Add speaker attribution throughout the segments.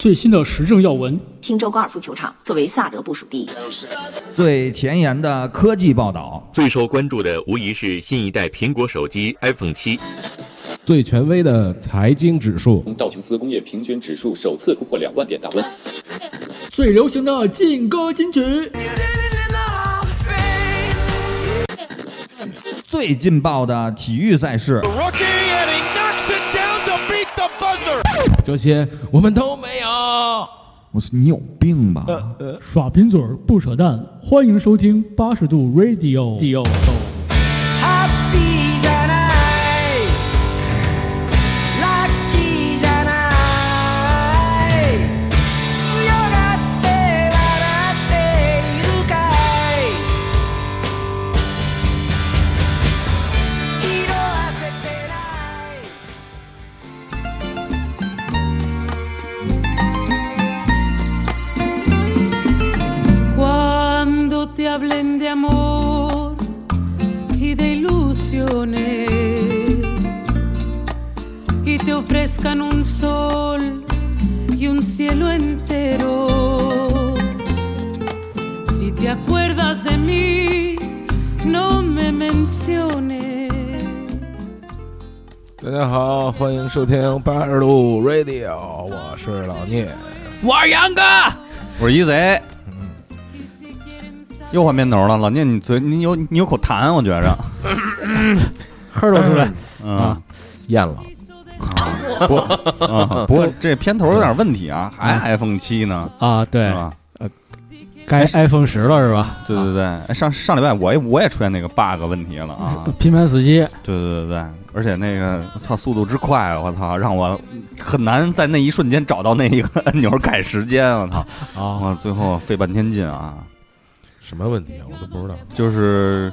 Speaker 1: 最新的时政要闻，
Speaker 2: 新州高尔夫球场作为萨德部署地，
Speaker 3: 最前沿的科技报道，
Speaker 4: 最受关注的无疑是新一代苹果手机 iPhone 七。
Speaker 5: 最权威的财经指数，
Speaker 6: 道琼斯工业平均指数首次突破两万点大关。
Speaker 1: 最流行的劲歌金曲，
Speaker 3: 最劲爆的体育赛事，
Speaker 5: 这些我们都没有。
Speaker 3: 我说你有病吧？
Speaker 7: 呃
Speaker 1: 耍贫嘴儿不扯淡。欢迎收听八十度 Radio。
Speaker 8: Happy じゃないラッキーじゃない強がって笑っているかい色あせてないCuando te hablen de amor y de ilusiones y te ofrezcan un sol y un cielo entero, si te acuerdas de mí, no me menciones.
Speaker 9: 大家好，欢迎收听八十度 Radio，我是老聂。
Speaker 7: 我是一贼，
Speaker 8: Y si quieren saber
Speaker 7: 又换片头了。老聂，你嘴你有你有口痰，我觉着。
Speaker 1: 呵了出来，
Speaker 7: 嗯，
Speaker 1: 啊
Speaker 9: 咽了，
Speaker 7: 不，嗯不过这片头有点问题啊，还 iPhone 七呢，
Speaker 1: 嗯啊，对
Speaker 7: 是，吧？哎
Speaker 1: 该 iPhone 十了是吧？
Speaker 7: 对对对，哎上上礼拜我也我也出现那个 bug 问题了 啊！
Speaker 1: 拼盘死机，
Speaker 7: 对对对对，而且那个我操速度之快，我操，让我很难在那一瞬间找到那一个按钮改时间，我操，
Speaker 1: 啊，
Speaker 7: 我最后费半天劲啊！
Speaker 9: 什么问题啊？我都不知道。
Speaker 7: 就是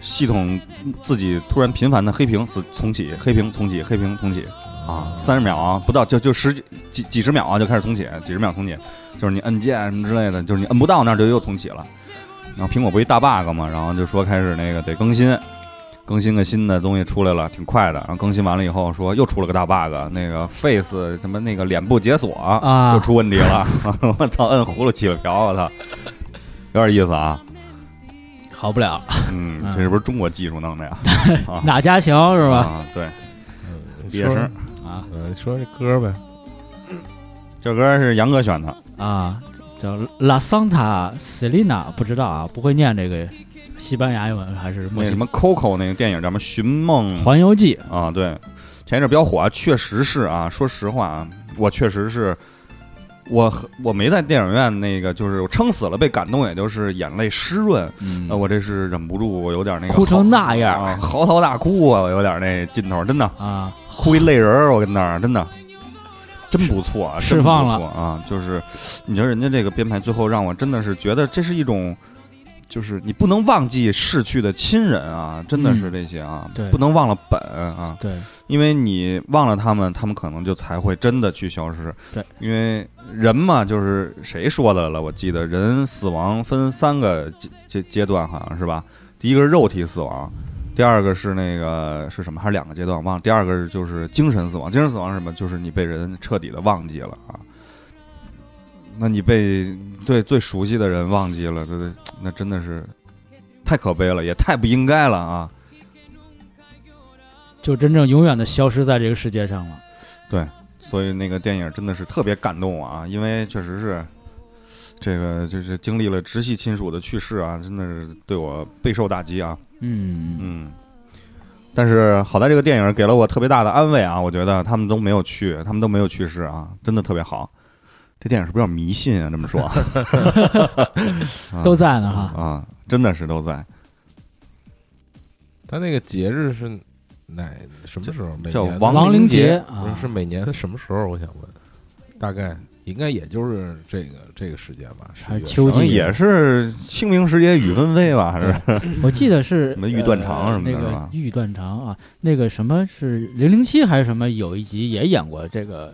Speaker 7: 系统自己突然频繁的黑屏死重启，黑屏重启，黑屏重启啊，三十秒啊，不到就就 十几几几十秒啊就开始重启，几十秒重启，就是你按键什么之类的，就是你摁不到那儿就又重启了。然后苹果不一大 bug 嘛，然后就说开始那个得更新，更新个新的东西出来了，挺快的。然后更新完了以后说又出了个大 bug，那个 Face 什么那个脸部解锁
Speaker 1: 啊
Speaker 7: 又出问题了， 我操，摁葫芦起了瓢，我操，有点意思啊。
Speaker 1: 好不了，
Speaker 7: 嗯
Speaker 1: 嗯，
Speaker 7: 这是不是中国技术弄的呀？啊
Speaker 1: 哪家强是吧？
Speaker 7: 啊，对，毕
Speaker 9: 你
Speaker 7: 业
Speaker 9: 说
Speaker 7: 生，
Speaker 1: 啊
Speaker 9: 嗯，你说这歌呗，
Speaker 7: 这歌是杨哥选的，
Speaker 1: 啊，叫 La Santa Selina，不知道啊，不会念这个西班牙文还是墨
Speaker 7: 那
Speaker 1: 西
Speaker 7: 什
Speaker 1: 哥
Speaker 7: 么 Coco 那个电影叫什么《寻梦
Speaker 1: 《环游记》
Speaker 7: 啊，对，前一阵比较火啊，确实是啊。说实话啊，我确实是，我很我没在电影院那个，就是我撑死了被感动，也就是眼泪湿润。
Speaker 3: 嗯
Speaker 7: 呃，我这是忍不住，我有点那个
Speaker 1: 哭成
Speaker 7: 嚎
Speaker 1: 那样
Speaker 7: 啊，嚎啕大哭啊，我有点那劲头，真的
Speaker 1: 啊，
Speaker 7: 哭一泪人儿，我跟那儿真的。真不错啊，
Speaker 1: 释
Speaker 7: 真不
Speaker 1: 放
Speaker 7: 错啊！就是你觉得人家这个编排，最后让我真的是觉得这是一种，就是你不能忘记逝去的亲人啊，真的是这些啊，
Speaker 1: 嗯对
Speaker 7: 不能忘了本啊，
Speaker 1: 对，
Speaker 7: 因为你忘了他们，他们可能就才会真的去消失。
Speaker 1: 对，
Speaker 7: 因为人嘛，就是谁说的了？我记得人死亡分三个阶阶阶段，好像是吧？第一个是肉体死亡，第二个是那个是什么？还是两个阶段？忘了。第二个是就是精神死亡，精神死亡是什么？就是你被人彻底的忘记了啊。那你被最最熟悉的人忘记了，这那真的是太可悲了，也太不应该了啊！
Speaker 1: 就真正永远的消失在这个世界上了。
Speaker 7: 所以那个电影真的是特别感动我啊，因为确实是这个就是经历了直系亲属的去世啊，真的是对我备受打击啊。
Speaker 1: 嗯，
Speaker 7: 嗯，但是好在这个电影给了我特别大的安慰啊，我觉得他们都没有去，他们都没有去世啊，真的特别好。这电影是不是有点迷信啊？这么说 啊
Speaker 1: 都在呢哈。
Speaker 7: 啊，真的是都在。
Speaker 9: 他那个节日是哪什么时候？每
Speaker 7: 叫
Speaker 9: 年的
Speaker 7: 亡
Speaker 1: 亡
Speaker 7: 灵
Speaker 1: 灵节
Speaker 7: 节
Speaker 9: 不是
Speaker 1: 啊，
Speaker 9: 是每年的什么时候？我想问，大概应该也就是这个这个时间吧，
Speaker 1: 还
Speaker 9: 11月
Speaker 1: 秋
Speaker 7: 可能
Speaker 1: 季
Speaker 7: 也是清明时节雨纷飞吧，还是
Speaker 1: 我记得是
Speaker 7: 什么玉断肠什么的
Speaker 1: 呃
Speaker 7: 是
Speaker 1: 那
Speaker 7: 吧
Speaker 1: 个玉断肠啊，那个什么是零零七还是什么，有一集也演过这个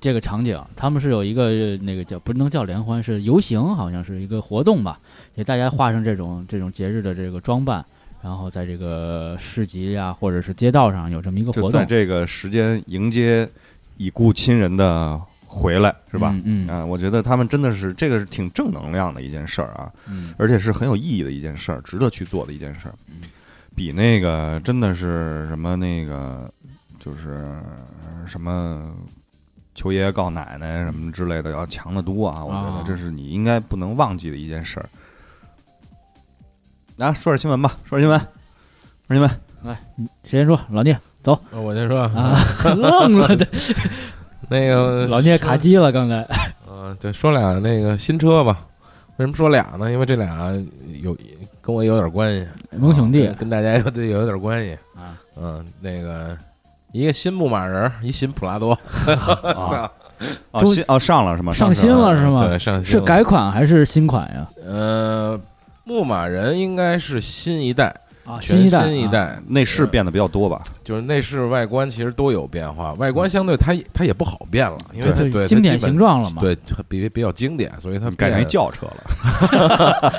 Speaker 1: 这个场景。他们是有一个呃那个叫不能叫联欢，是游行，好像是一个活动吧，给大家画上这种这种节日的这个装扮，然后在这个市集呀、或者是街道上有这么一个
Speaker 7: 就
Speaker 1: 活
Speaker 7: 在
Speaker 1: 动。
Speaker 7: 这个时间迎接已故亲人的回来，是吧？
Speaker 8: 嗯嗯
Speaker 7: 啊，我觉得他们真的是这个是挺正能量的一件事儿啊，
Speaker 8: 嗯
Speaker 7: 而且是很有意义的一件事儿，值得去做的一件事儿，比那个真的是什么那个就是什么求爷爷告奶奶什么之类的要强得多啊！我觉
Speaker 8: 啊
Speaker 7: 得这是你应该不能忘记的一件事儿。来、说点新闻吧，说点新闻，说新闻。
Speaker 8: 谁先说？老聂走
Speaker 9: 呃我先说
Speaker 8: 啊，愣了，这
Speaker 9: 那个
Speaker 8: 老聂卡机了，刚才
Speaker 9: 嗯，对，说俩那个新车吧。为什么说俩呢？因为这俩有跟我有点关系，啊
Speaker 8: 萌兄弟
Speaker 9: 跟跟大家有对有点关系
Speaker 8: 啊。
Speaker 9: 嗯，那个一个新牧马人儿，一新普拉多，
Speaker 7: 啊啊，
Speaker 8: 都
Speaker 7: 新哦上了是吗？
Speaker 8: 上
Speaker 7: 市
Speaker 8: 新了是 吗？
Speaker 9: 对，上新
Speaker 8: 是
Speaker 9: 了
Speaker 8: 改款还是新款呀？
Speaker 9: 呃，牧马人应该是新一代，
Speaker 8: 啊，
Speaker 9: 全
Speaker 8: 一代，
Speaker 9: 新一
Speaker 8: 啊，
Speaker 9: 代，
Speaker 7: 内饰变得比较多吧？
Speaker 9: 就是内饰外观其实都有变化，外观相对它也它也不好变了，因为它
Speaker 8: 对
Speaker 9: 对它
Speaker 8: 经典
Speaker 9: 基本
Speaker 8: 形状了嘛
Speaker 9: 对，它比比较经典，所以
Speaker 8: 呃
Speaker 9: 它
Speaker 7: 你改成一
Speaker 9: 变
Speaker 7: 轿车了，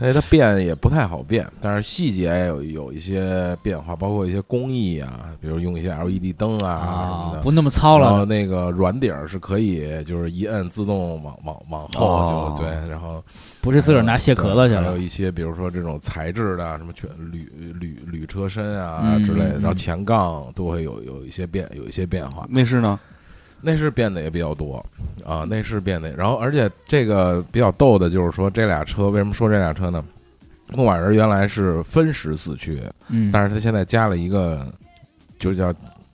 Speaker 9: 哎，它变也不太好变，但是细节有有一些变化，包括一些工艺啊，比如用一些 LED 灯啊什么
Speaker 8: 啊
Speaker 9: 的，，
Speaker 8: 不那么糙
Speaker 9: 然
Speaker 8: 了
Speaker 9: 后，那个软底儿是可以，就是一摁自动往往往后就、
Speaker 7: 哦
Speaker 9: 对，然后
Speaker 8: 不是自个儿拿蟹壳子去
Speaker 9: 还
Speaker 8: 了
Speaker 9: 有。一些比如说这种材质的啊，什么全铝铝铝车身啊、
Speaker 8: 嗯
Speaker 9: 之类的，
Speaker 8: 嗯
Speaker 9: 然后前杠都会有有一些变有一些变化。
Speaker 7: 内饰呢？
Speaker 9: 内饰变得也比较多啊，内饰变得，然后而且这个比较逗的就是说，这俩车为什么说这俩车呢？牧马人原来是分时四驱，
Speaker 8: 嗯，
Speaker 9: 但是它现在加了一个，就叫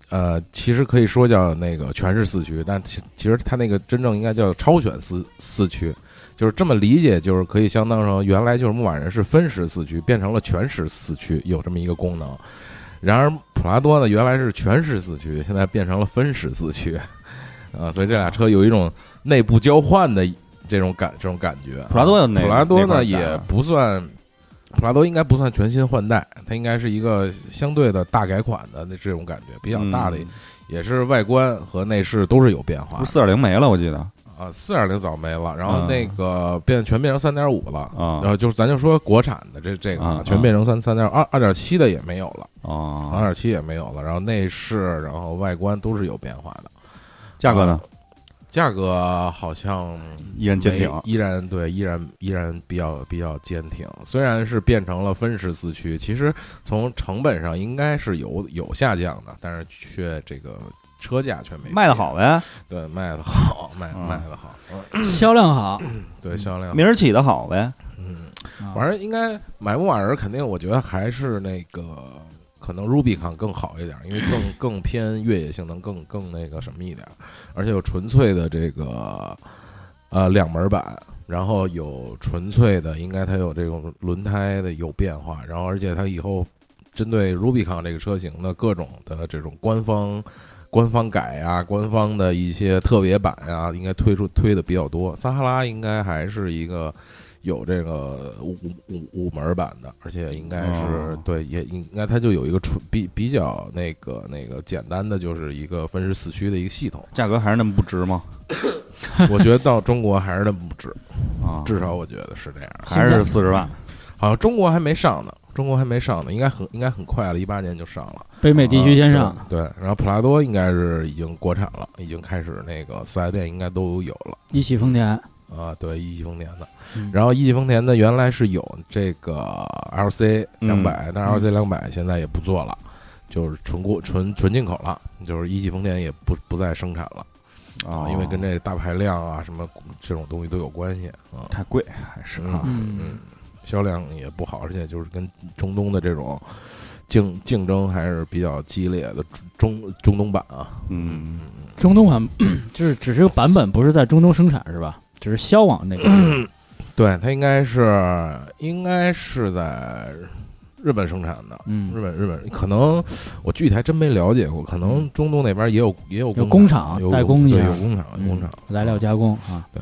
Speaker 9: 呃，其实可以说叫那个全是四驱，但其其实它那个真正应该叫超选四四驱，就是这么理解，就是可以相当成原来就是牧马人是分时四驱，变成了全时四驱，有这么一个功能。然而普拉多呢，原来是全时四驱，现在变成了分时四驱， 啊，所以这俩车有一种内部交换的这种感这种感觉啊。
Speaker 7: 普拉多有哪
Speaker 9: 普拉多
Speaker 7: 哪
Speaker 9: 呢
Speaker 7: 款改
Speaker 9: 也
Speaker 7: 啊
Speaker 9: 不算，普拉多应该不算全新换代，它应该是一个相对的大改款的那这种感觉，比较大的，
Speaker 7: 嗯
Speaker 9: 也是外观和内饰都是有变化
Speaker 7: 不四点零没了，我记得
Speaker 9: 啊。四点零早没了，然后
Speaker 7: 嗯
Speaker 9: 那个变全变成三点五了。然
Speaker 7: 啊
Speaker 9: 后就是，咱就说国产的这这个啊
Speaker 7: 啊
Speaker 9: 全变成三三点二二点七的也没有了，二
Speaker 7: 啊，
Speaker 9: 点七也没有了。然后内饰，然后外观都是有变化的。啊
Speaker 7: 价格呢？
Speaker 9: 价格好像
Speaker 7: 一人坚
Speaker 9: 没
Speaker 7: 挺，
Speaker 9: 依然对，依然依然比较比较坚挺。虽然是变成了分时四驱，其实从成本上应该是有有下降的，但是却这个车价却没
Speaker 7: 卖的好
Speaker 9: 变，
Speaker 7: 呗，
Speaker 9: 对，卖的好，卖
Speaker 7: 嗯
Speaker 9: 卖的 好，
Speaker 8: 销量好，
Speaker 9: 对销量。
Speaker 7: 名儿起的好呗，
Speaker 9: 嗯，
Speaker 8: 啊
Speaker 9: 反正应该买牧马人肯定，我觉得还是那个可能 Rubicon 更好一点，因为更更偏越野性能，更更那个什么一点，而且有纯粹的这个呃两门版，然后有纯粹的，应该它有这种轮胎的有变化，然后而且它以后针对 Rubicon 这个车型的各种的这种官方。官方改啊，官方的一些特别版啊，应该推出推的比较多。撒哈拉应该还是一个有这个五五五门版的，而且应该是、
Speaker 7: 哦
Speaker 9: 对，也应该它就有一个纯比比较那个那个简单的，就是一个分时四驱的一个系统。
Speaker 7: 价格还是那么不值吗？
Speaker 9: 我觉得到中国还是那么不值，
Speaker 7: 啊，
Speaker 9: 至少我觉得是这样。
Speaker 7: 还是四十万，
Speaker 9: 好像中国还没上呢，中国还没上呢，应该很应该很快了，一八年就上了。啊
Speaker 8: 北美地区先
Speaker 7: 哦
Speaker 8: 上，
Speaker 9: 对，然后普拉多应该是已经国产了，已经开始那个四 S 店应该都有了。
Speaker 8: 一汽丰田，
Speaker 9: 啊，对，一汽丰田的
Speaker 8: 嗯，
Speaker 9: 然后一汽丰田的原来是有这个 LC 两
Speaker 7: 嗯
Speaker 9: 百，但是 LC 两百现在也不做了，就是纯国纯纯进口了，就是一汽丰田也不不再生产了
Speaker 8: 哦
Speaker 7: 哦
Speaker 9: 啊，因为跟这大排量啊什么这种东西都有关系啊，
Speaker 7: 太贵还是啊，
Speaker 8: 嗯，
Speaker 9: 销量也不好，而且就是跟中东的这种竞竞争还是比较激烈的中中东版啊，
Speaker 7: 嗯，
Speaker 8: 中 东款就是只是版本不是在中东生产是吧？只是销往那个
Speaker 9: 对，它应该是应该是在日本生产的。日
Speaker 8: 嗯
Speaker 9: 本日本可能我具体还真没了解过，可能中东那边也有也有
Speaker 8: 有
Speaker 9: 工
Speaker 8: 工厂
Speaker 9: 有
Speaker 8: 代
Speaker 9: 工
Speaker 8: 工一
Speaker 9: 对
Speaker 8: 样嗯
Speaker 9: 有工厂有工厂
Speaker 8: 来料加工啊，
Speaker 9: 对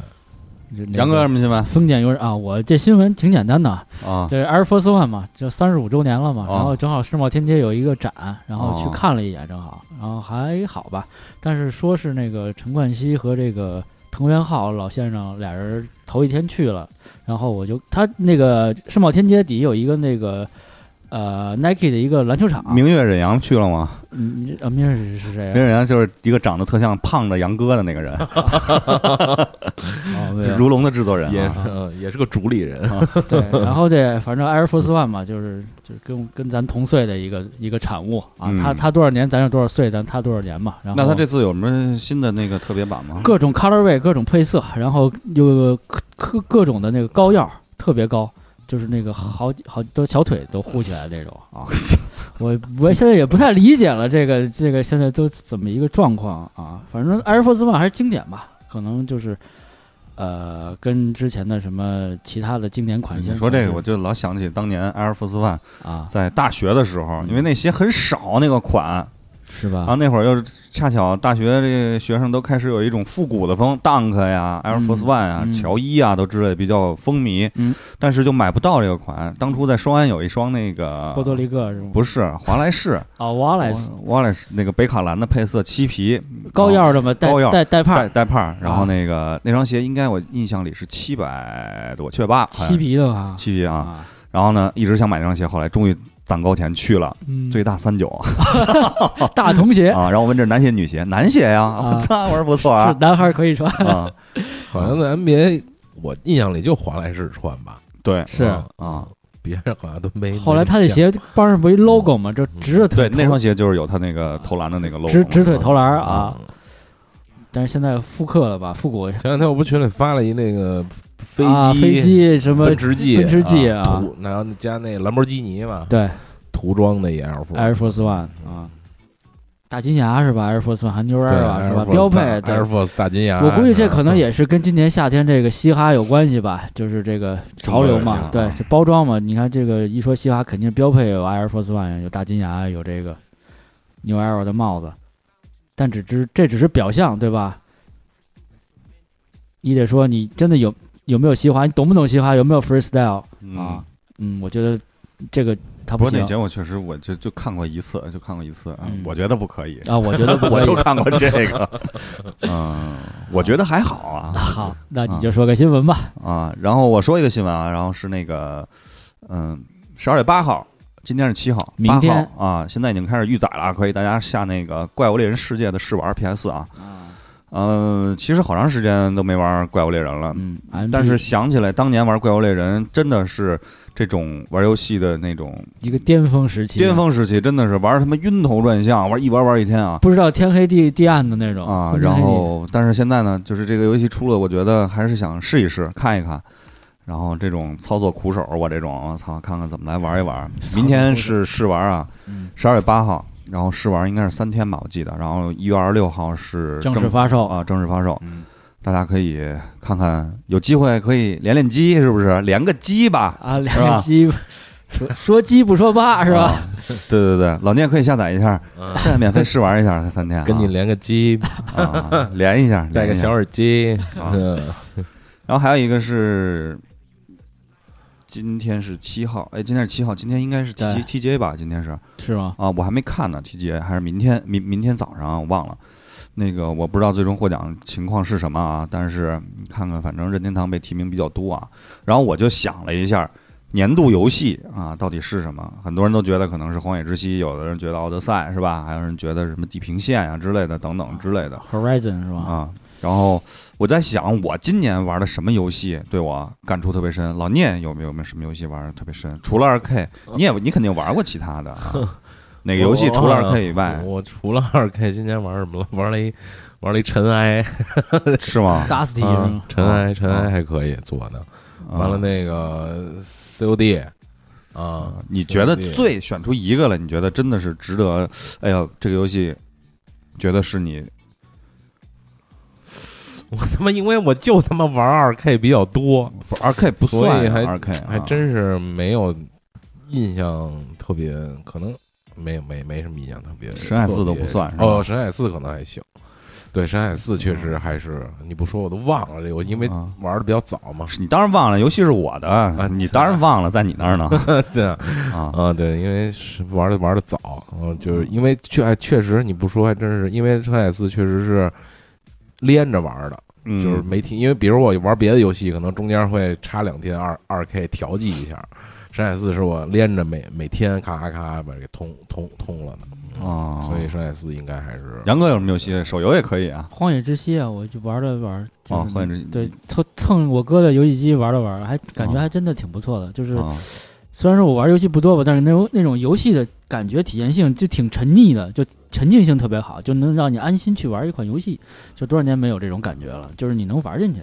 Speaker 8: 就那个。
Speaker 7: 杨哥有什么新闻
Speaker 8: 丰田有人啊，我这新闻挺简单的啊，
Speaker 7: 啊？
Speaker 8: 这 Air Force One 嘛，这三十五周年了嘛，
Speaker 7: 哦
Speaker 8: 然后正好世贸天阶有一个展，然后
Speaker 7: 哦
Speaker 8: 去看了一眼，正好，然后还好吧，但是说是那个陈冠希和这个藤原浩老先生俩人头一天去了，然后我就他那个世贸天阶底有一个那个呃 Nike 的一个篮球场，
Speaker 7: 明月忍阳去了吗？
Speaker 8: 嗯，你这啊，明儿是是谁
Speaker 7: 林
Speaker 8: 啊？
Speaker 7: 远阳就是一个长得特像胖的杨哥的那个人，
Speaker 8: 哦，没
Speaker 7: 是
Speaker 8: 有
Speaker 7: 如龙的制作人
Speaker 9: 也
Speaker 7: 啊。
Speaker 9: 是嗯也是个主理人，
Speaker 8: 对，然后这反正 Air Force One 嘛，就是就是跟跟咱同岁的一个一个产物啊，
Speaker 7: 嗯
Speaker 8: 他他多少年，咱有多少岁，咱他多少年嘛。然后
Speaker 7: 那他这次有什么新的那个特别版吗？
Speaker 8: 各种 colorway，各种配色，然后有各各各种的那个膏药，特别高，就是那个好几好都小腿都护起来那种 啊。我我现在也不太理解了，这个这个现在都怎么一个状况啊？反正 Air Force One 还是经典吧，可能就是。呃，跟之前的什么其他的经典款型，
Speaker 7: 你说这个，我就老想起当年 Air Force One
Speaker 8: 啊，
Speaker 7: 在大学的时候，
Speaker 8: 嗯
Speaker 7: 因为那鞋很少那个款，
Speaker 8: 是
Speaker 7: 然后
Speaker 8: 吧？
Speaker 7: 那会儿又是恰巧大学这学生都开始有一种复古的风，Dunk 呀、Air
Speaker 8: 嗯
Speaker 7: Force One 啊、
Speaker 8: 嗯
Speaker 7: 乔伊啊都之类比较风靡，
Speaker 8: 嗯
Speaker 7: 但是就买不到这个款。当初在双安有一双那个
Speaker 8: 波多黎各是吗？
Speaker 7: 不是华莱 士
Speaker 8: 啊，Wallace
Speaker 7: ，Wallace 那个北卡蓝的配色漆皮
Speaker 8: 高腰的嘛，带
Speaker 7: 高腰
Speaker 8: 带带
Speaker 7: 带
Speaker 8: 帕，啊
Speaker 7: 带帕儿，然后那个、那双鞋应该我印象里是七百多，七百八，
Speaker 8: 漆皮的嘛，
Speaker 7: 漆皮啊。
Speaker 8: 啊，
Speaker 7: 然后呢，一直想买那双鞋，后来终于攒够钱去了，
Speaker 8: 嗯
Speaker 7: 最大三九啊。
Speaker 8: 大童鞋
Speaker 7: 然后我问这是男鞋女鞋，男鞋呀，
Speaker 8: 啊
Speaker 7: 我操，我说不错
Speaker 8: 是
Speaker 7: 啊。
Speaker 8: 男孩可以穿，
Speaker 7: 啊，
Speaker 9: 好像在 NBA 我印象里就华莱士穿吧，
Speaker 7: 对
Speaker 8: 是
Speaker 9: 嗯
Speaker 7: 啊，
Speaker 9: 别人好像都没。
Speaker 8: 后来他那
Speaker 9: 没见
Speaker 8: 鞋帮上不
Speaker 9: 嗯
Speaker 8: 一 logo 嘛，就直着
Speaker 7: 对
Speaker 8: 腿，
Speaker 7: 那双鞋就是有他那个投篮的那个 logo
Speaker 8: 直
Speaker 7: 嘛。
Speaker 8: 直腿投篮
Speaker 9: 过
Speaker 8: 啊。，
Speaker 9: 嗯
Speaker 8: 但是现在复刻了吧，复古啊
Speaker 9: 前两天我不群里发了一那个飞机
Speaker 8: 飞机什么
Speaker 9: 奔驰 G
Speaker 8: 奔驰 G
Speaker 9: 啊，
Speaker 8: 啊
Speaker 9: 涂然后加那兰博基尼嘛，
Speaker 8: 对
Speaker 9: 涂装的也 Air
Speaker 8: ，Air
Speaker 9: Force
Speaker 8: Force One 啊，大金牙是吧？Air Force One 韩妞儿
Speaker 9: 对
Speaker 8: 吧是吧？
Speaker 9: Air Force
Speaker 8: 啊标配
Speaker 9: 大
Speaker 8: 对
Speaker 9: Air Force 大金
Speaker 7: 哎
Speaker 9: 牙，
Speaker 8: 我估计这可能也是跟今年夏天这个嘻哈有关系吧，就是这个潮流
Speaker 7: 中国
Speaker 8: 嘛，
Speaker 7: 流行
Speaker 8: 对
Speaker 7: 啊，
Speaker 8: 这包装嘛。你看这个一说嘻哈，肯定标配有 Air Force One，有大金牙，有这个牛 Air 的帽子，但只知这只是表象，对吧？你得说你真的有有没有嘻哈，你懂不懂嘻哈，有没有 freestyle 啊
Speaker 7: 嗯，？
Speaker 8: 嗯，我觉得这个他
Speaker 7: 不过那
Speaker 8: 行
Speaker 7: 节我确实我就就看过一次，就看过一次啊
Speaker 8: 嗯，
Speaker 7: 我觉得不可以。
Speaker 8: 啊， 我觉得不
Speaker 7: 我
Speaker 8: 可以
Speaker 7: 就。看 过这个，嗯，我觉得还好啊。
Speaker 8: 好，那你就说个新闻吧。
Speaker 7: 啊，然后我说一个新闻啊，然后是那个，嗯，十二月八号，今天是七号，
Speaker 8: 明天
Speaker 7: 8号啊，现在已经开始预载了啊，可以大家下那个《怪物猎人世界》的试玩 PS 啊，嗯，其实好长时间都没玩《怪物猎人》了，
Speaker 8: 嗯，
Speaker 7: 但是想起来当年玩《怪物猎人》，真的是这种玩游戏的那种
Speaker 8: 一个巅峰时期，
Speaker 7: 巅峰时期，真的是玩他妈晕头转向，玩一玩玩一天啊。
Speaker 8: 不知道天黑地地暗的那种
Speaker 7: 啊，
Speaker 8: 昏天
Speaker 7: 然
Speaker 8: 黑地
Speaker 7: 后但是现在呢，就是这个游戏出了，我觉得还是想试一试，看一看。然后这种操作苦手，我这种，我操，看看怎么来玩一玩。明天是试玩啊
Speaker 8: 嗯，
Speaker 7: 十二月八号，然后试玩应该是三天吧，我记得。然后一月二十六号是
Speaker 8: 正式发售，
Speaker 7: 啊，正式发售，
Speaker 8: 嗯
Speaker 7: 大家可以看看，有机会可以连练机，是不是？连个机吧，
Speaker 8: 啊，两
Speaker 7: 是吧
Speaker 8: 个 鸡，说鸡不说八 是吧？
Speaker 7: 啊对对对，老聂可以下载一下，现在免费试玩一下，才三天啊，
Speaker 9: 嗯跟你连个机，
Speaker 7: 啊连一下，
Speaker 9: 戴个
Speaker 7: 连一下
Speaker 9: 小耳机，
Speaker 7: 啊
Speaker 9: 嗯
Speaker 7: 然后还有一个是，今天是七号，哎，今天是七号，今天应该是 T
Speaker 8: 对
Speaker 7: T G A 吧？今天是
Speaker 8: 是吗？
Speaker 7: 啊，我还没看呢，T G A 还是明天明明天早上啊我忘了。那个我不知道最终获奖情况是什么啊，但是你看看，反正任天堂被提名比较多啊。然后我就想了一下，年度游戏啊到底是什么？很多人都觉得可能是《荒野之息》，有的人觉得《奥德赛》是吧？还有人觉得什么《地平线》呀之类的，等等之类的。
Speaker 8: Horizon 是吧？
Speaker 7: 啊。然后我在想，我今年玩的什么游戏对我感触特别深？老聂有没有有没有什么游戏玩的特别深？除了二 K，你
Speaker 9: 呃
Speaker 7: 也你肯定玩过其他 的啊？哪个游戏除了二 K 以外
Speaker 9: 我我除了二 K，今年玩什么了？玩了一玩了一尘埃，
Speaker 7: 是吗？
Speaker 8: Dusty 是
Speaker 9: 啊
Speaker 8: 吗？
Speaker 9: 尘埃，尘
Speaker 7: 啊
Speaker 8: 嗯
Speaker 9: 埃还可以做呢。完了
Speaker 7: 啊，
Speaker 9: 那个 COD
Speaker 8: 嗯
Speaker 9: 啊，
Speaker 7: 你觉得
Speaker 9: COD
Speaker 7: 最选出一个来，你觉得真的是值得？哎呀，这个游戏觉得是你
Speaker 9: 我他妈，因为我就他妈玩二 K 比较多，
Speaker 7: 不二 K 不
Speaker 9: 所
Speaker 7: 算啊
Speaker 9: 以还
Speaker 7: 二 K，
Speaker 9: 还真是没有印象特别，可能没有没没什么印象特别。
Speaker 7: 神海四都
Speaker 9: 特别
Speaker 7: 不算是吧嗯
Speaker 9: 哦，神海四可能还行。对，神海四确实还是你不说我都忘了这个，我因为
Speaker 7: 啊
Speaker 9: 玩的比较早嘛。
Speaker 7: 你当然忘了，游戏是我
Speaker 9: 啊
Speaker 7: 的，你当然忘了，在你那儿呢
Speaker 9: 这样
Speaker 7: 啊。
Speaker 9: 啊，对，因为是玩的玩的早，嗯，就是因为确哎确实你不说还真是，因为神海四确实是连着玩的，
Speaker 7: 嗯
Speaker 9: 就是没停，因为比如我玩别的游戏，可能中间会插两天二二 K 调剂一下，深海四是我连着每每天咔咔咔把这通通通了的，
Speaker 7: 啊，
Speaker 9: 所以深海四应该还是
Speaker 7: 杨哥有什么游戏？手游也可以啊。
Speaker 8: 荒野之息》啊，我就玩了玩，就
Speaker 7: 啊，
Speaker 8: 是
Speaker 7: 幻之
Speaker 8: 对，蹭蹭我哥的游戏机玩了玩，还感觉
Speaker 7: 啊
Speaker 8: 还真的挺不错的。就是
Speaker 7: 啊，
Speaker 8: 虽然说我玩游戏不多吧，但是那种那种游戏的感觉体验性就挺沉溺的，就沉浸性特别好，就能让你安心去玩一款游戏。就多少年没有这种感觉了，就是你能玩进去，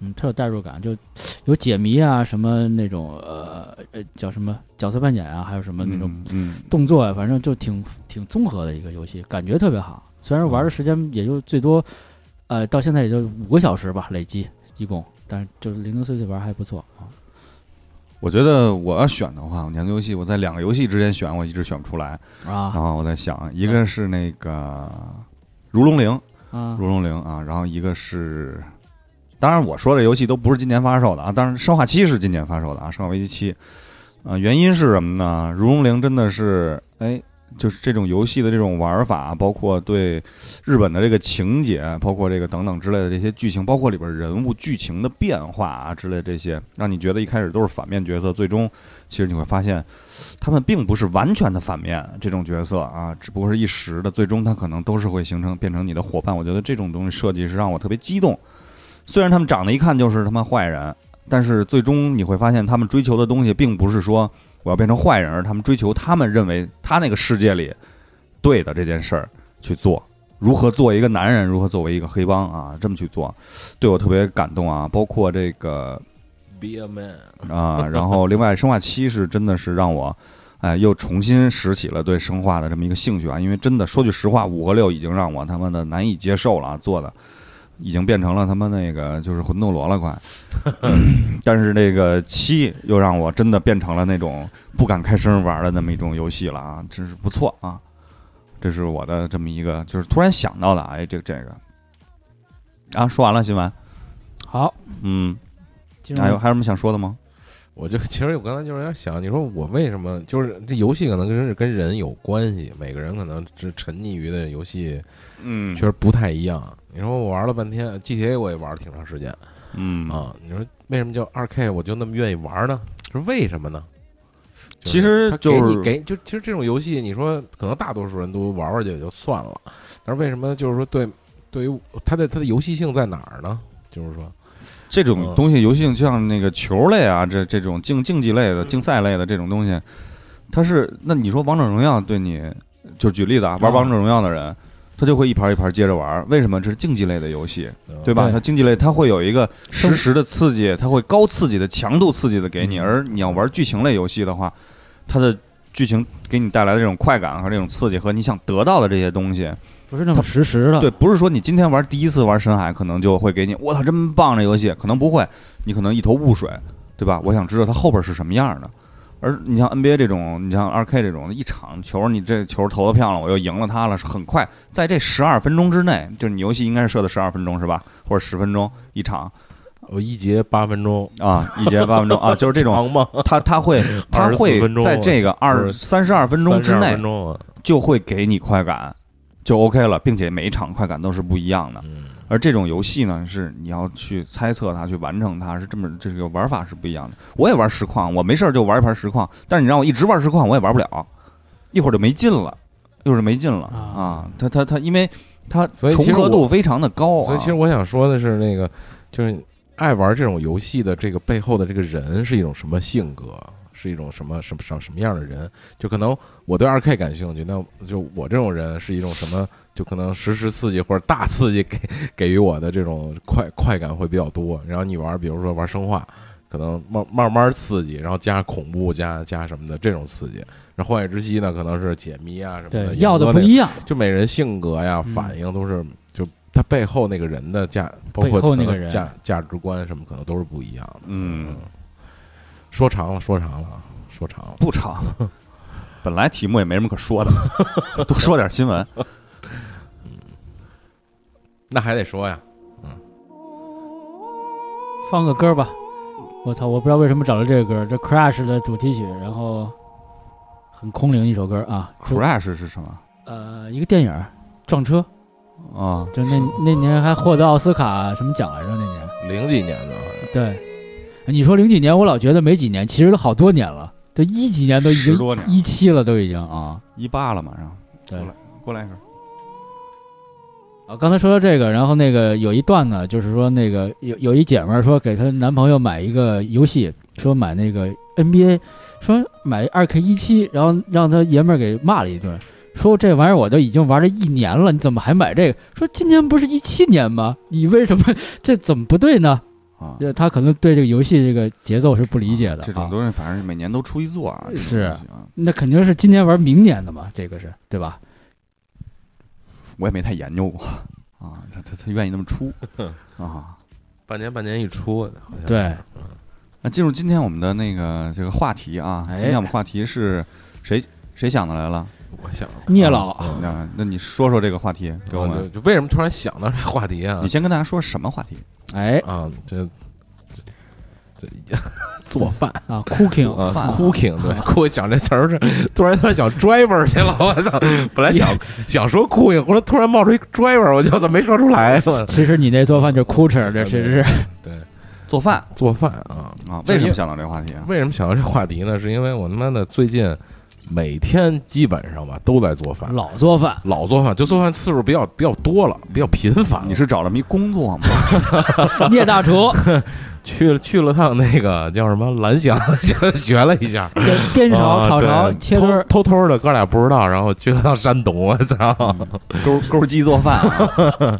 Speaker 8: 嗯，特有代入感，就有解谜啊，什么那种呃呃叫什么角色扮演啊，还有什么那种
Speaker 7: 嗯嗯，
Speaker 8: 动作啊，反正就挺挺综合的一个游戏，感觉特别好。虽然
Speaker 7: 嗯
Speaker 8: 玩的时间也就最多，呃，到现在也就五个小时吧，累计一共，但是就是零零碎碎玩还不错啊。
Speaker 7: 我觉得我要选的话，两个游戏我在两个游戏之间选，我一直选不出来。然
Speaker 8: 啊
Speaker 7: 后我在想，一个是那个如龙零，
Speaker 8: 啊
Speaker 7: 如龙零啊，然后一个是，当然我说这游戏都不是今年发售的啊，当然生化七是今年发售的啊，生化危机七，啊、原因是什么呢？如龙零真的是，哎，就是这种游戏的这种玩法，包括对日本的这个情节，包括这个等等之类的这些剧情，包括里边人物剧情的变化啊之类的这些，让你觉得一开始都是反面角色，最终其实你会发现，他们并不是完全的反面这种角色啊，只不过是一时的，最终他可能都是会形成变成你的伙伴。我觉得这种东西设计是让我特别激动，虽然他们长得一看就是他妈坏人，但是最终你会发现他们追求的东西并不是说我要变成坏人，而他们追求他们认为他那个世界里对的这件事儿去做。如何做一个男人，如何作为一个黑帮啊，这么去做，对我特别感动啊！包括这个
Speaker 9: Be a man。
Speaker 7: 啊，然后另外生化七是真的是让我，哎，又重新拾起了对生化的这么一个兴趣啊，因为真的说句实话，五和六已经让我他妈的难以接受了啊，做的已经变成了他妈那个就是魂斗罗了快，嗯但是这个七又让我真的变成了那种不敢开声玩的那么一种游戏了啊，真是不错啊，这是我的这么一个就是突然想到的，哎，这个这个。啊，说完了新闻，
Speaker 8: 好，
Speaker 7: 嗯，
Speaker 8: 进入
Speaker 7: 还有还有什么想说的吗？
Speaker 9: 我就其实我刚才就是有点想，你说我为什么就是这游戏可能跟是跟人有关系，每个人可能只沉溺于的游戏
Speaker 7: 嗯
Speaker 9: 确实不太一样。你说我玩了半天 GTA，我也玩了挺长时间
Speaker 7: 嗯
Speaker 9: 啊。你说为什么叫二 K 我就那么愿意玩呢？是为什么呢？就
Speaker 7: 其实
Speaker 9: 它
Speaker 7: 就是
Speaker 9: 给你给就其实这种游戏，你说可能大多数人都玩玩就也就算了，但是为什么就是说对对于它的它的游戏性在哪儿呢？就是说，
Speaker 7: 这种
Speaker 9: 嗯
Speaker 7: 东西，游戏就像那个球类啊，这这种竞竞技
Speaker 9: 嗯
Speaker 7: 类的、竞赛类的这种东西，它是那你说王者荣耀对你，就举例子啊，
Speaker 9: 嗯
Speaker 7: 玩王者荣耀的人，他就会一盘一盘接着玩，为什么？这是竞技类的游戏，
Speaker 9: 嗯
Speaker 7: 对吧？
Speaker 8: 对
Speaker 7: 它竞技类它会有一个实时的刺激，它会高刺激的强度刺激的给你，
Speaker 9: 嗯
Speaker 7: 而你要玩剧情类游戏的话，它的剧情给你带来的这种快感和这种刺激和你想得到的这些东西，
Speaker 8: 不是那么实时的，
Speaker 7: 对，不是说你今天玩第一次玩深海，可能就会给你我操真棒这游戏，可能不会，你可能一头雾水，对吧？我想知道它后边是什么样的。而你像 NBA 这种，你像二 K 这种，一场球你这球投的漂亮，我又赢了它了，是很快，在这十二分钟之内，就是你游戏应该是设的十二分钟是吧？或者十分钟一场
Speaker 9: 我呃一节八分钟，
Speaker 7: 啊，一节八分钟啊，就是这种，
Speaker 9: 长吗？
Speaker 7: 它它会它
Speaker 9: 24
Speaker 7: 会
Speaker 9: 分钟
Speaker 7: 在这个
Speaker 9: 不
Speaker 7: 二
Speaker 9: 是
Speaker 7: 三十二分钟之
Speaker 9: 32
Speaker 7: 内
Speaker 9: 分钟啊
Speaker 7: 就会给你快感，就 OK 了，并且每一场快感都是不一样的。
Speaker 9: 嗯，
Speaker 7: 而这种游戏呢，是你要去猜测它，去完成它，是这么这个玩法是不一样的。我也玩实况，我没事儿就玩一盘实况，但是你让我一直玩实况，我也玩不了，一会儿就没劲了，一会儿就没劲了
Speaker 8: 啊
Speaker 7: 啊！它它它，因为它
Speaker 9: 所以
Speaker 7: 重
Speaker 9: 其实
Speaker 7: 合
Speaker 9: 我
Speaker 7: 度非常的
Speaker 8: 哦
Speaker 7: 高、啊，
Speaker 9: 所以其实我想说的是，那个就是爱玩这种游戏的这个背后的这个人是一种什么性格，是一种什么什么什么什么样的人？就可能我对二 K 感兴趣，那就我这种人是一种什么？就可能实时刺激或者大刺激给给予我的这种快快感会比较多。然后你玩，比如说玩生化。可能慢慢慢刺激，然后加恐怖加加什么的这种刺激，然后荒野之息呢可能是解谜啊什么的，
Speaker 8: 对，要的
Speaker 9: 的
Speaker 8: 不一样，
Speaker 9: 就每人性格呀、
Speaker 8: 嗯
Speaker 9: 反应都是，就他背后那个人的价，包
Speaker 8: 背
Speaker 9: 括
Speaker 8: 后
Speaker 9: 可
Speaker 8: 那个
Speaker 9: 能
Speaker 8: 人
Speaker 9: 价价值观什么，可能都是不一样的。
Speaker 7: 嗯，
Speaker 9: 说长了，说长了啊，说长了。
Speaker 7: 不长， 本来题目也没什么可说的， 多说点新 闻。
Speaker 9: 那还得说呀，
Speaker 8: 放个歌吧。我操，我不知道为什么找了这个歌，这 Crash 的主题曲，然后很空灵一首歌啊，就
Speaker 7: Crash 是什么
Speaker 8: 呃一个电影儿撞车，
Speaker 7: 啊？
Speaker 8: 就那那年还获得奥斯卡什么奖来着？那年
Speaker 9: 零几年的好像，
Speaker 8: 对，你说零几年，我老觉得没几年，其实都好多年了。都一几年都已经
Speaker 7: 十多年
Speaker 8: 一七了，都已经啊。
Speaker 7: 一，E 八了，马上
Speaker 8: 对
Speaker 7: 过来过来一份。
Speaker 8: 啊，刚才说到这个，然后那个有一段呢，就是说那个有有一姐们儿说给她男朋友买一个游戏，说买那个 NBA，说买二 K 一七，然后让他爷们儿给骂了一顿，说这玩意儿我都已经玩了一年了，你怎么还买这个？说今年不是一七年吗？你为什么这怎么不对呢？
Speaker 7: 啊，
Speaker 8: 这他可能对这个游戏这个节奏是不理解的、啊，
Speaker 7: 这种东西反正每年都出一座啊，这种
Speaker 8: 是
Speaker 7: 东西啊，
Speaker 8: 那肯定是今年玩明年的嘛，这个是对吧？
Speaker 7: 我也没太研究过啊，他他他愿意那么出啊。
Speaker 9: 半年半年一出，好像
Speaker 8: 对，
Speaker 7: 那进入今天我们的那个这个话题啊，
Speaker 8: 哎
Speaker 7: 今天我们话题是谁谁想的来了？
Speaker 9: 我想嗯
Speaker 8: 聂老，啊
Speaker 7: 那那你说说这个话题给我
Speaker 9: 就
Speaker 7: 们，
Speaker 9: 就为什么突然想到这话题啊
Speaker 7: 你？先跟大家说什么话题？
Speaker 8: 哎
Speaker 9: 啊，这这这 做饭
Speaker 8: 啊，cooking
Speaker 7: 饭啊
Speaker 9: cooking 对，我想这词儿 是突然突然想 driver 去了，我操！本来想想说 cooking，后来突然冒出一 driver，我就怎么没说出来？我
Speaker 8: 其实你那做饭就是 cooker，这其实是
Speaker 7: 做饭
Speaker 9: 做饭啊，
Speaker 7: 啊？
Speaker 9: 就是
Speaker 7: 为什
Speaker 9: 因
Speaker 7: 么
Speaker 9: 为
Speaker 7: 想到这个话题啊？
Speaker 9: 为什么想到这话题呢？是因为我他妈的最近每天基本上吧都在做饭，
Speaker 8: 老做饭，
Speaker 9: 老做饭，就做饭次数比较比较多了，比较频繁了。
Speaker 7: 你是找了么一工作吗？
Speaker 8: 聂大厨
Speaker 9: 去去了趟那个叫什么蓝翔， 就学了一下。
Speaker 8: 颠颠勺、
Speaker 9: 啊
Speaker 8: 炒
Speaker 9: 对
Speaker 8: 勺、切墩
Speaker 9: 偷
Speaker 8: 儿，
Speaker 9: 偷偷的，哥俩不知道，然后去了趟山东，我操！
Speaker 7: 勾勾鸡做饭啊？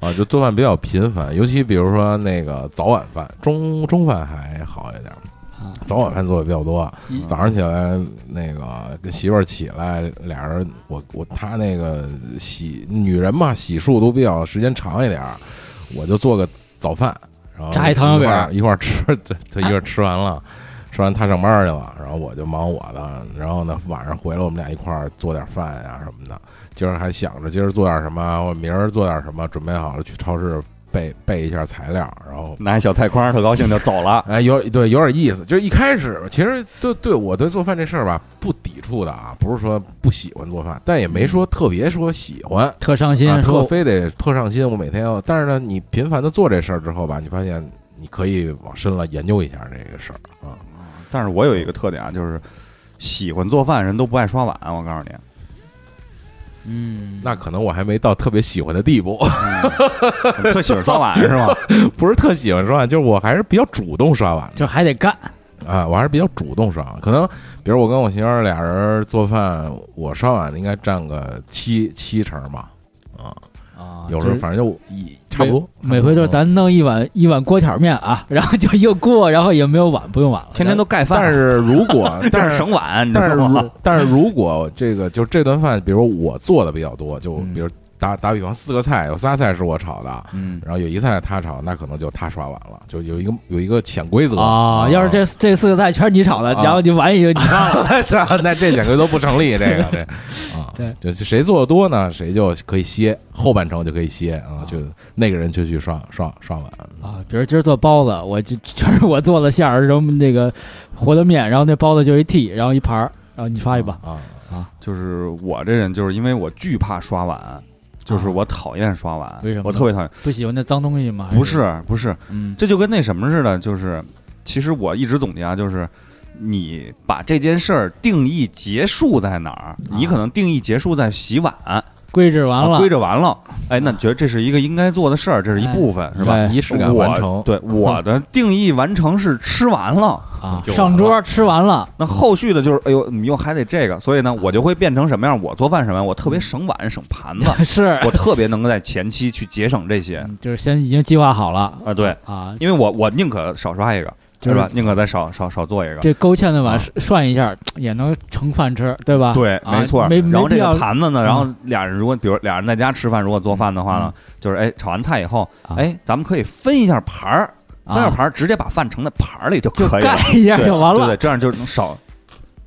Speaker 9: 啊，就做饭比较频繁，尤其比如说那个早晚饭，中中饭还好一点儿
Speaker 8: 啊，
Speaker 9: 早晚饭做的比较多啊
Speaker 8: 嗯。
Speaker 9: 早上起来那个跟媳妇儿起来，俩人我我她那个洗女人嘛，洗漱都比较时间长一点儿，我就做个早饭，然后
Speaker 8: 炸一糖油饼儿
Speaker 9: 一块儿 吃，这这一块儿吃完了。吃完她上班儿去了，然后我就忙我的，然后呢晚上回来我们俩一块儿做点饭呀、什么的，今儿还想着今儿做点什么，或者明儿做点什么，准备好了去超市备备一下材料，然后
Speaker 7: 拿一小菜筐，特高兴就走了。
Speaker 9: 哎有对有点意思，就是一开始其实对对我对做饭这事儿吧不抵触的啊，不是说不喜欢做饭，但也没说特别说喜欢，
Speaker 8: 特上
Speaker 9: 啊
Speaker 8: 心，
Speaker 9: 特
Speaker 8: 说
Speaker 9: 非得特上心，我每天要，但是呢你频繁的做这事儿之后吧，你发现你可以往深了研究一下这个事儿啊，
Speaker 7: 但是我有一个特点啊，就是喜欢做饭人都不爱刷碗，我告诉你。
Speaker 8: 嗯，
Speaker 9: 那可能我还没到特别喜欢的地步，
Speaker 7: 嗯 特喜欢刷碗是吗？
Speaker 9: 不是特喜欢刷碗，就是我还是比较主动刷碗的。
Speaker 8: 这还得干，
Speaker 9: 啊，我还是比较主动刷，可能比如我跟我媳妇儿俩人做饭，我刷碗应该占个七七成吧，啊，
Speaker 8: 啊，
Speaker 9: 有时候
Speaker 8: 就是
Speaker 9: 反正就一差不多，嗯
Speaker 8: 每回都是咱弄一碗一碗锅条面啊， 然后就又过，然后也没有碗，不用碗了，
Speaker 7: 天天都盖饭，啊
Speaker 9: 但是如果但
Speaker 7: 这
Speaker 9: 是
Speaker 7: 省碗，你知
Speaker 9: 但是
Speaker 7: 道吗
Speaker 9: 如？但是如果这个就这顿饭，比如我做的比较多，就比如打打比方四个菜，有仨菜是我炒的，
Speaker 7: 嗯，
Speaker 9: 然后有一菜他炒，那可能就他刷碗了，就有一个有一个潜规则
Speaker 8: 啊。要 是这这四个菜全是你炒的，
Speaker 9: 啊
Speaker 8: 然后你碗也就 你放了，
Speaker 9: 操，那这两个都不成立，这个这啊，
Speaker 8: 对，
Speaker 9: 就是谁做的多呢，谁就可以歇，后半程就可以歇啊，就那个人就去刷刷刷碗，
Speaker 8: 啊，比如今儿做包子，我就全是我做的馅儿，然后那个和的面，然后那包子就一屉，然后一盘儿，然后你刷一把，
Speaker 9: 啊，
Speaker 7: 就是我这人，就是因为我惧怕刷碗，就是我讨厌刷碗，
Speaker 8: 为什么呢哎
Speaker 7: 我特别讨厌。
Speaker 8: 不喜欢那脏东西吗？还
Speaker 7: 不，是不是，
Speaker 8: 嗯，
Speaker 7: 这就跟那什么似的，就是其实我一直总结啊，就是你把这件事儿定义结束在哪儿，你可能定义结束在洗碗，
Speaker 8: 规制完
Speaker 7: 啊
Speaker 8: 了，哎
Speaker 7: 归着完了，哎，那觉得这是一个应该做的事儿，这是一部分，是吧？
Speaker 8: 对
Speaker 9: 仪式感完成
Speaker 7: 我，对我的定义完成是吃完了，
Speaker 8: 啊，
Speaker 9: 就完
Speaker 8: 上桌吃完了，
Speaker 7: 那后续的就是，哎呦，你又还得这个，所以呢，
Speaker 8: 嗯
Speaker 7: 我就会变成什么样？我做饭什么样？我特别省碗省盘子，
Speaker 9: 嗯
Speaker 8: 是，
Speaker 7: 我特别能够在前期去节省这些
Speaker 8: 嗯就是先已经计划好了
Speaker 7: 啊，对，
Speaker 8: 啊，
Speaker 7: 因为我我宁可少刷一个，
Speaker 8: 就是
Speaker 7: 是吧？宁可再少少少做一个，
Speaker 8: 这勾芡的碗
Speaker 7: 啊
Speaker 8: 涮涮一下也能盛饭吃，对吧？
Speaker 7: 对，
Speaker 8: 啊
Speaker 7: 没错。
Speaker 8: 没
Speaker 7: 然
Speaker 8: 没
Speaker 7: 后
Speaker 8: 必
Speaker 7: 这
Speaker 8: 要嗯
Speaker 7: 个盘子呢，然后俩人如果比如俩人在家吃饭，如果做饭的话呢，就是哎炒完菜以后，
Speaker 8: 嗯啊
Speaker 7: 哎咱们可以分一下盘儿，分一下
Speaker 8: 啊
Speaker 7: 盘儿直接把饭盛在盘儿里就
Speaker 8: 就
Speaker 7: 可以了
Speaker 8: 盖。一下
Speaker 7: 对
Speaker 8: 就完
Speaker 7: 对
Speaker 8: 了
Speaker 7: 对，这样就能少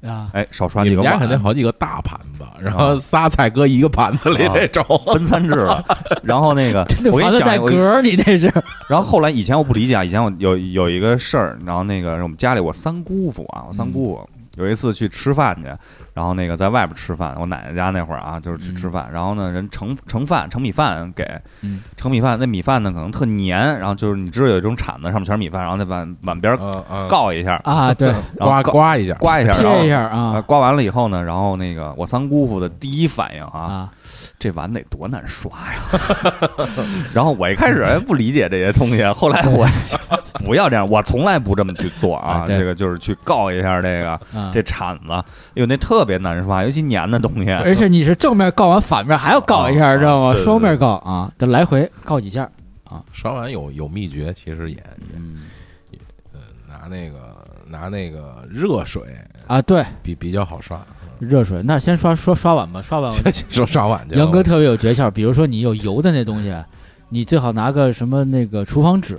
Speaker 8: 啊。
Speaker 7: 哎少刷
Speaker 9: 你
Speaker 7: 几个
Speaker 9: 们家
Speaker 7: 碗，
Speaker 9: 肯定好几个大盘子，然后仨菜搁一个盘子里
Speaker 7: 啊
Speaker 9: 那种，
Speaker 7: 分餐制了。然后那个
Speaker 8: 那
Speaker 7: 我给
Speaker 8: 盘
Speaker 7: 你
Speaker 8: 子
Speaker 7: 讲
Speaker 8: 带
Speaker 7: 一个，
Speaker 8: 格儿，你这是
Speaker 7: 然后后来以前我不理解啊，以前我有有一个事儿，然后那个是我们家里我三姑父啊，我三姑父有一次去吃饭去，然后那个在外边吃饭，我奶奶家那会儿啊，就是去吃饭，然后呢，人盛盛饭盛米饭给
Speaker 8: 嗯，
Speaker 7: 盛米饭那米饭呢可能特粘，然后就是你知道有一种铲子上面全是米饭，然后在碗碗 边儿
Speaker 9: 啊啊，
Speaker 7: 告一下，
Speaker 8: 啊，对，
Speaker 7: 然后
Speaker 9: 刮刮一下，
Speaker 7: 刮一下， 然后
Speaker 8: 贴一下
Speaker 7: 啊，
Speaker 8: 啊
Speaker 7: 刮完了以后呢，然后那个我三姑父的第一反应啊，
Speaker 8: 啊，
Speaker 7: 这碗得多难刷呀！ 然后我一开始还不理解这些东西，后来 我不要这样，我从来不这么去做啊
Speaker 8: 啊。对
Speaker 7: 这个就是去告一下这个
Speaker 8: 啊
Speaker 7: 这铲子，有那特别难刷，尤其粘的东西。
Speaker 8: 而且你是正面告完，反面还要告一下，
Speaker 7: 啊
Speaker 8: 知道吗？
Speaker 7: 对对
Speaker 8: 双面告啊，得来回告几下。
Speaker 9: 刷碗有有秘诀，其实也呃
Speaker 8: 嗯
Speaker 9: 拿那个拿那个热水
Speaker 8: 啊，对，
Speaker 9: 比比较好刷。
Speaker 8: 热水。那先刷刷刷碗吧，刷碗。
Speaker 9: 先先说刷碗去了，
Speaker 8: 杨哥特别有诀窍，比如说你有油的那东西，你最好拿个什么那个厨房纸，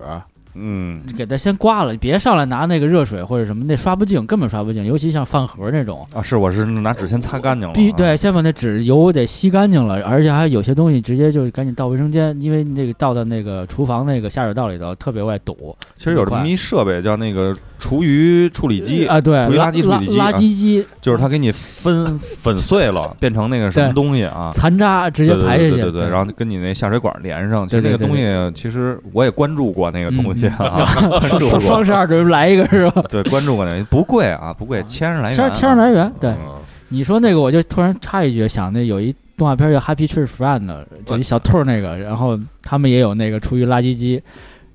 Speaker 7: 嗯，
Speaker 8: 给它先刮了，别上来拿那个热水或者什么，那刷不净，根本刷不净。尤其像饭盒那种，
Speaker 7: 啊，是我是拿纸先擦干净了啊。
Speaker 8: 必对，先把那纸油得吸干净了，而且还有些东西直接就赶紧倒卫生间，因为那个倒到那个厨房那个下水道里头特别爱堵。
Speaker 7: 其实有这么一设备叫那个厨余处理机，
Speaker 8: 啊，对，
Speaker 7: 厨余
Speaker 8: 垃
Speaker 7: 垃圾处理机
Speaker 8: 垃
Speaker 7: 啊
Speaker 8: 垃圾机
Speaker 7: 就是它给你分粉碎了，变成那个什么
Speaker 8: 呃对
Speaker 7: 东西啊。
Speaker 8: 残渣直接
Speaker 7: 对对
Speaker 8: 排下
Speaker 7: 对
Speaker 8: 去，
Speaker 7: 对对对，然后跟你那下水管连上。其实
Speaker 8: 对
Speaker 7: 那
Speaker 8: 对
Speaker 7: 个东西，其实我也关注过那个东西啊，关注
Speaker 8: 双
Speaker 7: 过
Speaker 8: 双，十二准来一个是吧？
Speaker 7: 对，关注过那个不贵啊，不贵，千十来元
Speaker 8: 千
Speaker 7: 啊，
Speaker 8: 千来元，对，
Speaker 9: 嗯
Speaker 8: 你说那个，我就突然插一句，想那有一动画片叫《Happy Tree Friend》，就一小兔儿那个，然后他们也有那个出于垃圾机，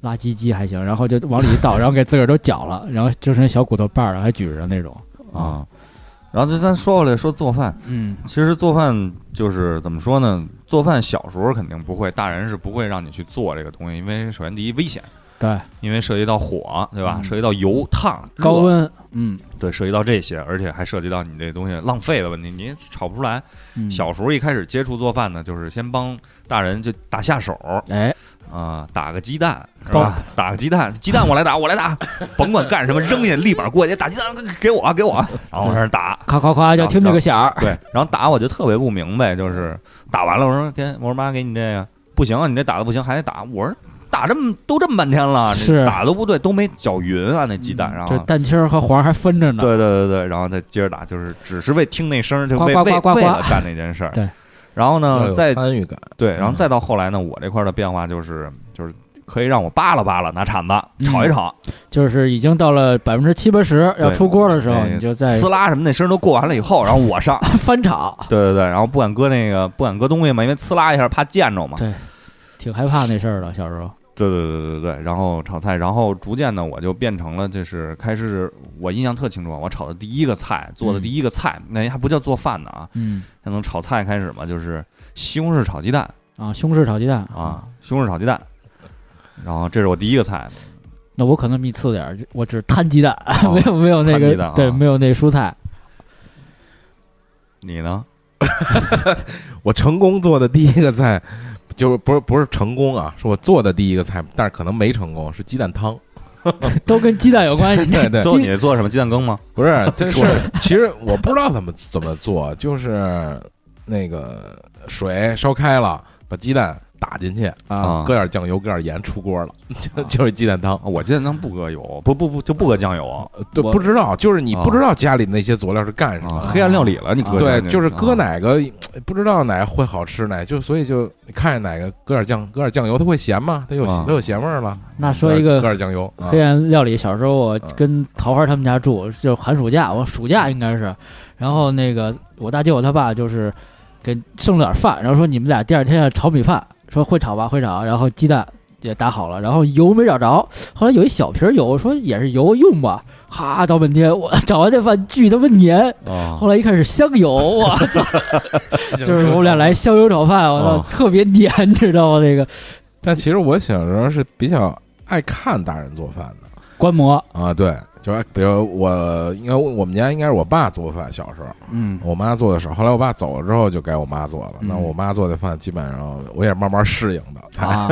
Speaker 8: 垃圾机还行，然后就往里一倒，然后给自个儿都绞了，然后就剩小骨头瓣儿了，还举着那种。
Speaker 7: 啊。然后就咱说回来，说做饭，
Speaker 8: 嗯，
Speaker 7: 其实做饭就是怎么说呢？做饭小时候肯定不会，大人是不会让你去做这个东西，因为首先第一危险，
Speaker 8: 对，
Speaker 7: 因为涉及到火，对吧？
Speaker 8: 嗯
Speaker 7: 涉及到油烫、热
Speaker 8: 高，温，嗯，
Speaker 7: 对，涉及到这些，而且还涉及到你这东西浪费的问题，你也炒不出来。
Speaker 8: 嗯，
Speaker 7: 小时候一开始接触做饭呢，就是先帮大人就打下手，
Speaker 8: 哎，
Speaker 7: 啊、打个鸡蛋是吧？打个鸡蛋，鸡蛋我来打，我来打，甭管干什么，扔下立马过去打鸡蛋，给我啊给我，然后我在那儿打，
Speaker 8: 咔咔咔，就听这个响儿，
Speaker 7: 对，然后打我就特别不明白，就是打完了，我说给我说妈给你这个不行啊，你这打的不行，还得打，我说打这么都这么半天了，
Speaker 8: 是嗯
Speaker 7: 你打都不对，都没搅匀啊那鸡蛋，然
Speaker 8: 这
Speaker 7: 后。
Speaker 8: 蛋清儿和黄儿还分着呢。
Speaker 7: 对对对对，然后再接着打，就是只是为听那声儿，就为
Speaker 8: 呱呱呱呱呱
Speaker 7: 为为了干那件事儿。
Speaker 8: 对，
Speaker 7: 然后
Speaker 9: 要
Speaker 7: 呢，
Speaker 9: 有
Speaker 7: 再
Speaker 9: 参与感，
Speaker 7: 对，然后再到后来呢，我这块儿的变化就是就是可以让我扒拉扒拉，拿铲子炒一炒，
Speaker 8: 就是已经到了百分之七八十要
Speaker 7: 对
Speaker 8: 出锅的时候，
Speaker 7: 哎
Speaker 8: 你就在
Speaker 7: 撕拉什么那声儿都过完了以后，然后我上，
Speaker 8: 翻炒，
Speaker 7: 对对对，然后不敢搁那个不敢搁东西嘛，因为呲啦一下怕溅着嘛，
Speaker 8: 对挺害怕那事儿的。小时候，
Speaker 7: 对对对对对，然后炒菜，然后逐渐呢我就变成了就是开始我印象特清楚，啊我炒的第一个菜做的第一个菜，那还不叫做饭呢啊，
Speaker 8: 嗯
Speaker 7: 先从炒菜开始嘛，就是西红柿炒鸡蛋
Speaker 8: 啊，西红柿炒鸡蛋
Speaker 7: 啊，西红柿炒鸡蛋，然后这是我第一个菜，
Speaker 8: 那我可能比你次点儿，我只摊鸡蛋，
Speaker 7: 哦
Speaker 8: 没有没有那
Speaker 7: 摊
Speaker 8: 个
Speaker 7: 鸡蛋啊
Speaker 8: 对，没有那个蔬菜。
Speaker 7: 你呢？
Speaker 9: 我成功做的第一个菜，就是不是不是成功啊，是我做的第一个菜，但是可能没成功，是鸡蛋汤。
Speaker 8: 都跟鸡蛋有关系。
Speaker 9: 对对
Speaker 7: 最后你做什么鸡蛋羹吗？
Speaker 9: 不是，这是其实我不知道怎么怎么做，就是那个水烧开了，把鸡蛋打进去，
Speaker 7: 啊
Speaker 9: 搁点酱油，搁点盐，出锅了， 就就是鸡蛋汤。
Speaker 7: 啊我鸡蛋汤不搁油，不不不就不搁酱
Speaker 8: 啊
Speaker 7: 油
Speaker 9: 对，
Speaker 8: 我
Speaker 9: 不知道，就是你
Speaker 7: 啊
Speaker 9: 不知道家里那些佐料是干什么
Speaker 7: 啊，
Speaker 9: 的。
Speaker 7: 黑暗料理了，你搁
Speaker 9: 对
Speaker 7: 酱，
Speaker 9: 就是搁
Speaker 7: 啊
Speaker 9: 哪个不知道哪个会好吃，哪就所以就看见哪个搁点酱，搁点酱油，它会咸吗？它有
Speaker 7: 啊
Speaker 9: 它有咸味儿吗？
Speaker 8: 那说一
Speaker 9: 搁
Speaker 8: 个
Speaker 9: 点酱油，啊
Speaker 8: 黑暗料理，小时候我跟桃花他们家住，就是寒暑假，我暑假应该是，然后那个我大舅他爸就是给剩了点饭，然后说你们俩第二天要炒米饭，说会炒吧，会炒，然后鸡蛋也打好了，然后油没找着，后来有一小瓶油，说也是油用吧。哈，倒半天，我 找完这饭巨他妈黏。
Speaker 7: 啊
Speaker 8: 后来一看是香油，我操！就是我们俩来香油炒饭，我操
Speaker 7: 哦，
Speaker 8: 特别黏， 知道吗？那个
Speaker 9: 但其实我小时候是比较爱看大人做饭的。
Speaker 8: 观摩，
Speaker 9: 啊，对，就是比如我，应该我们家应该是我爸做饭，小时候
Speaker 8: 嗯，
Speaker 9: 我妈做的少，后来我爸走了之后就该我妈做了。那
Speaker 8: 嗯
Speaker 9: 我妈做的饭基本上我也是慢慢适应的，才、
Speaker 8: 啊，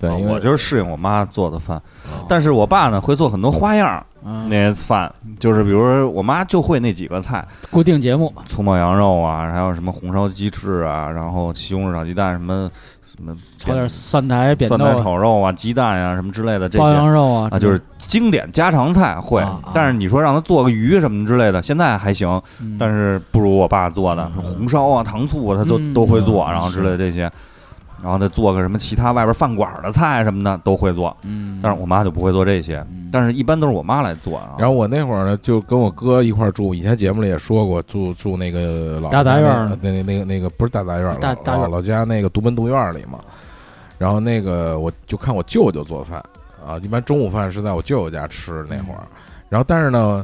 Speaker 9: 对，因为
Speaker 7: 我就是适应我妈做的饭，
Speaker 8: 啊
Speaker 7: 但是我爸呢会做很多花样儿。那
Speaker 8: 嗯，
Speaker 7: 些饭就是，比如说我妈就会那几个菜，
Speaker 8: 固定
Speaker 7: 啊
Speaker 8: 节目，
Speaker 7: 葱爆羊肉啊，还有什么红烧鸡翅啊，然后西红柿炒鸡蛋，什么什么
Speaker 8: 炒点蒜苔、扁
Speaker 7: 蒜
Speaker 8: 豆
Speaker 7: 苔
Speaker 8: 啊、
Speaker 7: 炒肉啊、鸡蛋啊什么之类的这
Speaker 8: 包
Speaker 7: 些
Speaker 8: 羊肉啊
Speaker 7: 啊，就是经典家常菜会
Speaker 8: 啊啊，
Speaker 7: 但是你说让他做个鱼什么之类的，现在还行，但
Speaker 8: 是
Speaker 7: 是不如我爸做的红烧啊、糖醋啊，他都
Speaker 8: 嗯
Speaker 7: 都会做，
Speaker 8: 嗯
Speaker 7: 然后之类的这些，然后再做个什么其他外边饭馆的菜什么的都会做，
Speaker 8: 嗯，
Speaker 7: 但是我妈就不会做这些，
Speaker 8: 嗯
Speaker 7: 但是一般都是我妈来做啊。
Speaker 9: 然后我那会儿呢，就跟我哥一块儿住，以前节目里也说过，住住那个老
Speaker 8: 大杂院儿
Speaker 9: 那那那那个那个不是大杂院儿，
Speaker 8: 大
Speaker 9: 老
Speaker 8: 大院儿
Speaker 9: 老老家那个独门独院儿里嘛。然后那个我就看我舅舅做饭啊，一般中午饭是在我舅舅家吃那会儿，然后但是呢，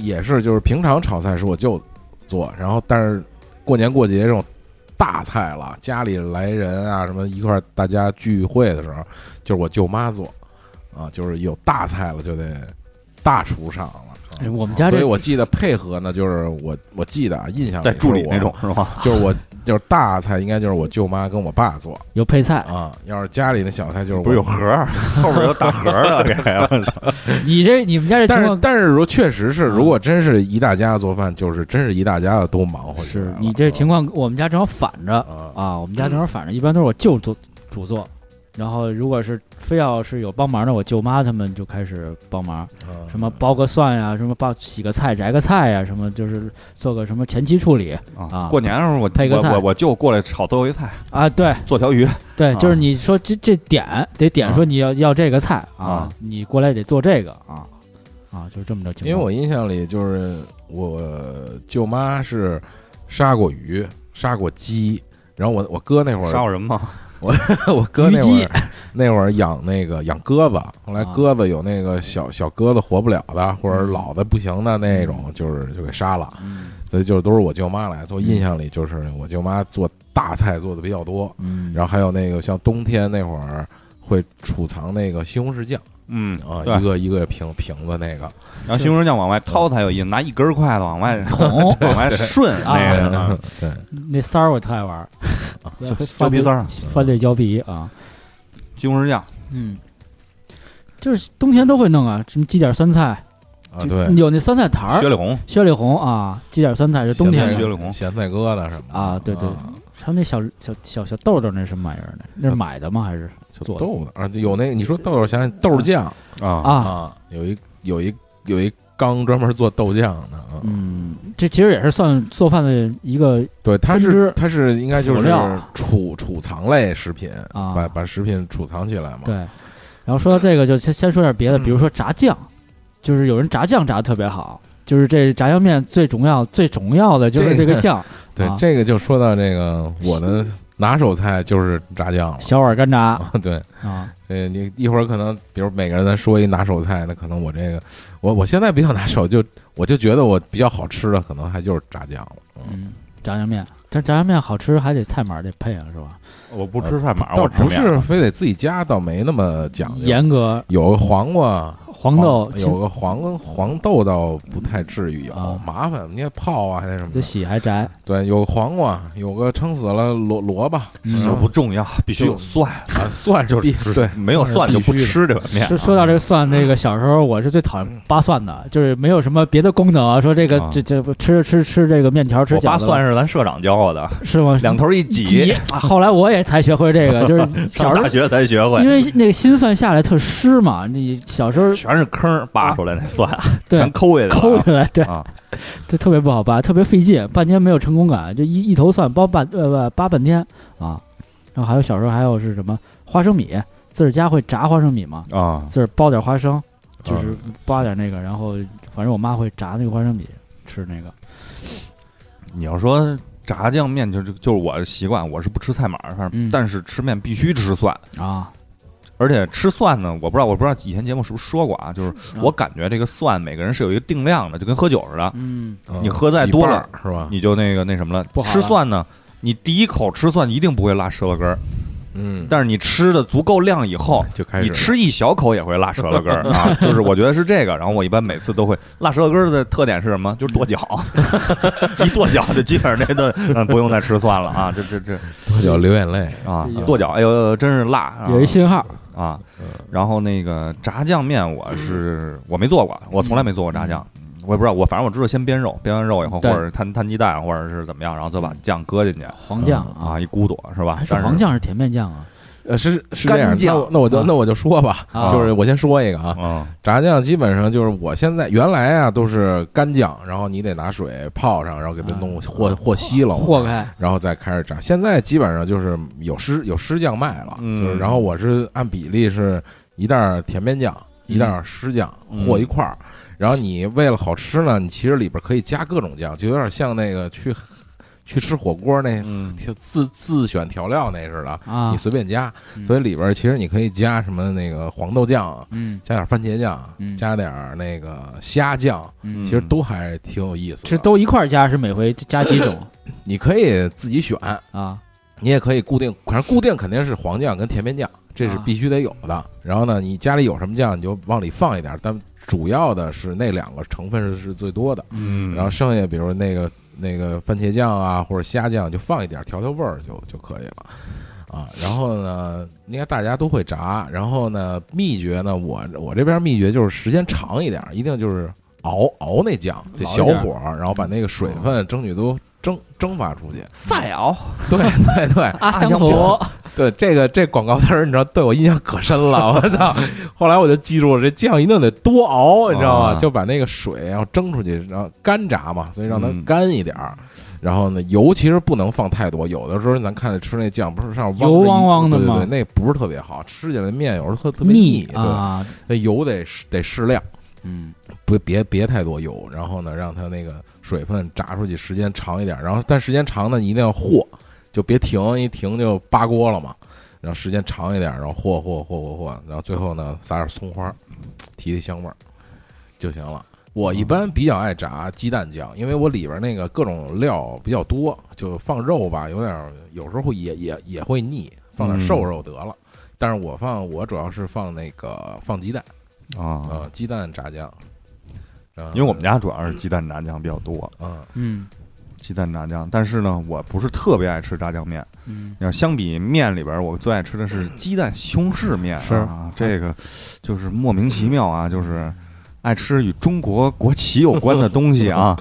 Speaker 9: 也是就是平常炒菜是我舅做，然后但是过年过节这种大菜了，家里来人啊什么一块儿大家聚会的时候，就是我舅妈做啊，就是有大菜了就得大厨上了。啊
Speaker 8: 哎我们家
Speaker 9: 所以
Speaker 8: 这
Speaker 9: 我记得配合呢，就是我我记得啊，印象里
Speaker 7: 带助理
Speaker 9: 是我
Speaker 7: 那种，是吧？
Speaker 9: 就是我就是大菜应该就是我舅妈跟我爸做
Speaker 8: 有配菜，
Speaker 9: 啊，要是家里的小菜就是我
Speaker 7: 不是有盒 儿，后边有打盒儿 的，给我操
Speaker 8: 你这你们家这情
Speaker 9: 但是
Speaker 8: 况
Speaker 9: 但是如确实是，
Speaker 8: 嗯
Speaker 9: 如果真是一大家做饭，就是真是一大家子都忙活起来
Speaker 8: 是
Speaker 9: 了
Speaker 8: 你这情况，我们家正好反着
Speaker 9: 啊
Speaker 8: 啊，我们家正好反着，一般都是我舅做主做，然后如果是非要是有帮忙的，我舅妈他们就开始帮忙，
Speaker 9: 啊
Speaker 8: 什么剥个蒜呀、什么包洗个菜、摘个菜呀、什么就是做个什么前期处理啊
Speaker 7: 过年的时候我
Speaker 8: 配个
Speaker 7: 我
Speaker 8: 菜
Speaker 7: 我我舅过来炒最后一菜，
Speaker 8: 啊，对
Speaker 7: 做条鱼，
Speaker 8: 对，
Speaker 7: 啊
Speaker 8: 就是你说这这点得点说你要、要这个菜啊，
Speaker 7: 啊
Speaker 8: 你过来得做这个啊啊，就是这么着情况。
Speaker 9: 因为我印象里就是我舅妈是杀过鱼，杀过鸡，然后我我哥那会
Speaker 7: 杀
Speaker 9: 儿，
Speaker 7: 过人吗？
Speaker 9: 我哥那会
Speaker 8: 鱼鸡
Speaker 9: 儿那会儿养那个养鸽子，后来
Speaker 8: 啊
Speaker 9: 鸽子有那个小小鸽子活不了的，或者老的不行的那种，就是就给杀了，
Speaker 8: 嗯
Speaker 9: 所以就都是我舅妈来做。印象里就是我舅妈做大菜做的比较多，
Speaker 8: 嗯，
Speaker 9: 然后还有那个像冬天那会儿会储藏那个西红柿酱
Speaker 7: 嗯
Speaker 9: 啊，
Speaker 7: 对
Speaker 9: 一。个一个瓶瓶子那个，
Speaker 7: 然后西红柿酱往外掏才有意思，拿一根筷子往外
Speaker 8: 捅
Speaker 7: 往外顺
Speaker 8: 啊
Speaker 7: 那个啊，
Speaker 9: 对。
Speaker 8: 那三儿我特爱玩儿，就
Speaker 7: 胶皮丝儿、
Speaker 8: 翻对胶皮啊，
Speaker 7: 西红柿酱，
Speaker 8: 嗯，就是冬天都会弄啊，什么挤点酸菜
Speaker 9: 啊，
Speaker 8: 就
Speaker 9: 对，
Speaker 8: 有那酸菜坛
Speaker 7: 雪
Speaker 8: 儿，
Speaker 7: 里红，
Speaker 8: 雪里红啊，挤点酸菜是冬天
Speaker 7: 咸菜
Speaker 8: 的
Speaker 7: 雪里红
Speaker 9: 咸菜疙瘩什么的
Speaker 8: 啊，对对，还有那小小小小豆豆那什么玩意儿呢？那是买的吗？还是做
Speaker 9: 小
Speaker 8: 的
Speaker 9: 豆子啊，有那个你说豆豆，想想豆酱
Speaker 7: 啊
Speaker 8: 啊？
Speaker 9: 啊，有一有一有一缸专门做豆酱的啊，
Speaker 8: 嗯，这其实也是算做饭的一个
Speaker 9: 对，它
Speaker 8: 分
Speaker 9: 是
Speaker 8: 支
Speaker 9: 它是应该就
Speaker 8: 辅
Speaker 9: 是
Speaker 8: 料啊
Speaker 9: 储储藏类食品，
Speaker 8: 啊
Speaker 9: 把把食品储藏起来嘛，
Speaker 8: 对。然后说到这个，就先先说点别的，比如说炸酱，就是有人炸酱炸的特别好，就是这炸酱面最重要最重要的就是
Speaker 9: 这
Speaker 8: 这
Speaker 9: 个
Speaker 8: 个酱，
Speaker 9: 对
Speaker 8: 啊
Speaker 9: 这个就说到这个我的拿手菜就是炸酱了
Speaker 8: 小碗干炸
Speaker 9: 啊，对，
Speaker 8: 啊，
Speaker 9: 呃，你一会儿可能，比如每个人咱说一拿手菜，那可能我这个，我我现在比较拿手就，我就觉得我比较好吃的，可能还就是炸酱了。
Speaker 8: 嗯，炸酱面，但炸酱面好吃还得菜码儿得配啊，是吧？
Speaker 7: 我不吃饭码，
Speaker 9: 倒
Speaker 7: 我吃
Speaker 9: 不
Speaker 7: 面
Speaker 9: 是非得自己家，倒没那么讲究。
Speaker 8: 严格
Speaker 9: 有个黄瓜，
Speaker 8: 黄豆
Speaker 9: 黄
Speaker 8: 亲
Speaker 9: 哦有个黄黄豆倒不太至于有，
Speaker 8: 啊
Speaker 9: 麻烦你也泡啊，还得什么
Speaker 8: 得
Speaker 9: 的。
Speaker 8: 洗还摘，
Speaker 9: 对，有个黄瓜，有个撑死了萝萝 卜，
Speaker 8: 嗯
Speaker 7: 这不重要，必须有
Speaker 9: 就
Speaker 7: 蒜，
Speaker 9: 啊，蒜是
Speaker 7: 就
Speaker 9: 必
Speaker 7: 是
Speaker 9: 须
Speaker 7: 只
Speaker 9: 对，
Speaker 7: 没有蒜就不吃这碗面。啊
Speaker 8: 说说到这个蒜，这个小时候我是最讨厌扒蒜的，就是没有什么别的功能啊。说这个
Speaker 7: 啊
Speaker 8: 这这吃吃吃这个面条吃
Speaker 7: 我
Speaker 8: 饺
Speaker 7: 爸
Speaker 8: 子
Speaker 7: 蒜是咱社长教我 的，
Speaker 8: 是吗？
Speaker 7: 两头一
Speaker 8: 挤
Speaker 7: 挤，
Speaker 8: 啊！后来我也才学会这 个，就是小
Speaker 7: 上
Speaker 8: 时候
Speaker 7: 大学才学会
Speaker 8: 因，为那个新蒜下来特湿嘛，你小时候
Speaker 7: 全是坑儿扒出来那蒜，
Speaker 8: 对
Speaker 7: 全抠下去了啊
Speaker 8: 抠出来，对，
Speaker 7: 啊，
Speaker 8: 这特别不好扒，特别费劲，半天没有成功感，就一一头蒜包半呃不扒半天啊。然后还有小时候还有是什么花生米，自个儿家会炸花生米嘛，
Speaker 7: 啊，
Speaker 8: 自个儿包点花生，就是扒点那个，然后反正我妈会炸那个花生米吃那个。
Speaker 7: 你要说。炸酱面就是就是我的习惯，我是不吃菜码儿，反正
Speaker 8: 嗯
Speaker 7: 但是吃面必须吃蒜，
Speaker 8: 啊，
Speaker 7: 而且吃蒜呢，我不知道我不知道以前节目是不是说过啊，就是我感觉这个蒜每个人是有一个定量的，就跟喝酒似的，
Speaker 8: 嗯，
Speaker 9: 嗯
Speaker 7: 你喝再多
Speaker 9: 几瓣
Speaker 7: 了
Speaker 9: 儿是吧？
Speaker 7: 你就那个那什么
Speaker 8: 不
Speaker 7: 了。
Speaker 8: 好
Speaker 7: 吃
Speaker 8: 了
Speaker 7: 蒜呢，你第一口吃蒜一定不会拉舌头根儿，
Speaker 9: 嗯，
Speaker 7: 但是你吃的足够量以后，
Speaker 9: 就开始
Speaker 7: 你吃一小口也会拉舌头根儿啊。就是我觉得是这个，然后我一般每次都会拉舌头根儿的特点是什么？就是跺脚， 一跺脚就基本上这顿 嗯不用再吃蒜了啊。这这这
Speaker 9: 了就流眼泪。
Speaker 7: 啊
Speaker 8: 有，
Speaker 7: 跺脚，哎呦，真是辣啊
Speaker 8: 有一信号，
Speaker 7: 啊。然后那个炸酱面，我是我没做过，我从来没做过炸酱。嗯我也不知道，我反正我知道先煸肉，煸完肉以后，或
Speaker 8: 对嗯
Speaker 7: 者摊摊鸡蛋，或者是怎么样，然后再把酱搁进去
Speaker 8: 黄酱
Speaker 7: 啊，
Speaker 8: 啊，
Speaker 7: 一咕嘟是吧
Speaker 8: 还？是
Speaker 7: 但是
Speaker 8: 黄酱是甜面酱啊？
Speaker 9: 呃，是是这
Speaker 3: 干
Speaker 9: 样，那
Speaker 3: 酱
Speaker 9: 我那我就
Speaker 8: 啊
Speaker 9: 那我就说吧，
Speaker 8: 啊
Speaker 9: 就是我先说一个啊，
Speaker 7: 嗯，
Speaker 9: 炸酱基本上就是我现在原来啊都是干酱，然后你得拿水泡上，然后给它弄和和稀了，
Speaker 8: 和开
Speaker 9: 然后再开始炸。现在基本上就是有湿有湿酱卖了，
Speaker 7: 嗯
Speaker 9: 就是然后我是按比例是一袋儿甜面酱，一袋儿湿酱
Speaker 7: 嗯
Speaker 9: 和一块儿。然后你为了好吃呢，你其实里边可以加各种酱，就有点像那个去去吃火锅那
Speaker 7: 嗯
Speaker 9: 就自自选调料那似的，
Speaker 8: 啊
Speaker 9: 你，随便加。
Speaker 8: 嗯
Speaker 9: 所以里边其实你可以加什么那个黄豆酱，
Speaker 8: 嗯
Speaker 9: 加点番茄酱，
Speaker 8: 嗯
Speaker 9: 加点儿那个虾酱，
Speaker 8: 嗯，
Speaker 9: 其实都还挺有意思的。
Speaker 8: 这都一块儿加是每回加几种
Speaker 9: 你可以自己选，
Speaker 8: 啊？
Speaker 9: 你也可以固定，反正固定肯定是黄酱跟甜面酱，这是
Speaker 8: 啊
Speaker 9: 必须得有的。然后呢，你家里有什么酱你就往里放一点，但主要的是那两个成分是是最多的。
Speaker 7: 嗯，
Speaker 9: 然后剩下比如那个那个番茄酱啊或者虾酱就放一点调调味儿就就可以了。啊，然后呢，应该大家都会炸。然后呢，秘诀呢，我我这边秘诀就是时间长一点，一定就是熬熬那酱，得
Speaker 7: 熬一
Speaker 9: 小
Speaker 7: 点哦
Speaker 9: 火，然后把那个水分争取都蒸蒸发出去。
Speaker 7: 再熬，
Speaker 9: 对对对，
Speaker 8: 阿
Speaker 3: 阿
Speaker 8: 香
Speaker 3: 香
Speaker 8: 婆
Speaker 9: 对这个这广告词儿，你知道对我印象可深了，我操！后来我就记住了，这酱一定得多熬，你知道
Speaker 7: 啊
Speaker 9: 吗？就把那个水然后蒸出去，然后干炸嘛，所以让它
Speaker 7: 嗯
Speaker 9: 干一点儿。然后呢，油其实不能放太多，有的时候咱看着吃那酱不是上面
Speaker 8: 油
Speaker 9: 着一
Speaker 8: 汪汪的
Speaker 9: 对对
Speaker 8: 吗
Speaker 9: 对，那不是特别好，吃起来面有时候特特别
Speaker 8: 腻
Speaker 9: 对，
Speaker 8: 啊，
Speaker 9: 那油得适得适量，
Speaker 8: 嗯
Speaker 9: 不别别太多油，然后呢，让它那个水分炸出去时间长一点，然后但时间长呢，你一定要和，就别停，一停就扒锅了嘛。然后时间长一点，然后和和和和和，然后最后呢撒点葱花，提提香味儿就行了。我一般比较爱炸鸡蛋酱，因为我里边那个各种料比较多，就放肉吧，有点儿有时候会也也也会腻，放点瘦肉得了。但是我放我主要是放那个放鸡蛋啊、
Speaker 7: 啊，
Speaker 9: 鸡蛋炸酱，然后
Speaker 7: 因为我们家主要是鸡蛋炸酱比较多，
Speaker 9: 嗯
Speaker 8: 嗯
Speaker 7: 鸡蛋炸酱，但是呢，我不是特别爱吃炸酱面。
Speaker 8: 嗯，
Speaker 7: 你要相比面里边儿，我最爱吃的是鸡蛋西红柿面、啊，
Speaker 8: 是
Speaker 7: 这个就是莫名其妙啊，就是爱吃与中国国旗有关的东西 啊，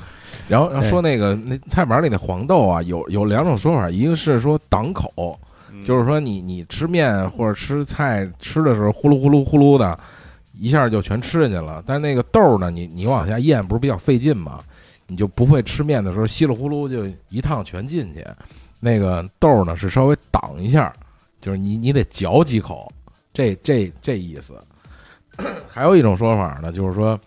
Speaker 9: 然后，然后
Speaker 8: 对
Speaker 9: 说那个那菜板里的黄豆啊，有有两种说法，一个是说挡口，
Speaker 7: 嗯
Speaker 9: 就是说你你吃面或者吃菜吃的时候呼噜呼噜呼噜的，一下就全吃进去了。但那个豆呢，你你往下咽不是比较费劲吗？你就不会吃面的时候稀里呼噜就一趟全进去。那个豆呢是稍微挡一下，就是你你得嚼几口，这这这意思。还有一种说法呢，就是说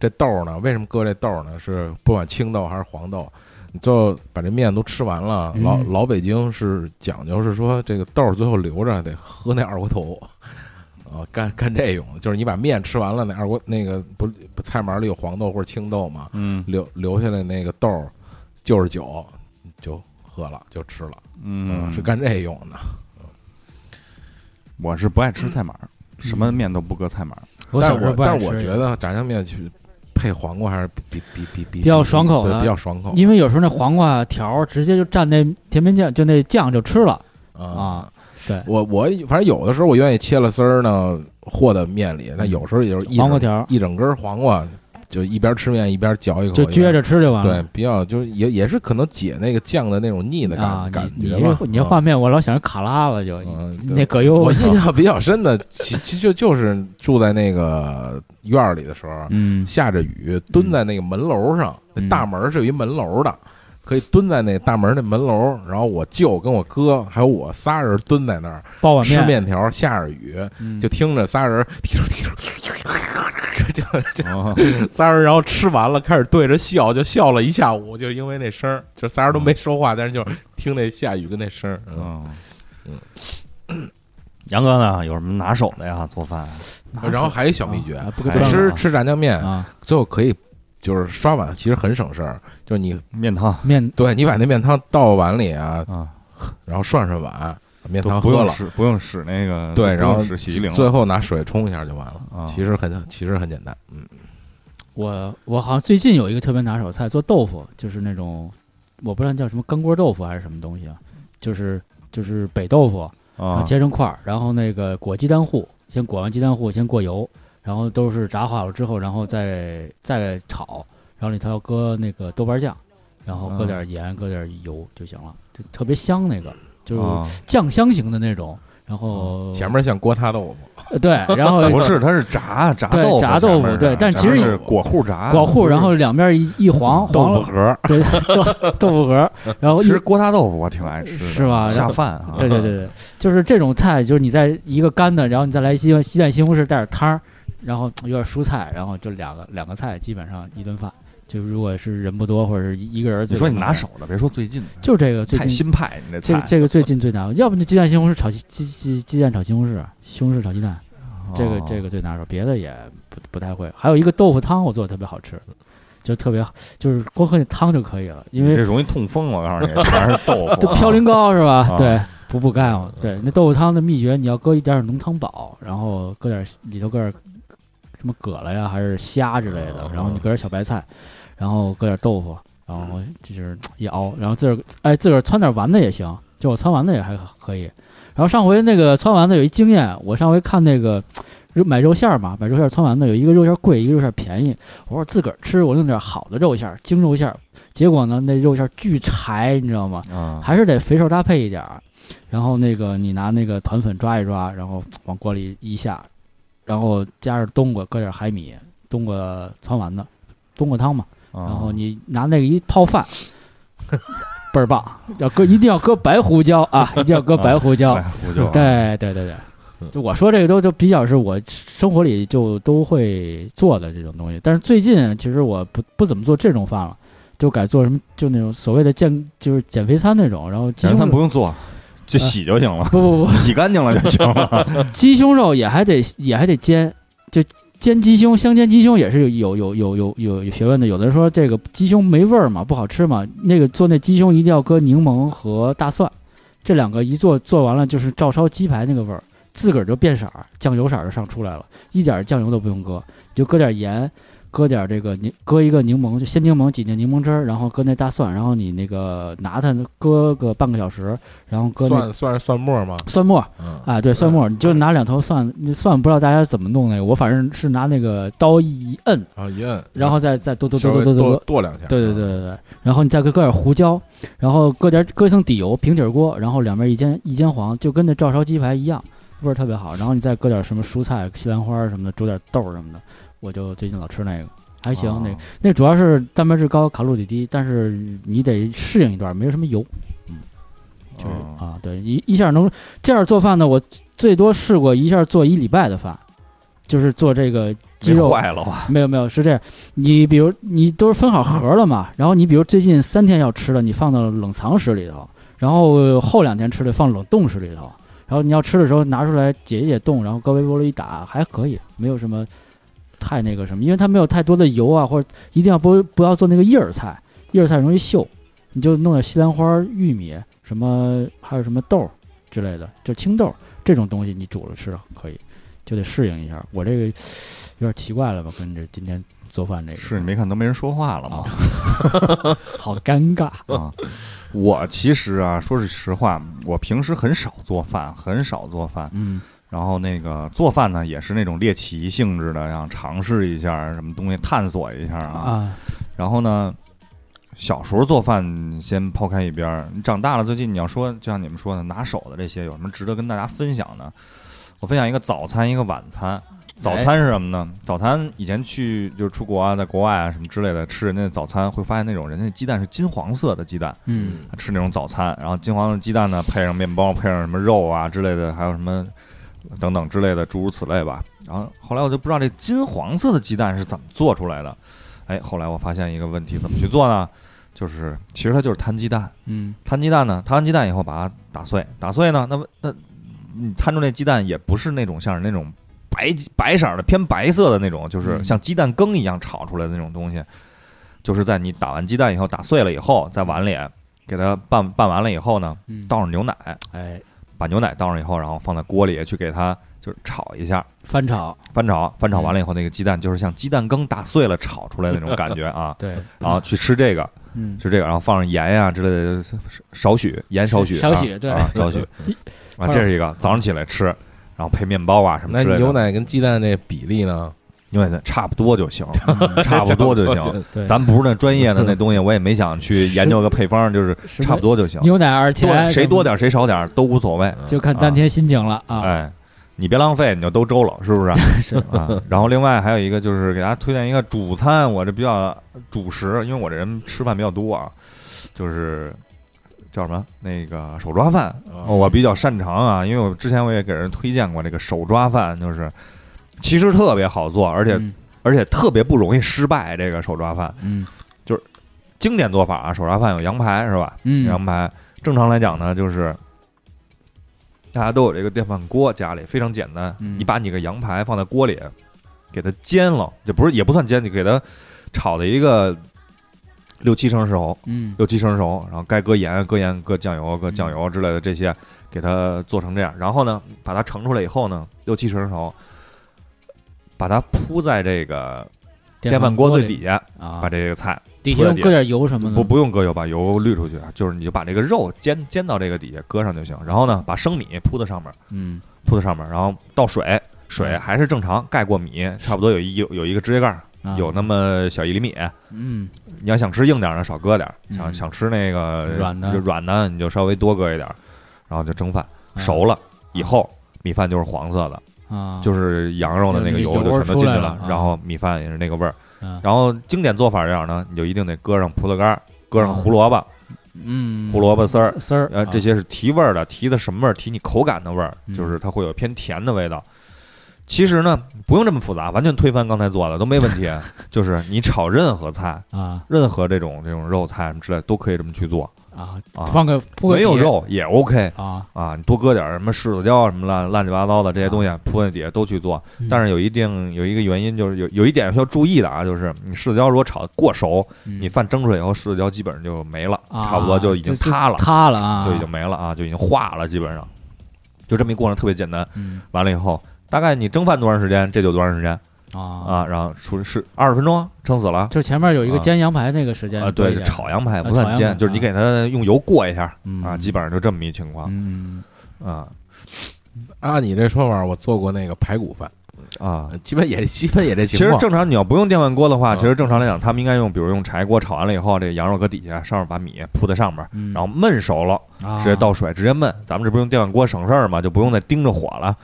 Speaker 9: 这豆呢，为什么搁这豆呢？是不管青豆还是黄豆，你最后把这面都吃完了。
Speaker 8: 嗯
Speaker 9: 老老北京是讲究是说，这个豆最后留着得喝那二锅头。啊，干干这用的，就是你把面吃完了，那二锅那个不不菜码里有黄豆或者青豆嘛，
Speaker 7: 嗯
Speaker 9: 留留下来那个豆儿就是酒，就喝了就吃了，啊
Speaker 7: 嗯，
Speaker 9: 是干这用的。
Speaker 7: 我是不爱吃菜码儿，什么面都不搁菜码儿，
Speaker 8: 我
Speaker 9: 但
Speaker 8: 小
Speaker 9: 是
Speaker 8: 时候
Speaker 9: 我
Speaker 8: 不爱
Speaker 9: 但
Speaker 8: 吃
Speaker 9: 是我觉得炸酱面去配黄瓜还是比比比比比
Speaker 8: 较爽口
Speaker 9: 对
Speaker 8: 的
Speaker 9: 比较爽口
Speaker 8: 因为有时候那黄瓜条儿直接就蘸那甜面酱，就那酱就吃了啊。对，
Speaker 9: 我我反正有的时候我愿意切了丝儿呢和到面里，但有时候也就是一
Speaker 8: 嗯黄瓜
Speaker 9: 整
Speaker 8: 条儿
Speaker 9: 一整根黄瓜，就一边吃面一边嚼一口，
Speaker 8: 就撅
Speaker 9: 着。
Speaker 8: 着吃就完
Speaker 9: 对
Speaker 8: 了。，
Speaker 9: 比较就是也也是可能解那个酱的那种腻的感、
Speaker 8: 啊，
Speaker 9: 感
Speaker 8: 你
Speaker 9: 觉
Speaker 8: 你
Speaker 9: 吧
Speaker 8: 这。你这
Speaker 9: 嗯
Speaker 8: 画面，我老想着卡拉了就，
Speaker 9: 嗯对
Speaker 8: 那葛优，
Speaker 9: 我 印象比较深的，其其就就是住在那个院儿里的时候，啊
Speaker 8: 嗯
Speaker 9: 下着雨，蹲在那个门楼上，
Speaker 8: 嗯
Speaker 9: 那大门是有一门楼的，可以蹲在那大门那门楼。然后我舅跟我哥还有我仨人蹲在那儿
Speaker 8: 包碗
Speaker 9: 吃
Speaker 8: 哦面，
Speaker 9: 面条，下着雨，
Speaker 8: 嗯
Speaker 9: 就听着仨人提溜提溜，就
Speaker 7: 啊
Speaker 9: 仨人，然后吃完了开始对着笑，就笑了一下午，就因为那声儿，就仨人都没说话，但是就是听那下雨跟那声儿。嗯
Speaker 7: 嗯。杨哥呢？有什么拿手的呀？做饭
Speaker 9: 然后还有一小秘诀
Speaker 8: 啊，不
Speaker 7: 可
Speaker 8: 不让
Speaker 9: 吃
Speaker 8: 了
Speaker 9: 吃炸酱面，
Speaker 8: 啊，
Speaker 9: 最后可以就是刷碗，其实很省事儿。就是你
Speaker 7: 面汤
Speaker 8: 面
Speaker 9: 对你把那面汤倒碗里啊，
Speaker 7: 啊，
Speaker 9: 然后涮涮碗，把面
Speaker 7: 都
Speaker 9: 汤
Speaker 7: 不
Speaker 9: 喝
Speaker 7: 用
Speaker 9: 了，
Speaker 7: 使不用使那个
Speaker 9: 对，
Speaker 7: 不
Speaker 9: 然
Speaker 7: 用
Speaker 9: 后
Speaker 7: 使洗衣灵
Speaker 9: 最后拿水冲一下就完了。
Speaker 7: 啊
Speaker 9: 其实很其实很简单，嗯，
Speaker 8: 我我好像最近有一个特别拿手菜，做豆腐，就是那种我不知道叫什么干锅豆腐还是什么东西啊，就是就是北豆腐，然
Speaker 7: 啊
Speaker 8: 后，切成块儿，然后那个裹鸡蛋糊，先裹完鸡蛋糊，先过油，然后都是炸好了之后，然后再再炒，然后里头要搁那个豆瓣酱，然后搁
Speaker 7: 啊
Speaker 8: 点盐，搁点油就行了，就特别香那个，就是
Speaker 7: 啊，
Speaker 8: 酱香型的那种。然后
Speaker 9: 啊前面像锅塌豆腐，
Speaker 8: 呃 对，然后
Speaker 7: 不是，它是炸炸
Speaker 8: 对
Speaker 7: 豆腐，
Speaker 8: 炸豆腐对但其实
Speaker 7: 是果糊炸，
Speaker 8: 保护，然后两面一一黄，
Speaker 9: 啊豆
Speaker 8: 黄
Speaker 9: 腐
Speaker 8: 了
Speaker 9: 盒儿，
Speaker 8: 对 豆豆腐盒，然后
Speaker 7: 其
Speaker 8: 一
Speaker 7: 实锅塌豆腐我挺爱吃的，
Speaker 8: 是吧然
Speaker 7: 下
Speaker 8: 后
Speaker 7: 饭 啊，
Speaker 8: 对对对对，就是这种菜，就是你在一个干的，然后你再来一西西蛋西红柿带点汤儿，然后有点蔬菜，然后就两个两个菜，基本上一顿饭。就如果是人不多或者是一个人自
Speaker 7: 你
Speaker 8: 己
Speaker 7: 说
Speaker 8: 弄的，
Speaker 7: 你拿手的，别说最近的，
Speaker 8: 就这个最
Speaker 7: 太
Speaker 8: 近
Speaker 7: 新派，你这
Speaker 8: 这个
Speaker 7: 菜
Speaker 8: 这个最近最难，要不就鸡蛋西红柿炒西鸡鸡鸡蛋炒西红柿，西红柿炒鸡蛋，这
Speaker 7: 哦
Speaker 8: 个
Speaker 7: 啊
Speaker 8: 这个最拿手，别的也不不太会。还有一个豆腐汤，我做的特别好吃，就特别好就是光喝那汤就可以了，因
Speaker 7: 你
Speaker 8: 为
Speaker 7: 这容易痛风，我告诉你，全是 豆
Speaker 8: 就
Speaker 7: 腐，
Speaker 8: 嘌呤高是吧？
Speaker 7: 啊
Speaker 8: 对，补补钙嘛。对，那豆腐汤的秘诀，你要搁一点点浓汤宝，然后搁点里头搁点什么蛤了呀，还是虾之类
Speaker 7: 啊
Speaker 8: 的，然后你搁点小白菜，然后搁点豆腐，然后就是一熬，然后自个儿哎自个儿汆点丸子也行，就我汆丸子也还可以。然后上回那个汆丸子有一经验，我上回看那个肉买肉馅儿嘛，买肉馅儿汆丸子有一个肉馅儿贵，一个肉馅儿便宜。我说自个儿吃，我弄点好的肉馅儿，精肉馅儿。结果呢，那肉馅儿巨柴，你知道吗？
Speaker 7: 啊，
Speaker 8: 还是得肥瘦搭配一点儿。然后那个你拿那个团粉抓一抓，然后往锅里一下，然后加上冬瓜，搁点海米，冬瓜汆丸子，冬瓜汤嘛。
Speaker 7: 然
Speaker 8: 然后你拿那个一泡饭， 倍儿棒。要搁一定要搁白胡椒啊，一定要搁白胡椒。
Speaker 7: 胡椒，
Speaker 8: 对对对对，就我说这个都都比较是我生活里就都会做的这种东西，但是最近其实我不不怎么做这种饭了，就改做什么就那种所谓的健就是减肥餐那种，然后鸡
Speaker 7: 咱
Speaker 8: 胸
Speaker 7: 咱
Speaker 8: 肉
Speaker 7: 不用做，就
Speaker 8: 呃
Speaker 7: 洗就行了，
Speaker 8: 不不
Speaker 7: 洗干净了就行 了。
Speaker 8: 不，鸡胸肉也还得也还得煎，就煎鸡胸，香煎鸡胸也是有有有有有有学问的。有的人说这个鸡胸没味儿嘛，不好吃嘛，那个做那鸡胸一定要搁柠檬和大蒜，这两个一做做完了就是照烧鸡排那个味儿，自个儿就变色儿，酱油色儿就上出来了，一点儿酱油都不用搁，你就搁点盐。搁点这个柠，搁一个柠檬，就鲜柠檬挤进柠檬汁儿，然后搁那大蒜，然后你那个拿它搁个半个小时，然后搁那
Speaker 9: 蒜蒜蒜末吗？
Speaker 8: 蒜末，
Speaker 9: 嗯，
Speaker 8: 啊，对，蒜末，你就拿两头蒜，那蒜不知道大家怎么弄那个，我反正是拿那个刀一摁，
Speaker 9: 啊一摁，
Speaker 8: 然后再再剁剁
Speaker 9: 嗯稍
Speaker 8: 剁
Speaker 9: 微
Speaker 8: 剁剁
Speaker 9: 剁嗯
Speaker 8: 剁，
Speaker 9: 剁两下，
Speaker 8: 对对对对对，然后你再搁搁点胡椒，然后搁点搁一层底油，平底锅，然后两边一煎一煎黄，就跟那照烧鸡排一样，味儿特别好。然后你再搁点什么蔬菜、西兰花什么的，煮点豆儿什么的，我就最近老吃那个。还行，
Speaker 7: 啊
Speaker 9: 哦
Speaker 8: 那个那主要是蛋白质高，卡路里低，但是你得适应一段，没有什么油。就是
Speaker 7: 哦
Speaker 8: 啊，对，一一下能这样做饭呢，我最多试过一下做一礼拜的饭，就是做这个鸡
Speaker 7: 没
Speaker 8: 肉。
Speaker 7: 坏了啊吧？
Speaker 8: 没有没有，是这样，你比如你都是分好盒了嘛，然后你比如最近三天要吃的，你放到冷藏室里头，然后后两天吃的放冷冻室里头，然后你要吃的时候拿出来解一解冻，然后搁微波炉一打还可以，没有什么太那个什么，因为它没有太多的油啊，或者一定要不不要做那个叶儿菜，叶儿菜容易锈，你就弄点西兰花、玉米什么，还有什么豆儿之类的，就青豆儿这种东西你煮了吃可以，就得适应一下。我这个有点奇怪了吧，跟着今天做饭这个啊
Speaker 7: 是你没看都没人说话了吗？
Speaker 8: 好尴尬，
Speaker 7: 啊，我其实啊，说是实话，我平时很少做饭，很少做饭。
Speaker 8: 嗯
Speaker 7: 然后那个做饭呢，也是那种猎奇性质的，想尝试一下什么东西，探索一下啊。
Speaker 8: 啊，
Speaker 7: 然后呢，小时候做饭先抛开一边儿，你长大了，最近你要说，就像你们说的，拿手的这些有什么值得跟大家分享的？我分享一个早餐，一个晚餐。早餐是什么呢？早餐以前去就是出国啊，在国外啊什么之类的吃人家的早餐，会发现那种人家的鸡蛋是金黄色的鸡蛋，
Speaker 8: 嗯
Speaker 7: 吃那种早餐，然后金黄的鸡蛋呢，配上面包，配上什么肉啊之类的，还有什么等等之类的，诸如此类吧。然后后来我就不知道这金黄色的鸡蛋是怎么做出来的，哎，后来我发现一个问题，怎么去做呢？就是其实它就是摊鸡蛋，
Speaker 8: 嗯
Speaker 7: 摊鸡蛋呢，摊完鸡蛋以后把它打碎，打碎呢，那么那你摊出那鸡蛋也不是那种像是那种白鸡白色儿的偏白色的那种，就是
Speaker 8: 嗯
Speaker 7: 像鸡蛋羹一样炒出来的那种东西，就是在你打完鸡蛋以后打碎了以后，在碗里给它拌拌完了以后呢，
Speaker 8: 嗯，
Speaker 7: 倒上牛奶，
Speaker 8: 哎
Speaker 7: 把牛奶倒上以后，然后放在锅里去给它就是炒一下，
Speaker 8: 翻炒，，
Speaker 7: 翻炒，翻炒完了以后，那个鸡蛋就是像鸡蛋羹打碎了炒出来的那种感觉啊
Speaker 8: 对，
Speaker 7: 然后去吃这个。
Speaker 8: 嗯
Speaker 7: 是这个，然后放上盐呀、之类的，少许盐，少许
Speaker 8: 少
Speaker 7: 啊
Speaker 8: 许对
Speaker 7: 啊，少许啊，这是一个早上起来吃，然后配面包啊什么
Speaker 9: 那
Speaker 7: 之类的。
Speaker 9: 牛奶跟鸡蛋这比例呢？
Speaker 7: 对对，差不多就行，嗯差不多 就行。
Speaker 8: 对，
Speaker 7: 咱不是那专业的那东西，我也没想去研究个配方，就是
Speaker 8: 是
Speaker 7: 差不多就行。
Speaker 8: 牛奶二
Speaker 7: 多
Speaker 8: 钱，
Speaker 7: 谁多点儿谁少点儿都无所谓。
Speaker 8: 就看当天心情了啊。
Speaker 7: 哎，你别浪费，你就都周了，是不是？
Speaker 8: 是
Speaker 7: 啊。然后另外还有一个就是给大家推荐一个主餐，我这比较主食，因为我这人吃饭比较多啊，就是叫什么那个手抓饭，哦
Speaker 8: 哦
Speaker 7: 我比较擅长啊，因为我之前我也给人推荐过这个手抓饭，就是其实特别好做，而且、
Speaker 8: 嗯
Speaker 7: 而且特别不容易失败。这个手抓饭
Speaker 8: 嗯
Speaker 7: 经典做法啊，手抓饭有羊排是吧？
Speaker 8: 嗯
Speaker 7: 羊排。正常来讲呢，就是大家都有这个电饭锅，家里非常简单，
Speaker 8: 嗯
Speaker 7: 你把你个羊排放在锅里，给它煎了，就不是也不算煎，你给它炒的一个六七成熟，
Speaker 8: 嗯
Speaker 7: 六七成熟，然后该搁盐、搁盐、搁酱油、搁酱油之类的这些，给它做成这样。然后呢，把它盛出来以后呢，六七成熟，把它铺在这个电饭锅最
Speaker 8: 里
Speaker 7: 底下，把
Speaker 8: 啊，
Speaker 7: 这个菜
Speaker 8: 底
Speaker 7: 铺
Speaker 8: 下
Speaker 7: 在
Speaker 8: 用
Speaker 7: 底
Speaker 8: 搁点油什么的，
Speaker 7: 不不用搁油，把油滤出去，啊就是你就把这个肉煎煎到这个底下搁上就行。然后呢，把生米铺在上面，
Speaker 8: 嗯
Speaker 7: 铺在上面，然后倒水，水
Speaker 8: 嗯
Speaker 7: 还是正常，盖过米，差不多有一有有一个指甲盖儿，
Speaker 8: 啊
Speaker 7: 有那么小一厘米。
Speaker 8: 嗯
Speaker 7: 你要想吃硬点儿呢，少搁点儿；
Speaker 8: 嗯
Speaker 7: 想想吃那个
Speaker 8: 软的
Speaker 7: 就软的，你就稍微多搁一点儿，然后就蒸饭。
Speaker 8: 啊
Speaker 7: 熟了以后，米饭就是黄色的，
Speaker 8: 啊，
Speaker 7: 就是羊肉的那个油就全都进去了，然后米饭也是那个味儿。
Speaker 8: 嗯
Speaker 7: 然后经典做法这样呢，你就一定得搁上葡萄干儿，搁上
Speaker 8: 啊
Speaker 7: 胡萝卜。
Speaker 8: 嗯
Speaker 7: 胡萝卜丝儿，
Speaker 8: 丝儿啊
Speaker 7: 呃，这些是提味儿的，提的什么味儿？提你口感的味儿，
Speaker 8: 嗯
Speaker 7: 就是它会有偏甜的味道。其实呢，不用这么复杂，完全推翻刚才做的都没问 题。啊就是你炒任何菜，
Speaker 8: 啊
Speaker 7: 任何这种这种肉菜之类都可以这么去做，
Speaker 8: 啊
Speaker 7: 啊
Speaker 8: 放个铺个
Speaker 7: 没有
Speaker 8: 底
Speaker 7: 肉也 OK
Speaker 8: 啊，
Speaker 7: 啊。你多搁点儿什么柿子椒什么乱乱七八糟的这些东西铺在底下都去做，
Speaker 8: 嗯
Speaker 7: 但是有一定有一个原因，就是有有一点需要注意的啊，就是你柿子椒如果炒得过熟，你
Speaker 8: 你
Speaker 7: 饭蒸出来以后，柿子椒基本上就没了，
Speaker 8: 啊
Speaker 7: 差不多就已经塌了。
Speaker 8: 塌了啊，
Speaker 7: 就已经没了啊，就已经化了，基本上。就这么一过程特别简单，
Speaker 8: 嗯
Speaker 7: 完了以后，大概你蒸饭多长时间，这就多长时间
Speaker 8: 啊
Speaker 7: 啊。然后出是二十分钟，蒸死了
Speaker 8: 就前面有一个
Speaker 7: 啊
Speaker 8: 煎羊排那个时间
Speaker 7: 啊。
Speaker 8: 多
Speaker 7: 对，
Speaker 8: 一点
Speaker 7: 炒羊排
Speaker 8: 啊
Speaker 7: 不
Speaker 8: 炒
Speaker 7: 算
Speaker 8: 羊
Speaker 7: 煎，
Speaker 8: 排
Speaker 7: 就是你
Speaker 8: 啊
Speaker 7: 给它用油过一下
Speaker 8: 嗯
Speaker 7: 啊，基本上就这么一情况
Speaker 8: 嗯
Speaker 7: 啊
Speaker 9: 按你这说法，我做过那个排骨饭，
Speaker 7: 啊。
Speaker 8: 呃
Speaker 9: 基本也基本也这
Speaker 7: 其
Speaker 9: 情
Speaker 7: 实
Speaker 9: 况。
Speaker 7: 正常，你要不用电饭锅的话，
Speaker 9: 嗯
Speaker 7: 其实正常来讲，他们应该用，比如用柴锅炒完了以后，这羊肉搁底下，上面把米铺在上面，
Speaker 8: 嗯，啊
Speaker 7: 然后焖熟了，
Speaker 8: 后
Speaker 7: 直接倒水，直接焖。咱们这不用电饭锅省事儿嘛，就不用再盯着火了。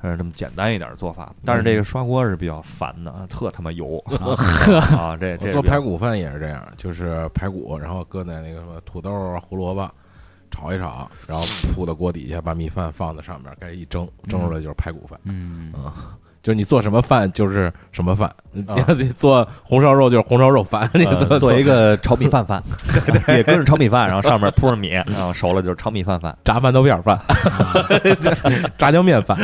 Speaker 7: 呃，这么简单一点儿做法，但是这个刷锅是比较烦的，啊，特他妈油啊！这这
Speaker 9: 我做
Speaker 7: 比较
Speaker 9: 排骨饭也是这样，就是排骨，然后搁在那个什么土豆啊、胡萝卜炒一炒，然后铺到锅底下，把米饭放在上面，该一蒸，蒸出来就是排骨饭。
Speaker 8: 嗯
Speaker 9: 就是你做什么饭就是什么饭，你你做红烧肉就是红烧肉饭，你
Speaker 7: 呃
Speaker 9: 做
Speaker 7: 嗯做一个炒米饭饭，也跟着炒米饭，然后上面铺上米，然后熟了就是炒米饭饭。
Speaker 9: 炸馒头片 儿饭、炸酱面饭，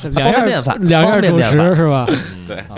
Speaker 8: 是两
Speaker 7: 方
Speaker 8: 样
Speaker 7: 便面饭
Speaker 8: 两样
Speaker 7: 方便
Speaker 8: 主
Speaker 7: 面饭
Speaker 8: 食是吧？
Speaker 9: 对
Speaker 8: 啊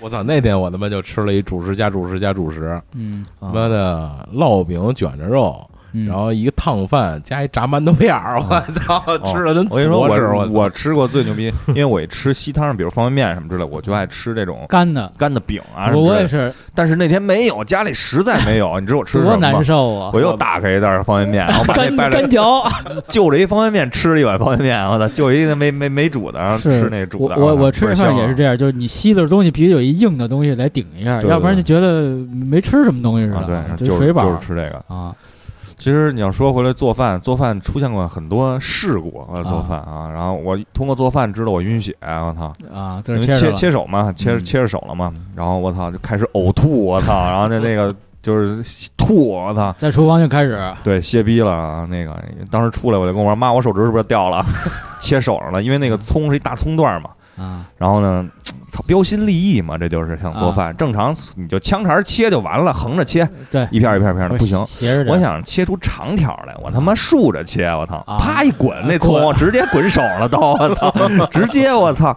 Speaker 9: 我操！那天我他妈就吃了一主食加主食加主
Speaker 7: 啊
Speaker 9: 食，
Speaker 8: 嗯，
Speaker 9: 他妈的烙饼卷着肉，
Speaker 8: 嗯
Speaker 9: 然后一个烫饭加一炸馒头片儿，我操，吃的跟
Speaker 7: 啊哦我跟你说，
Speaker 9: 矬
Speaker 7: 我
Speaker 9: 似的，
Speaker 7: 是
Speaker 9: 操
Speaker 7: 我吃过最牛逼，因为我一吃西汤，比如方便面什么之类，我就爱吃这种
Speaker 8: 干的，
Speaker 7: 干的饼啊什
Speaker 8: 我
Speaker 7: 么之
Speaker 8: 我
Speaker 7: 类
Speaker 8: 也
Speaker 7: 的。
Speaker 8: 是
Speaker 7: 但是那天没有，家里实在没有，你知道我吃什
Speaker 8: 多
Speaker 7: 么
Speaker 8: 难
Speaker 7: 吗？
Speaker 8: 受啊！
Speaker 7: 我又打开一袋方便面，然后把那
Speaker 8: 干
Speaker 7: 掰了
Speaker 8: 干嚼，
Speaker 7: 就着一方便面吃了一碗方便面， 我操，就一个没没没煮的，然后
Speaker 8: 是
Speaker 7: 吃那煮的。
Speaker 8: 我我
Speaker 7: 操
Speaker 8: 我吃
Speaker 7: 倍
Speaker 8: 这
Speaker 7: 儿
Speaker 8: 饭
Speaker 7: 香啊
Speaker 8: 也是这样，就是你吸的东西必须有一硬的东西来顶一下，
Speaker 7: 对
Speaker 8: 要不然就
Speaker 7: 对
Speaker 8: 觉得没吃什么东西似
Speaker 7: 啊，
Speaker 8: 的
Speaker 7: 对，
Speaker 8: 啊，
Speaker 7: 就是
Speaker 8: 水饱
Speaker 7: 就是吃这个。
Speaker 8: 啊。
Speaker 7: 其实你要说回来做饭，做饭出现过很多事故，呃，做饭啊，然后我通过做饭知道我晕血，我操，
Speaker 8: 啊，自
Speaker 7: 因
Speaker 8: 个儿
Speaker 7: 为切
Speaker 8: 切着了
Speaker 7: 切手嘛，切
Speaker 8: 嗯
Speaker 7: 切着手了嘛，然后我操就开始呕吐，我操，然后那那个就是吐，我操。
Speaker 8: 在厨房就开始
Speaker 7: 对，歇逼了啊！那个当时出来我就跟我妈妈，我手指是不是掉了？ 切手上了，因为那个葱是一大葱段儿嘛，
Speaker 8: 啊，
Speaker 7: 然后呢，操，标新立异嘛，这就是想做饭。正常你就枪茬儿切就完了，横着切，
Speaker 8: 对，
Speaker 7: 一片儿一片儿一片儿的，不行。
Speaker 8: 斜着点
Speaker 7: 我想切出长条来，我他妈竖着切，我操！
Speaker 8: 啊
Speaker 7: 啪一滚，那
Speaker 8: 滚
Speaker 7: 葱直接滚手上了，都我 操！直接我操！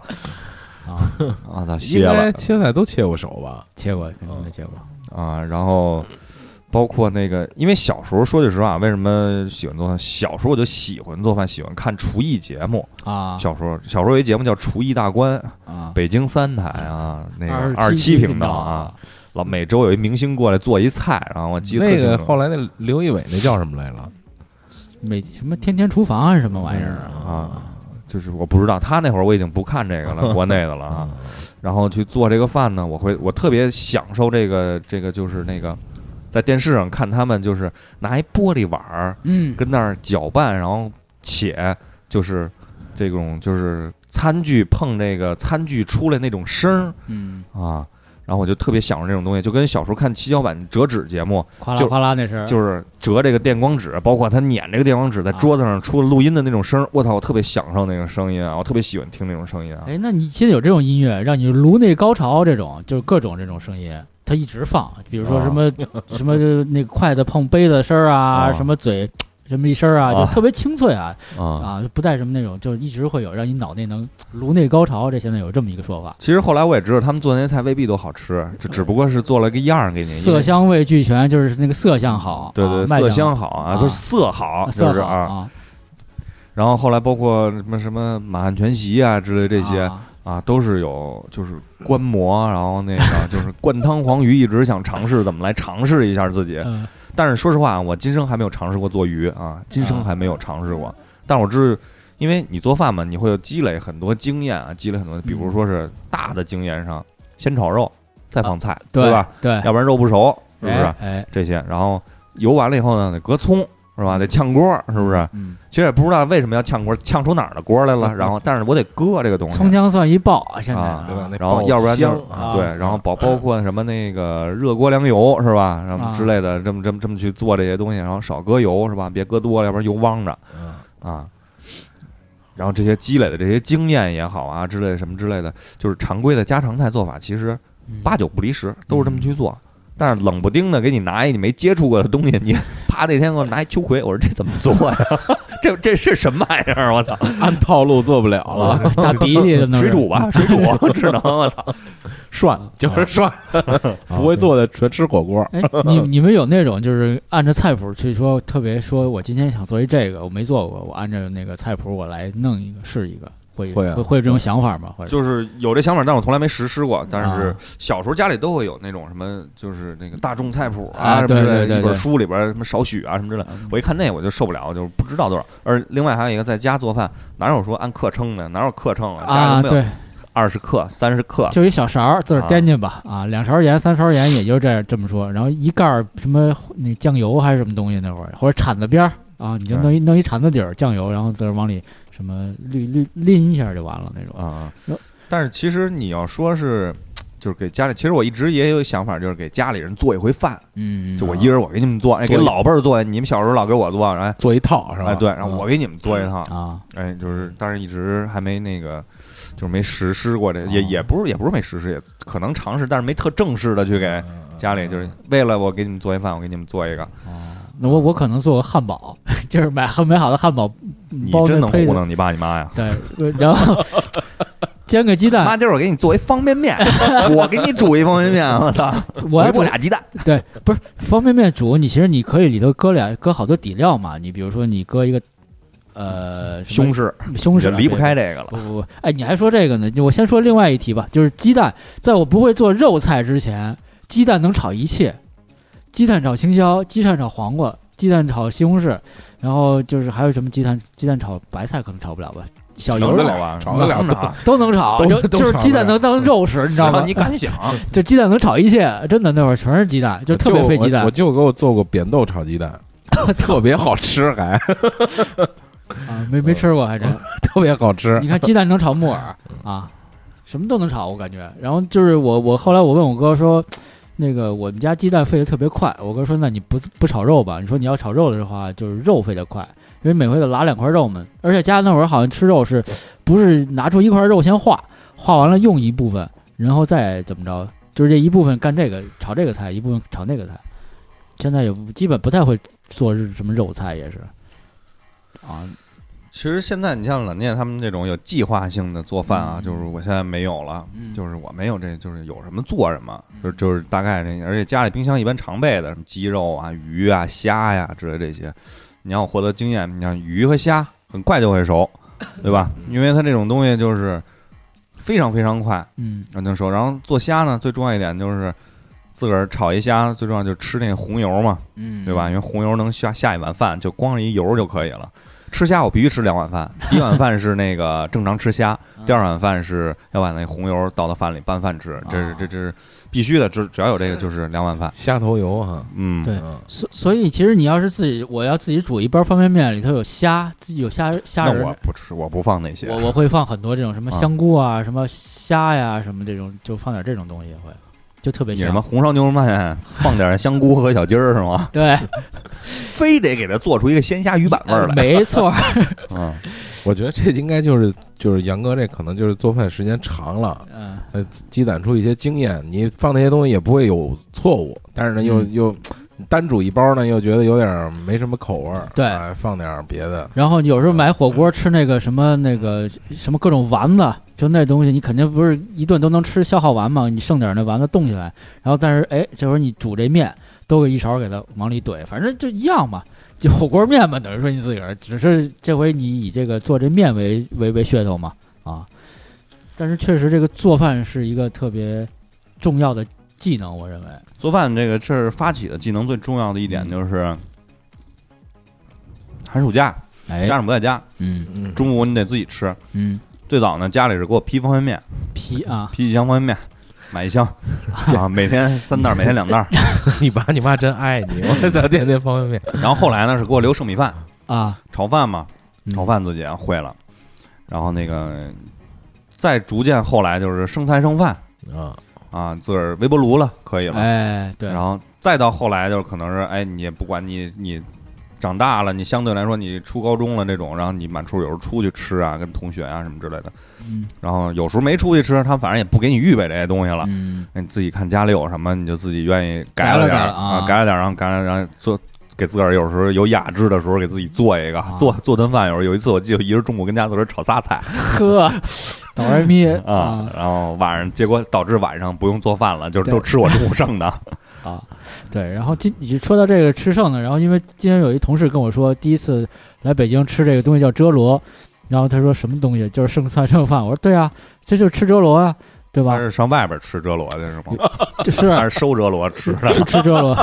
Speaker 8: 啊，
Speaker 7: 啊，他
Speaker 9: 应
Speaker 7: 歇
Speaker 9: 该
Speaker 7: 了
Speaker 9: 切菜都切过手吧？
Speaker 8: 切过肯定的切过，
Speaker 7: 啊，然后包括那个，因为小时候说句实话，为什么喜欢做饭？小时候我就喜欢做饭，喜欢看厨艺节目。
Speaker 8: 啊
Speaker 7: 嗯小时候，小时候有一节目叫《厨艺大观》，
Speaker 8: 啊，
Speaker 7: 北京三台啊，那个
Speaker 8: 二
Speaker 7: 二十
Speaker 8: 十七
Speaker 7: 七
Speaker 8: 频
Speaker 7: 频道
Speaker 8: 道
Speaker 7: 啊，老每周有一明星过来做一菜，然后我记得特
Speaker 9: 那
Speaker 7: 清
Speaker 9: 个
Speaker 7: 楚啊
Speaker 9: 后来那刘仪伟那叫什么来了？
Speaker 8: 每什么天天厨房啊什么玩意儿啊
Speaker 7: 啊，就是我不知道，他那会儿我已经不看这个 了，国内的了啊。
Speaker 8: 嗯
Speaker 7: 然后去做这个饭呢，我会我特别享受这个这个就是那个在电视上看他们就是拿一玻璃碗儿
Speaker 8: 嗯，
Speaker 7: 跟那儿搅拌，然后且就是这种就是餐具碰这个餐具出来那种声儿
Speaker 8: 嗯，
Speaker 7: 啊，然后我就特别享受这种东西，就跟小时候看七巧板折纸节目，
Speaker 8: 哗啦
Speaker 7: 就
Speaker 8: 哗啦那是，
Speaker 7: 就是折这个电光纸，包括他捻这个电光纸
Speaker 8: 啊
Speaker 7: 在桌子上出录音的那种声儿，我操，我特别享受那个声音啊，我特别喜欢听那种声音啊。
Speaker 8: 哎，那你现在有这种音乐，让你颅内高潮这种，就是各种这种声音，它一直放，比如说
Speaker 7: 啊
Speaker 8: 什么、什么就是那个筷子碰杯子声儿啊，
Speaker 7: 啊
Speaker 8: 什么嘴什么一声儿
Speaker 7: 啊
Speaker 8: 啊，就特别清脆啊
Speaker 7: 啊，
Speaker 8: 啊，就不带什么那种，就一直会有让你脑内能颅内高潮，这现在有这么一个说法，
Speaker 7: 其实后来我也知道，他们做那些菜未必都好吃，就只不过是做了个样儿给你。因
Speaker 8: 色
Speaker 7: 为，嗯
Speaker 8: 香味俱全，就是那个色相好，
Speaker 7: 对
Speaker 8: 啊
Speaker 7: 对，
Speaker 8: 卖
Speaker 7: 色
Speaker 8: 相
Speaker 7: 香好啊，
Speaker 8: 啊
Speaker 7: 不是色好，
Speaker 8: 色
Speaker 7: 就是
Speaker 8: 好
Speaker 7: 啊。
Speaker 8: 啊，
Speaker 7: 然后后来包括什么什么满汉全席啊之类这些
Speaker 8: 啊
Speaker 7: 啊，都是有就是观摩，然后那个就是灌汤黄鱼，一直想尝试怎么来尝试一下自己。
Speaker 8: 嗯
Speaker 7: 但是说实话，我今生还没有尝试过做鱼啊，今生还没有尝试过。但我知，因为你做饭嘛，你会有积累很多经验啊，积累很多，比如说是大的经验上，先炒肉，再放菜，
Speaker 8: 啊对
Speaker 7: 吧？
Speaker 8: 对，
Speaker 7: 要不然肉不熟，是不是
Speaker 8: 哎？哎，
Speaker 7: 这些，然后油完了以后呢，得搁葱，是吧？得炝锅，是不是？
Speaker 8: 嗯，
Speaker 7: 其实也不知道为什么要炝锅，炝出哪儿的锅来了。然后，但是我得搁这个东西，
Speaker 8: 葱姜蒜一爆，现在
Speaker 7: 啊
Speaker 9: 对吧？那
Speaker 7: 然后
Speaker 9: 爆
Speaker 7: 要不然就
Speaker 9: 香
Speaker 8: 啊
Speaker 7: 对，然后包包括什么那个热锅凉油是吧，什么
Speaker 8: 啊
Speaker 7: 之类的，这么这么这么去做这些东西，然后少搁油是吧，别搁多了，要不然油汪着
Speaker 9: 嗯
Speaker 7: 啊。然后这些积累的这些经验也好啊，之类的什么之类的，就是常规的家常菜做法，其实
Speaker 8: 嗯
Speaker 7: 八九不离十，都是这么去做。但是冷不丁的给你拿一你没接触过的东西，你 啪那天给我拿一秋葵，我说这怎么做呀？ 这这是什么玩意儿？我操！
Speaker 9: 按套路做不了了，
Speaker 8: 啊 大鼻涕的 那
Speaker 7: 水
Speaker 8: 是
Speaker 7: 煮吧，水煮，智能，我操！
Speaker 9: 涮
Speaker 7: 啊
Speaker 9: 就是涮，不会做的全吃火锅。
Speaker 8: 哎，你你们有那种就是按着菜谱去说，特别说我今天想做一这个，我没做过，我按照那个菜谱我来弄一个试一个，会
Speaker 9: 会啊
Speaker 8: 会有这种想法吗？或者
Speaker 7: 就是有这想法，但我从来没实施过。但是
Speaker 8: 啊
Speaker 7: 小时候家里都会有那种什么，就是那个大众菜谱
Speaker 8: 啊
Speaker 7: 啊什么之
Speaker 8: 对
Speaker 7: 类
Speaker 8: 对
Speaker 7: 的，
Speaker 8: 对
Speaker 7: 一本
Speaker 8: 对
Speaker 7: 书里边儿什么少许啊什么之类的。我一看那我就受不了，我就是不知道多少。而另外还有一个在家做饭，哪有说按克称的？哪有克称啊？家
Speaker 8: 啊，
Speaker 7: 里都没有
Speaker 8: 对，
Speaker 7: 二十克、三十克，
Speaker 8: 就一小勺儿自个
Speaker 7: 啊
Speaker 8: 儿掂掂吧，啊，两勺盐三勺盐也就这样这么说，然后一盖儿什么那酱油还是什么东西那会儿，或者铲子边儿啊，你就弄一弄一铲子底儿酱油，然后自个儿往里什么滤滤淋一下就完了那种。
Speaker 7: 啊
Speaker 8: 哟。
Speaker 7: 但是其实你要说是，就是给家里，其实我一直也有想法，就是给家里人做一回饭，
Speaker 8: 嗯，
Speaker 7: 就我一人我给你们做，哎，给
Speaker 9: 做一
Speaker 7: 老辈儿做，你们小时候老给我做，哎
Speaker 9: 做一套是吧？嗯
Speaker 7: 哎对，
Speaker 8: 嗯
Speaker 7: 然后我给你们做一趟。
Speaker 8: 啊，
Speaker 7: 哎，就是，但是一直还没那个，就是没实施过这，也
Speaker 8: 哦
Speaker 7: 也不是也不是没实施，也可能尝试，但是没特正式的去给家里，就是为了我给你们做一饭，我给你们做一个，
Speaker 8: 那我我可能做个汉堡， 就是买买好的汉堡嗯
Speaker 7: 你
Speaker 8: 包
Speaker 7: 真
Speaker 8: 那
Speaker 7: 能
Speaker 8: 胚
Speaker 7: 糊
Speaker 8: 子
Speaker 7: 弄你爸你 妈呀？
Speaker 8: 对，呃然后 煎个鸡
Speaker 7: 妈，
Speaker 8: 蛋，
Speaker 7: 今儿我给你做一方便 面，我给你煮一方便面，我操，
Speaker 8: 我要
Speaker 7: 不
Speaker 8: 煮
Speaker 7: 俩鸡蛋，
Speaker 8: 对，不是方便面煮，你其实你可以里头搁俩搁好多底料嘛，你比如说你搁一个呃什
Speaker 7: 西
Speaker 8: 么西
Speaker 7: 你
Speaker 8: 红
Speaker 7: 就
Speaker 8: 柿
Speaker 7: 离不开
Speaker 8: 这。
Speaker 7: 这个了
Speaker 8: 不不不，哎，你还说这个呢？就我先说另外一题吧，就是鸡蛋，在我不会做肉菜之前，鸡蛋能炒一切，鸡蛋炒青椒，鸡蛋炒黄瓜，鸡蛋炒西红柿，然后就是还有什么鸡蛋鸡蛋炒白菜可能炒不了吧，小
Speaker 7: 能
Speaker 8: 油
Speaker 7: 得
Speaker 8: 肉
Speaker 7: 了吧？
Speaker 9: 炒得了
Speaker 7: 能啊
Speaker 8: 都能炒，
Speaker 9: 都
Speaker 8: 就
Speaker 9: 都
Speaker 8: 就是
Speaker 9: 炒
Speaker 8: 鸡
Speaker 9: 得
Speaker 8: 蛋
Speaker 9: 了
Speaker 8: 能当肉使，你知
Speaker 7: 只
Speaker 8: 道
Speaker 7: 要
Speaker 8: 吗？
Speaker 7: 你敢想，
Speaker 8: 就鸡蛋能炒一切，真的那会儿全是鸡蛋，就特别费鸡
Speaker 9: 我我
Speaker 8: 蛋。
Speaker 9: 呃就给我做过扁豆炒鸡 蛋，
Speaker 8: 我操
Speaker 9: 特别好吃，还
Speaker 8: 啊，没
Speaker 9: 呃
Speaker 8: 没吃过还真。
Speaker 9: 特别好吃
Speaker 8: 你看鸡蛋能炒木耳
Speaker 7: 嗯
Speaker 8: 啊，什么都能炒，我感觉。然后就是我我后来我问我哥说，那个我们家鸡蛋沸的特别快，我哥说那你不不炒肉吧？你说你要炒肉的话，就是肉沸得快，因为每回得拉两块肉嘛。而且家那会儿好像吃肉是，不是拿出一块肉先化，化完了用一部分，然后再怎么着，就是这一部分干这个炒这个菜，一部分炒那个菜。现在也不基本不太会做日什么肉菜，也是啊，
Speaker 7: 其实现在你像冷念他们这种有计划性的做饭啊，
Speaker 8: 嗯
Speaker 7: 就是我现在没有了，
Speaker 8: 嗯
Speaker 7: 就是我没有这，就是有什么做什么，就就是大概这，而且家里冰箱一般常备的什么鸡肉啊、鱼啊、虾呀、之类这些，你让我获得经验，你像鱼和虾很快就会熟，对吧？因为它这种东西就是非常非常快
Speaker 8: 嗯
Speaker 7: 让它熟。然后做虾呢，最重要一点就是自个儿炒一虾，最重要就是吃那个红油嘛，
Speaker 8: 嗯
Speaker 7: 对吧？因为红油能下下一碗饭，就光是一油就可以了。吃虾我必须吃两碗饭，第一碗饭是那 个正常吃虾，
Speaker 8: 嗯
Speaker 7: 第二碗饭是要把那红油倒到饭里拌饭
Speaker 8: 哦
Speaker 7: 吃，这是这这是必须的，只只要有这个就是两碗饭。
Speaker 9: 虾头油哈，
Speaker 7: 嗯，
Speaker 8: 对
Speaker 9: 嗯
Speaker 8: 所所以其实你要是自己，我要自己煮一包方便面，里头有虾，自己有虾虾
Speaker 7: 那
Speaker 8: 仁
Speaker 7: 我
Speaker 8: 儿，
Speaker 7: 不吃，我不放那些。
Speaker 8: 我我会放很多这种什么
Speaker 7: 啊
Speaker 8: 香菇啊、什么虾呀、什么这种，就放点这种东西会，就特别
Speaker 7: 你什么
Speaker 8: 香。
Speaker 7: 红烧牛肉 面放点香菇和小鸡儿是吗？
Speaker 8: 对，
Speaker 7: 非得给它做出一个鲜虾鱼板 味儿来。
Speaker 8: 没错，
Speaker 7: 嗯，
Speaker 9: 我觉得这应该就是就是杨哥这可能就是做饭时间长了，
Speaker 8: 嗯，
Speaker 9: 呃，积攒出一些经验，你放那些东西也不会有错误，但是呢又、
Speaker 8: 嗯
Speaker 9: 又单煮一包呢又觉得有点儿没什么口味儿，
Speaker 8: 对
Speaker 9: 哎放点儿别的，
Speaker 8: 然后有时候买火锅吃那个什么那个什么各种丸子，就那东西，你肯定不是一顿都能吃消耗完嘛，你剩点儿那丸子冻起来，然后但是哎，这会儿你煮这面都给一勺给它往里怼，反正就一样嘛， 就火锅面嘛，等于说你自个儿，只是这回你以这个做这面为为为噱头嘛，啊，但是确实这个做饭是一个特别重要的技能，我认为，
Speaker 7: 做饭这个这是发起的技能最重要的一
Speaker 8: 嗯
Speaker 7: 点就是，寒暑假
Speaker 8: 哎
Speaker 7: 家，长不在家，
Speaker 8: 嗯
Speaker 9: 嗯，
Speaker 7: 中午你得自己吃。
Speaker 8: 嗯，
Speaker 7: 最早呢，家里是给我批方便面，
Speaker 8: 皮啊，
Speaker 7: 批一箱方便面，买一 箱啊，每天三袋儿，每天两袋儿。
Speaker 9: 你爸你妈真爱 你，我操，天天方便面，
Speaker 7: 然后后来呢，是给我留剩米饭，
Speaker 8: 啊，
Speaker 7: 炒饭嘛，
Speaker 8: 嗯
Speaker 7: 炒饭自己啊会了。然后那个，再逐渐后来就是剩菜剩饭
Speaker 9: 啊，
Speaker 7: 啊，自个儿微波炉了，可以了。
Speaker 8: 哎，对，
Speaker 7: 然后再到后来就是可能是，哎，你也不管你你长大了，你相对来说你初高中了这种，然后你满处有时候出去吃啊，跟同学啊什么之类的，
Speaker 8: 嗯
Speaker 7: 然后有时候没出去吃，他们反正也不给你预备这些东西了，
Speaker 8: 嗯
Speaker 7: 那你自己看家里有什么，你就自己愿意
Speaker 8: 改了
Speaker 7: 了点
Speaker 8: 改
Speaker 7: 儿
Speaker 8: 了啊
Speaker 7: 改了点儿，然后改了，然后做。给自个儿有时候有雅致的时候，给自己做一个，
Speaker 8: 啊
Speaker 7: 做做顿饭。有时候有一次，我记得一人中午跟家自个儿炒仨菜
Speaker 8: 呵， 哆来咪
Speaker 7: 啊，然后晚上结果导致晚上不用做饭了，就是都吃我中午剩的。
Speaker 8: 啊，对。然后今你说到这个吃剩的，然后因为今天有一同事跟我说，第一次来北京吃这个东西叫遮罗，然后他说什么东西，就是剩菜剩饭。我说对啊，这就是吃遮罗啊，对
Speaker 7: 他
Speaker 8: 吧？
Speaker 7: 是上外边吃折罗的是
Speaker 8: 嗯
Speaker 7: 吗？
Speaker 8: 就是啊
Speaker 7: 还是收折罗吃的。
Speaker 8: 是吃遮罗，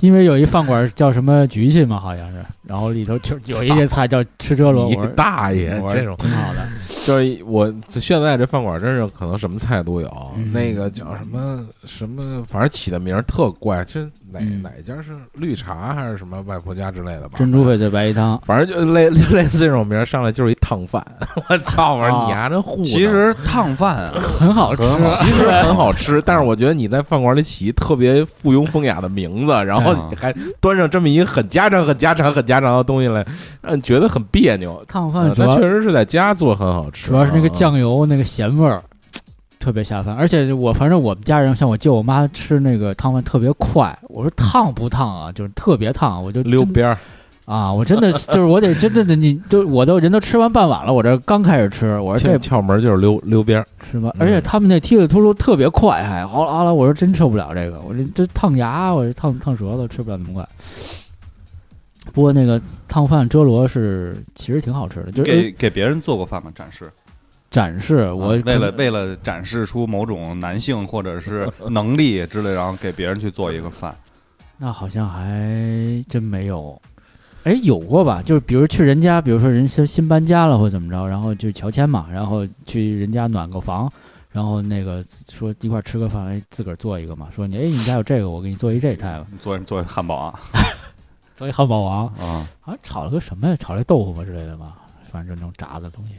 Speaker 8: 因为有一饭馆叫什么局去嘛，好像是，然后里头就有一些菜叫吃遮罗，
Speaker 9: 你
Speaker 8: 我说
Speaker 9: 大爷
Speaker 8: 我说
Speaker 9: 这种。
Speaker 8: 挺好的，
Speaker 9: 就是我现在这饭馆真是可能什么菜都有，
Speaker 8: 嗯
Speaker 9: 那个叫什么什么，反正起的名儿特怪，是哪、
Speaker 8: 嗯
Speaker 9: 哪家是绿茶还是什么外婆家之类的吧？
Speaker 8: 珍珠翡翠白鱼汤。
Speaker 9: 反正就类类似这种名儿，上来就是一烫饭， 我操！我说
Speaker 8: 啊
Speaker 9: 你还真糊弄。
Speaker 7: 其 实烫饭啊，
Speaker 8: 很好吃，
Speaker 9: 其实很好吃，但是我觉得你在饭馆里起一特别附庸风雅的名字，然后你还端上这么一个很家常、很家常、很家常的东西来，让你觉得很别扭。
Speaker 8: 烫
Speaker 9: 呃
Speaker 8: 饭啊主
Speaker 9: 但
Speaker 8: 要
Speaker 9: 确实是在家做很好吃，
Speaker 8: 主要是那个
Speaker 9: 嗯
Speaker 8: 酱油那个咸味儿，特别下饭。而且我反正我们家人，像我舅我妈吃那个烫饭特别快，我说烫不烫啊？就是特别烫，我就
Speaker 9: 溜
Speaker 8: 真
Speaker 9: 边儿。
Speaker 8: 啊！我真的就是我得真的得你就我都人都吃完半碗了，我这刚开始吃，我说
Speaker 9: 这
Speaker 8: 这
Speaker 9: 窍门就是溜溜边儿，
Speaker 8: 是吧？
Speaker 9: 嗯
Speaker 8: 而且他们那梯子秃噜特别快，还哗啦哗啦，我说真受不了这个，我这这烫牙，我这烫烫舌头，吃不了那么快。不过那个烫饭遮罗是其实挺好吃的，就是
Speaker 7: 给给别人做过饭吗？展示，
Speaker 8: 展示我
Speaker 7: 啊为
Speaker 8: 可
Speaker 7: 了为了展示出某种男性或者是能力之类，然后给别人去做一个饭。
Speaker 8: 那好像还真没有，哎，有过吧？就是比如去人家，比如说人新新搬家了或怎么着，然后就乔迁嘛，然后去人家暖个房，然后那个说一块儿吃个饭，哎，自个儿做一个嘛，说你哎你家有这个，我给你做一这菜吧，
Speaker 7: 做做汉堡啊
Speaker 8: 做一汉堡王，
Speaker 7: 啊！
Speaker 8: 好像炒了个什么呀？炒了豆腐吧之类的吧，反正就那种炸的东西。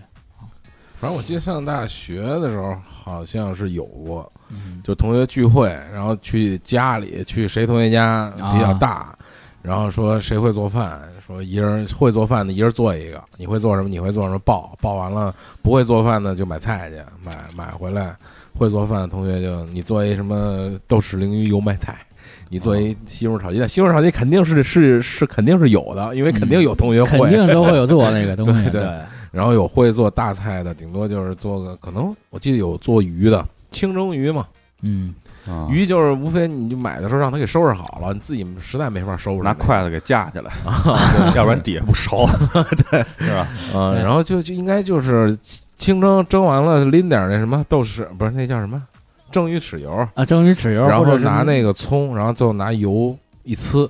Speaker 9: 反正我记得上大学的时候好像是有过，
Speaker 8: 嗯，
Speaker 9: 就同学聚会，然后去家里去谁同学家
Speaker 8: 啊
Speaker 9: 比较大，然后说谁会做饭，说一人会做饭的一人做一个，你会做什么？你会做什么？报报完了不会做饭的就买菜去，买买回来。会做饭的同学就你做一什么豆豉鲮鱼油麦菜，你做
Speaker 8: 啊
Speaker 9: 一西红柿炒鸡蛋，西红柿炒鸡蛋肯定是是是肯定是有的，因为肯定有同学
Speaker 8: 肯
Speaker 9: 会，
Speaker 8: 定都会有做那个东西，
Speaker 9: 对对然后有会做大菜的，顶多就是做个可能我记得有做鱼的，清蒸鱼嘛，
Speaker 8: 嗯，
Speaker 7: 啊
Speaker 9: 鱼就是无非你就买的时候让他给收拾好了，你自己实在没法收拾，
Speaker 7: 拿筷子给架起来，
Speaker 9: 啊
Speaker 7: 要不然底下不熟，对是吧？
Speaker 9: 嗯，
Speaker 8: 对
Speaker 9: 然后就就应该就是清蒸蒸完了拎点那什么豆豉，不是那叫什么蒸鱼豉油，
Speaker 8: 啊，蒸鱼豉油，
Speaker 9: 然
Speaker 8: 或者
Speaker 9: 后
Speaker 8: 是
Speaker 9: 拿那个葱，然后最后拿油一呲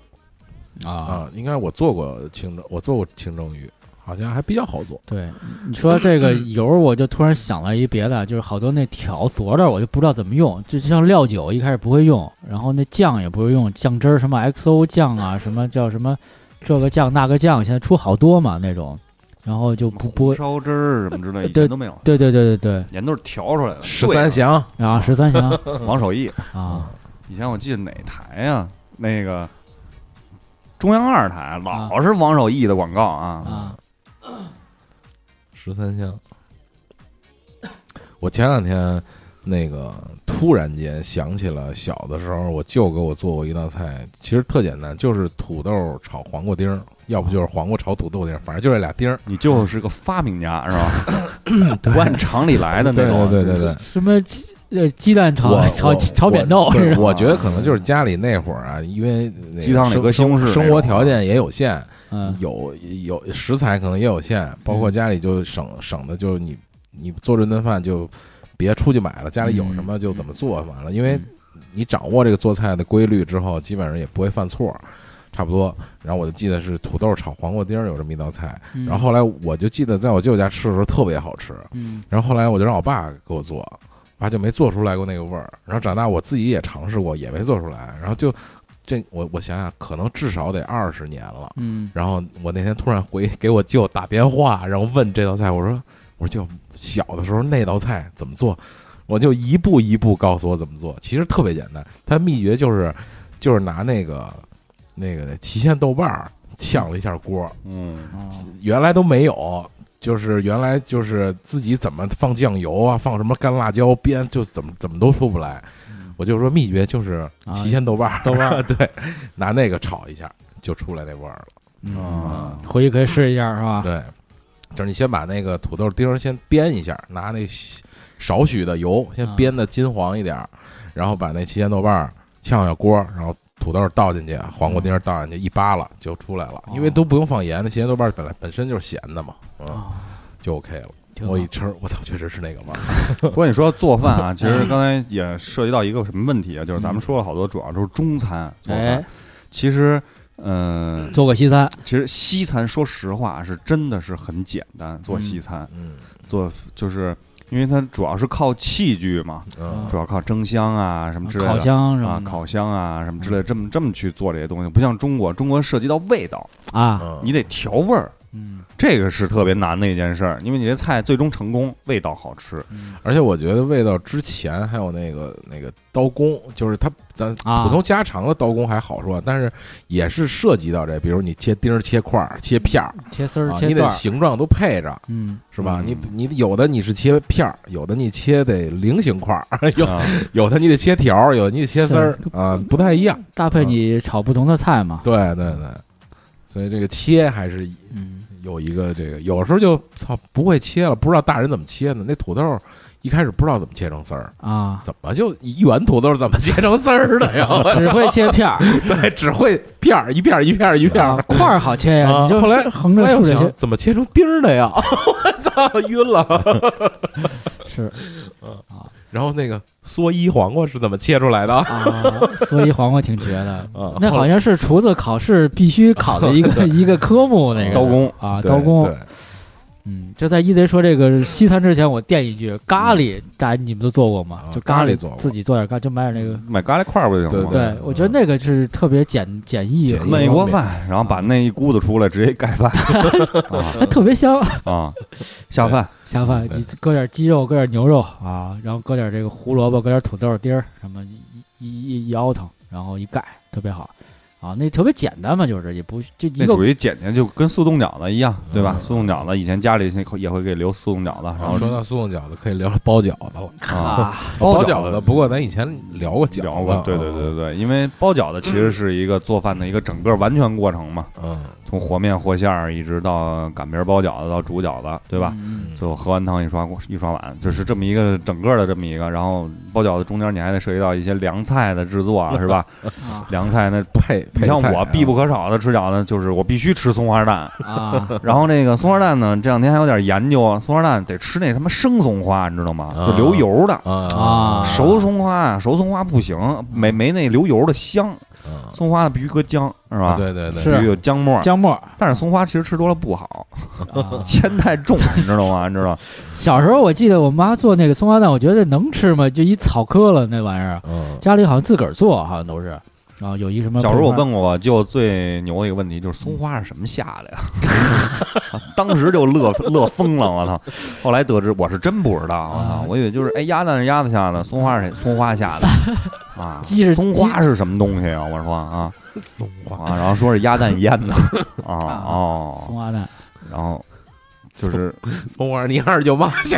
Speaker 9: 啊
Speaker 8: 啊
Speaker 9: 啊，应该我做过清蒸，我做过清蒸鱼，好像还比较好做。
Speaker 8: 对，你说这个油，我就突然想了一别的，就是好多那调佐料，我就不知道怎么用。就就像料酒，一开始不会用，然后那酱也不会用，酱汁儿什么 XO 酱啊，什么叫什么这个酱那个酱，现在出好多嘛那种，然后就不不，
Speaker 7: 烧汁儿什么之 类，以
Speaker 8: 对
Speaker 7: 前都没有，
Speaker 8: 对对对对对，
Speaker 7: 盐都是调出来的。
Speaker 9: 十三
Speaker 7: 对
Speaker 9: 香，
Speaker 8: 然后十三香
Speaker 7: 啊，王守义，
Speaker 8: 啊，
Speaker 7: 以前我记得哪台呀、那个中央二台
Speaker 9: 啊
Speaker 7: 老是王守义的广告啊，
Speaker 8: 啊，
Speaker 9: 十三香。我前两天那个突然间想起了小的时候，我舅给我做过一道菜，其实特简单，就是土豆炒黄瓜丁儿，要不就是黄瓜炒土豆丁儿，反正就这俩丁儿。
Speaker 7: 你就是个发明家是吧？ 不按常理来的那
Speaker 9: 对
Speaker 7: 种，
Speaker 9: 对对对，
Speaker 8: 什么鸡呃鸡蛋
Speaker 9: 啊我
Speaker 8: 炒炒
Speaker 9: 我
Speaker 8: 炒扁
Speaker 9: 我
Speaker 8: 豆
Speaker 9: 对
Speaker 8: 是吧？
Speaker 9: 我觉得可能就是家里那会儿啊，因为那个
Speaker 7: 鸡汤里
Speaker 9: 生
Speaker 7: 搁西红柿
Speaker 9: 生
Speaker 7: 那
Speaker 9: 生
Speaker 7: 种
Speaker 9: 活
Speaker 7: 啊
Speaker 9: 条件也有限，
Speaker 8: 嗯
Speaker 9: 有有食材可能也有限，包括家里就省省的，就是你你做这顿饭就别出去买了，家里有什么就怎么做完了，因为你掌握这个做菜的规律之后，基本上也不会犯错，差不多。然后我就记得是土豆炒黄瓜丁儿有这么一道菜，
Speaker 8: 嗯
Speaker 9: 然后后来我就记得在我舅家吃的时候特别好吃，
Speaker 8: 嗯
Speaker 9: 然后后来我就让我爸给我做，我爸就没做出来过那个味儿。然后长大我自己也尝试过，也没做出来。然后就这我我想想，可能至少得二十年了。
Speaker 8: 嗯
Speaker 9: 然后我那天突然回给我舅打电话，然后问这道菜，我说我说舅，小的时候那道菜怎么做？我就一步一步告诉我怎么做，其实特别简单，它秘诀就是就是拿那个那个郫县豆瓣儿炝了一下锅，
Speaker 7: 嗯，
Speaker 8: 哦
Speaker 9: 原来都没有，就是原来就是自己怎么放酱油啊，放什么干辣椒煸，就怎么怎么都说不来。我就说秘诀就是
Speaker 8: 啊
Speaker 9: 郫县豆瓣儿，
Speaker 8: 豆瓣儿
Speaker 9: 对，拿那个炒一下就出来那味儿了。
Speaker 8: 嗯，回去可以试一下是吧？
Speaker 9: 对，就是你先把那个土豆丁儿先煸一下，拿那少许的油先
Speaker 8: 啊
Speaker 9: 煸的金黄一点儿，然后把那郫县豆瓣儿炝下锅，然后。土豆倒进去，黄瓜丁儿倒进去，一扒拉就出来
Speaker 8: 哦
Speaker 9: 了，因为都不用放盐，那郫县豆瓣儿本来本身就是咸的嘛，嗯，
Speaker 8: 啊，
Speaker 9: 就 OK 了。
Speaker 8: 挺好
Speaker 9: 我一吃，我操，确实是那个味儿。
Speaker 7: 不过你说做饭啊，其
Speaker 9: 嗯
Speaker 7: 实刚才也涉及到一个什么问题啊，就是咱们说了好多，主要都是中餐做
Speaker 8: 哎
Speaker 7: 饭，，其实。嗯，
Speaker 8: 做个西餐，
Speaker 7: 其实西餐说实话是真的是很简单，做西餐、
Speaker 9: 嗯
Speaker 7: 做就是因为它主要是靠器具嘛，
Speaker 9: 嗯
Speaker 7: 主要靠蒸箱啊什么之类的，
Speaker 8: 烤箱什
Speaker 7: 啊
Speaker 8: 么、的嗯
Speaker 7: 烤箱啊什么之类的，这么这么去做这些东西，不像中国，中国涉及到味道，
Speaker 8: 啊，
Speaker 9: 嗯，
Speaker 7: 你得调味儿，
Speaker 8: 嗯
Speaker 7: 这个是特别难的一件事儿，因为你这菜最终成功，味道好吃，
Speaker 9: 而且我觉得味道之前还有那个那个刀工，就是它咱
Speaker 8: 啊
Speaker 9: 普通家常的刀工还好说，但是也是涉及到这，比如你切丁儿、切块儿、切片儿，
Speaker 8: 切丝儿
Speaker 9: 啊，
Speaker 8: 切
Speaker 9: 你
Speaker 8: 段
Speaker 9: 得
Speaker 8: 儿，
Speaker 9: 形状都配着，
Speaker 8: 嗯，
Speaker 9: 是吧？你
Speaker 7: 嗯
Speaker 9: 你有的你是切片儿，有的你切得菱形块儿，
Speaker 8: 嗯
Speaker 9: 有
Speaker 7: 啊、
Speaker 9: 有的你得切条儿，有的你得切丝儿啊，不太一样。
Speaker 8: 搭配你炒不同的菜嘛，
Speaker 9: 对对对，所以这个切还是
Speaker 8: 嗯，
Speaker 9: 有一个这个，有时候就操不会切了，不知道大人怎么切呢。那土豆一开始不知道怎么切成丝儿，
Speaker 8: 啊，
Speaker 9: 怎么就一圆土豆怎么切成丝儿的呀？
Speaker 8: 只会切片儿，
Speaker 9: 对，只会片儿一片儿一片儿一片
Speaker 8: 啊
Speaker 9: 儿。
Speaker 8: 块儿好切呀，
Speaker 9: 啊
Speaker 8: 你就
Speaker 9: 后来
Speaker 8: 横
Speaker 9: 我
Speaker 8: 着
Speaker 9: 又
Speaker 8: 竖着
Speaker 9: 想
Speaker 8: 切，
Speaker 9: 怎么切成丁儿的呀？ 我操，晕了。
Speaker 8: 是
Speaker 9: 然后那个蓑衣黄瓜是怎么切出来的？
Speaker 8: 啊，所以黄瓜挺绝的，
Speaker 7: 嗯
Speaker 9: 啊
Speaker 8: 那好像是厨子考试必须考的 一个一个科目，那个
Speaker 7: 刀工
Speaker 8: 啊，
Speaker 9: 对
Speaker 8: 刀工
Speaker 9: 对，
Speaker 8: 嗯，就在一贼说这个西餐之前，我垫一句，咖喱，大家你们都做过吗
Speaker 9: 嗯啊？
Speaker 8: 就
Speaker 9: 咖喱
Speaker 8: 喱
Speaker 9: 做过嗯
Speaker 8: 自己做点咖，就买点那个。
Speaker 7: 买咖喱块儿不就行了吗？
Speaker 9: 对
Speaker 8: 对，我觉得那个是特别简简易
Speaker 9: 简
Speaker 8: 和，
Speaker 9: 易
Speaker 7: 焖一锅饭，然后把那
Speaker 8: 嗯
Speaker 7: 一咕嘟出来，直接盖饭 啊
Speaker 8: 特别香。
Speaker 7: 啊，下饭
Speaker 8: 下饭你搁点鸡肉，搁点牛肉啊，然后搁点这个胡萝卜，搁点土豆丁儿，什么一一一一熬腾，然后一盖，特别好。啊，那特别简单嘛，就是也不就一
Speaker 7: 那
Speaker 8: 个
Speaker 7: 属于简单，就跟速冻饺子一样，对吧？
Speaker 9: 嗯啊
Speaker 7: 速冻饺子以前家里也会给留速冻饺子，然
Speaker 9: 然后
Speaker 7: 后
Speaker 9: 说到速冻饺子，可以聊聊包饺子了。
Speaker 7: 啊
Speaker 8: 啊，
Speaker 9: 包
Speaker 7: 饺
Speaker 9: 子，不过咱以前聊过饺子，啊
Speaker 7: 聊过，对对对对对，因为包饺子其实是一个做饭的一个整个完全过程嘛，
Speaker 9: 嗯，
Speaker 7: 从和面和馅儿一直到擀皮儿包饺子到煮饺子，对吧？
Speaker 8: 嗯
Speaker 7: 最后喝完汤一刷锅一刷碗，就是这么一个整个的这么一个。然后包饺子中间你还得涉及到一些凉菜的制作啊，是 吧？
Speaker 8: 啊
Speaker 7: 凉菜那
Speaker 9: 配
Speaker 7: 你
Speaker 9: 配
Speaker 7: 像
Speaker 9: 菜
Speaker 7: 我
Speaker 9: 啊
Speaker 7: 必不可少的吃饺子，就是我必须吃松花蛋。
Speaker 8: 啊，
Speaker 7: 然后那个松花蛋呢，这两天还有点研究啊，松花蛋得吃那他妈生松花，你知道吗？就流油的。
Speaker 9: 啊
Speaker 8: 啊
Speaker 7: 熟松花啊，熟松花不行，没没那流油的香。
Speaker 9: 嗯啊
Speaker 7: 松花的必须搁姜，是
Speaker 8: 啊
Speaker 7: 吧？
Speaker 9: 对对对，
Speaker 8: 是
Speaker 7: 必须有姜末儿。
Speaker 8: 姜末儿。
Speaker 7: 但是松花其实吃多了不好，
Speaker 8: 啊
Speaker 7: 铅太重，你知道 吗？你知道？
Speaker 8: 小时候我记得我妈做那个松花蛋，我觉得能吃吗？就一草科了那玩意儿，
Speaker 9: 嗯，
Speaker 8: 家里好像自个儿做，好像都是。啊，有一什么？
Speaker 7: 小时候我问过我舅最牛的一个问题，就是松花是什么下的呀？ 当时就乐乐疯了，我操！后来得知我是真不知道，我
Speaker 8: 啊
Speaker 7: 操！我以为就是哎，鸭蛋是鸭子下的，松花是松花下 的啊，
Speaker 8: 鸡是
Speaker 7: 松花是什么东西啊？我说啊
Speaker 9: 松花
Speaker 7: 啊，然后说是鸭蛋腌的啊哦
Speaker 8: 松，花蛋，
Speaker 7: 然后就是
Speaker 9: 松花，你二舅妈家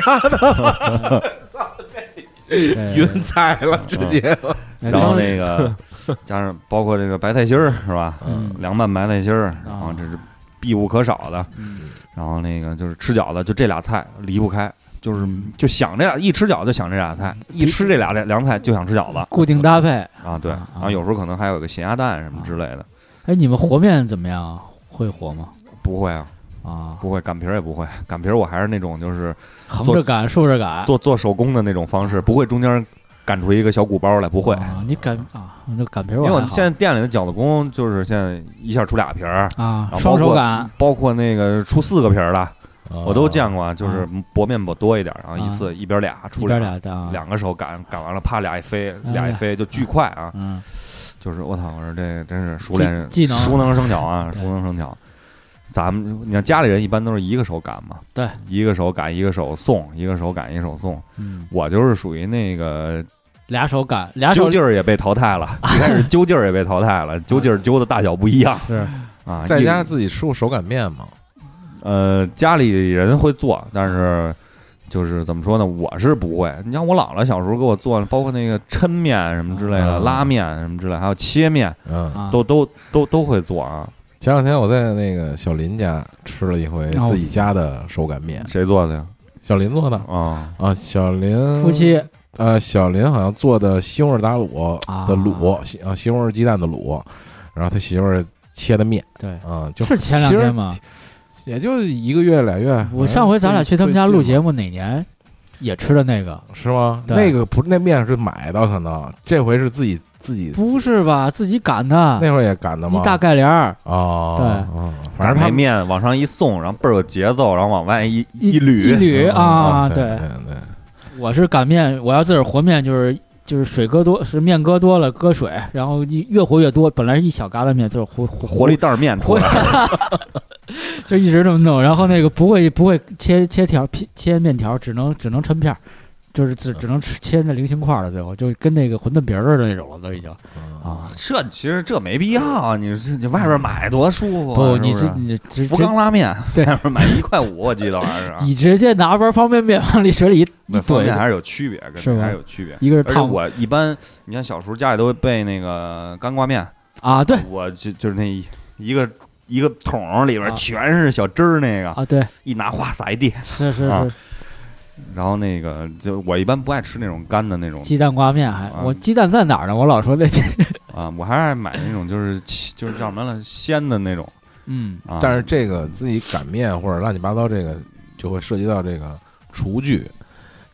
Speaker 8: 对
Speaker 9: 云彩
Speaker 7: 嗯
Speaker 9: 了，直接
Speaker 8: 对
Speaker 7: 然后
Speaker 8: 刚
Speaker 7: 那个 加上包括这个白菜心儿是吧？
Speaker 8: 嗯
Speaker 7: 凉拌白菜心儿，然后
Speaker 8: 啊
Speaker 7: 这是必不可少的。
Speaker 8: 嗯
Speaker 7: 然后那个就是吃饺子，就这俩菜离不开，就是就想这俩，一吃饺子就想这俩菜，一吃这俩凉菜就想吃饺子
Speaker 8: 固定搭配。
Speaker 7: 啊，对，
Speaker 8: 啊
Speaker 7: 然后有时候可能还有个咸鸭蛋什么之类的，
Speaker 8: 哎，你们和面怎么样啊？会和吗？
Speaker 7: 不会啊，
Speaker 8: 啊，
Speaker 7: 不会擀皮儿也不会，擀皮儿我还是那种就是
Speaker 8: 横着擀，竖着擀，
Speaker 7: 做做手工的那种方式，不会中间擀出一个小鼓包来，不会。
Speaker 8: 啊，你擀啊，那擀皮儿
Speaker 7: 因
Speaker 8: 我
Speaker 7: 为我
Speaker 8: 还
Speaker 7: 们
Speaker 8: 好
Speaker 7: 现在店里的饺子工就是现在一下出俩皮儿，
Speaker 8: 啊
Speaker 7: 然后，
Speaker 8: 双
Speaker 7: 包
Speaker 8: 手
Speaker 7: 括
Speaker 8: 擀，哦
Speaker 7: 包括那个出四个皮儿的， 我都
Speaker 9: 讲
Speaker 7: 见过啊，就是薄面薄多一点儿，然后
Speaker 8: 啊
Speaker 7: 一次一边俩
Speaker 8: 一
Speaker 7: 出
Speaker 8: 边
Speaker 7: 俩，
Speaker 8: 俩的啊，
Speaker 7: 两个手赶赶完了，啪俩一飞，
Speaker 8: 嗯
Speaker 7: 俩一飞就巨快啊！
Speaker 8: 嗯，
Speaker 7: 就是我操，我说这真是熟练
Speaker 8: 技技能
Speaker 7: 熟能生巧啊，
Speaker 8: 对
Speaker 7: 熟能生巧。咱们你看家里人一般都是一个手擀嘛，
Speaker 8: 对，
Speaker 7: 一个手擀一个手送，一个手擀一个手送。
Speaker 8: 嗯，
Speaker 7: 我就是属于那个
Speaker 8: 俩手擀，俩手
Speaker 7: 揪劲儿也被淘汰了，一开始揪劲儿也被淘汰了，揪劲儿揪的大小不一 样
Speaker 8: 是
Speaker 7: 啊。
Speaker 9: 在
Speaker 7: 一
Speaker 9: 家自己吃过手擀面吗？
Speaker 7: 呃，家里人会做，但是就是怎么说呢，我是不会。你像我姥姥小时候给我做，包括那个抻面什么之类的，
Speaker 9: 啊
Speaker 7: 拉面什么之类的，还有切面，
Speaker 9: 嗯，
Speaker 8: 啊，
Speaker 7: 都都都都会做啊。
Speaker 9: 前两天我在那个小林家吃了一回
Speaker 8: 哦
Speaker 9: 自己家的手擀面，
Speaker 7: 谁做的呀？
Speaker 9: 小林做的
Speaker 7: 啊，
Speaker 9: 啊，小林
Speaker 8: 夫妻
Speaker 9: 呃，小林好像做的西红柿打卤的卤，西啊西红柿鸡蛋的卤，然后他媳妇儿切的面
Speaker 8: 对。
Speaker 9: 啊，就是
Speaker 8: 前两天吗？
Speaker 9: 也就一个月俩月。
Speaker 8: 我上回咱俩去他们家录节
Speaker 9: 目
Speaker 8: 目哪年也吃的那个？
Speaker 9: 是吗？
Speaker 8: 对
Speaker 9: 那个不是那面是买的，可能这回是自己自己
Speaker 8: 不是吧？自己擀的，
Speaker 9: 那会儿也擀的
Speaker 8: 一
Speaker 9: 吗？
Speaker 8: 大盖帘儿，
Speaker 9: 哦，
Speaker 8: 对
Speaker 9: 嗯，反正他
Speaker 7: 擀那
Speaker 9: 们
Speaker 7: 面往上一送，然后倍儿有节奏，然后往外一
Speaker 8: 一一
Speaker 7: 捋，
Speaker 8: 捋啊。
Speaker 9: 嗯对
Speaker 8: 对，
Speaker 9: 对，
Speaker 8: 我是擀面，我要自个儿和面就是。就是水搁多是面搁多了搁水，然后一越和越多。本来一小疙瘩面，就是和和
Speaker 7: 活了一袋儿面出来。
Speaker 8: 就一直这么弄。然后那个不会不会切切条切切面条，只能只能抻片儿，就是只只能吃切那菱形块儿了。最后就跟那个馄饨皮儿似的那种了，都已经啊。
Speaker 7: 这其实这没必要啊，你这你外边买多舒服啊。
Speaker 8: 不，
Speaker 7: 是
Speaker 8: 你
Speaker 7: 是
Speaker 8: 这你直
Speaker 7: 福
Speaker 8: 直
Speaker 7: 冈拉面，
Speaker 8: 对
Speaker 7: 外 边买一块五，我记得好像是啊。
Speaker 8: 你直接拿包方便面往里水里一 一
Speaker 7: 那方面
Speaker 8: 怼，
Speaker 7: 还是有区别，跟
Speaker 8: 是吗
Speaker 7: 还是有区别。
Speaker 8: 一个是
Speaker 7: 而且
Speaker 8: 烫
Speaker 7: 我一般，你看小时候家里都会备那个干挂面，
Speaker 8: 啊，对
Speaker 7: 我就就是那一一个一个桶儿里边
Speaker 8: 啊
Speaker 7: 全是小汁儿那个，
Speaker 8: 啊，对，
Speaker 7: 一拿哗撒一地。
Speaker 8: 是是
Speaker 7: 啊
Speaker 8: 是，
Speaker 7: 然后那个就我一般不爱吃那种干的那种
Speaker 8: 鸡蛋挂面还
Speaker 7: 啊
Speaker 8: 我鸡蛋在哪儿呢？ 我老说那这，
Speaker 7: 啊，我还是爱买那种就是起就是叫什么来了鲜的那种
Speaker 8: 嗯，
Speaker 7: 啊。
Speaker 9: 但是这个自己擀面或者乱七八糟，这个就会涉及到这个厨具，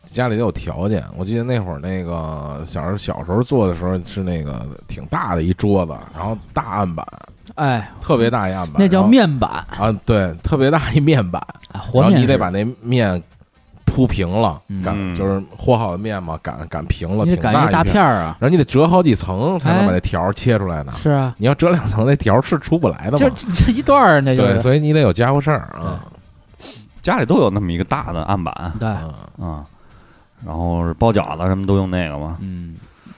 Speaker 9: 家里得有条件。我记得那会儿那个小时候小时候做的时候是那个挺大的一桌子，然后大案板，
Speaker 8: 哎，
Speaker 9: 特别大一案板，
Speaker 8: 那叫
Speaker 9: 然后
Speaker 8: 面板，
Speaker 9: 啊，对，特别大一面板，
Speaker 8: 啊
Speaker 9: 然
Speaker 8: 和
Speaker 9: 后
Speaker 8: 面
Speaker 9: 你得
Speaker 8: 是
Speaker 9: 把那面铺平了，擀
Speaker 7: 嗯
Speaker 9: 就是和好的面嘛，擀擀平了，
Speaker 8: 你
Speaker 9: 挺
Speaker 8: 得擀一个
Speaker 9: 大
Speaker 8: 大
Speaker 9: 一
Speaker 8: 片，儿啊，
Speaker 9: 然后你得折好几层才能把
Speaker 8: 哎
Speaker 9: 那条儿切出来呢。
Speaker 8: 是啊，
Speaker 9: 你要折两层，那条儿是出不来的
Speaker 8: 就
Speaker 9: 嘛。
Speaker 8: 这这一段儿那就
Speaker 9: 对，
Speaker 8: 是
Speaker 9: 所以你得有家伙事儿啊。
Speaker 7: 家里都有那么一个大的案板
Speaker 8: 对，
Speaker 9: 啊
Speaker 7: 啊，然后是包饺子什么都用那个嘛。
Speaker 8: 嗯，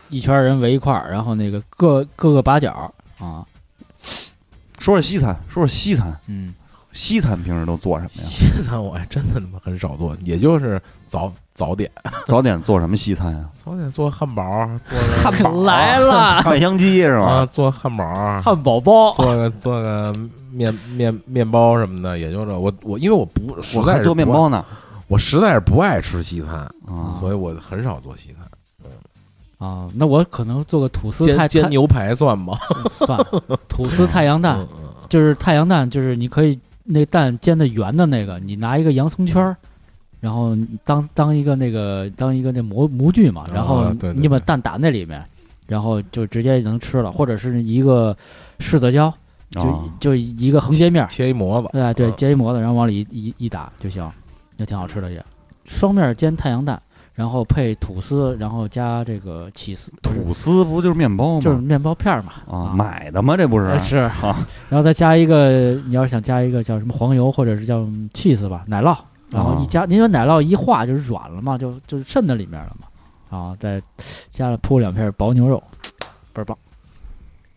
Speaker 8: 一圈人围一块儿，然后那个各各个把角啊，
Speaker 7: 说说西餐，说说西餐，
Speaker 8: 嗯，
Speaker 7: 西餐平时都做什么呀？
Speaker 9: 西餐我还真的他妈很少做，也就是早早点，
Speaker 7: 早点做什么西餐呀？
Speaker 9: 早点做汉堡，啊做
Speaker 8: 汉堡啊来了，
Speaker 7: 麦香鸡是
Speaker 9: 个
Speaker 7: 吗
Speaker 9: 啊，？做汉堡，
Speaker 8: 汉堡包
Speaker 9: 做个做个面面面包什么的，也就这。我我因为我不，
Speaker 7: 我
Speaker 9: 实在
Speaker 7: 还
Speaker 9: 是
Speaker 7: 做面
Speaker 9: 不爱，
Speaker 7: 包呢
Speaker 9: 我实在是不爱吃西餐，
Speaker 7: 啊！
Speaker 9: 所以我很少做西餐。
Speaker 8: 啊，那我可能做个吐司太
Speaker 9: 煎煎
Speaker 8: 太
Speaker 9: 牛排算吗？
Speaker 8: 算了吐司太阳蛋
Speaker 9: 嗯，嗯
Speaker 8: 就是太阳蛋，就是你可以那蛋煎的圆的那个，你拿一个洋葱圈儿。然后当当一个那个当一个那模模具嘛，然后
Speaker 9: 啊对对
Speaker 8: 你把
Speaker 9: 对
Speaker 8: 蛋打那里面，然后就直接能吃了，或者是一个柿子椒，就、
Speaker 7: 哦
Speaker 8: 就一个横截面儿，
Speaker 9: 切一模子，
Speaker 8: 哎，对，
Speaker 9: 嗯
Speaker 8: 煎一模子，然后往里一一一打就行，也挺好吃的也。双面煎太阳蛋，然后配吐司，然后加这个起司，
Speaker 7: 吐司不就是面包吗？
Speaker 8: 就是面包片儿嘛
Speaker 7: 啊，买的吗？这不是
Speaker 8: 哎是，
Speaker 7: 啊
Speaker 8: 然后再加一个，你要是想加一个叫什么黄油或者是叫 cheese 吧，奶酪，然后一加，因为奶酪一化就是软了嘛，就就渗在里面了嘛，然后再加了铺两片薄牛肉，倍儿棒。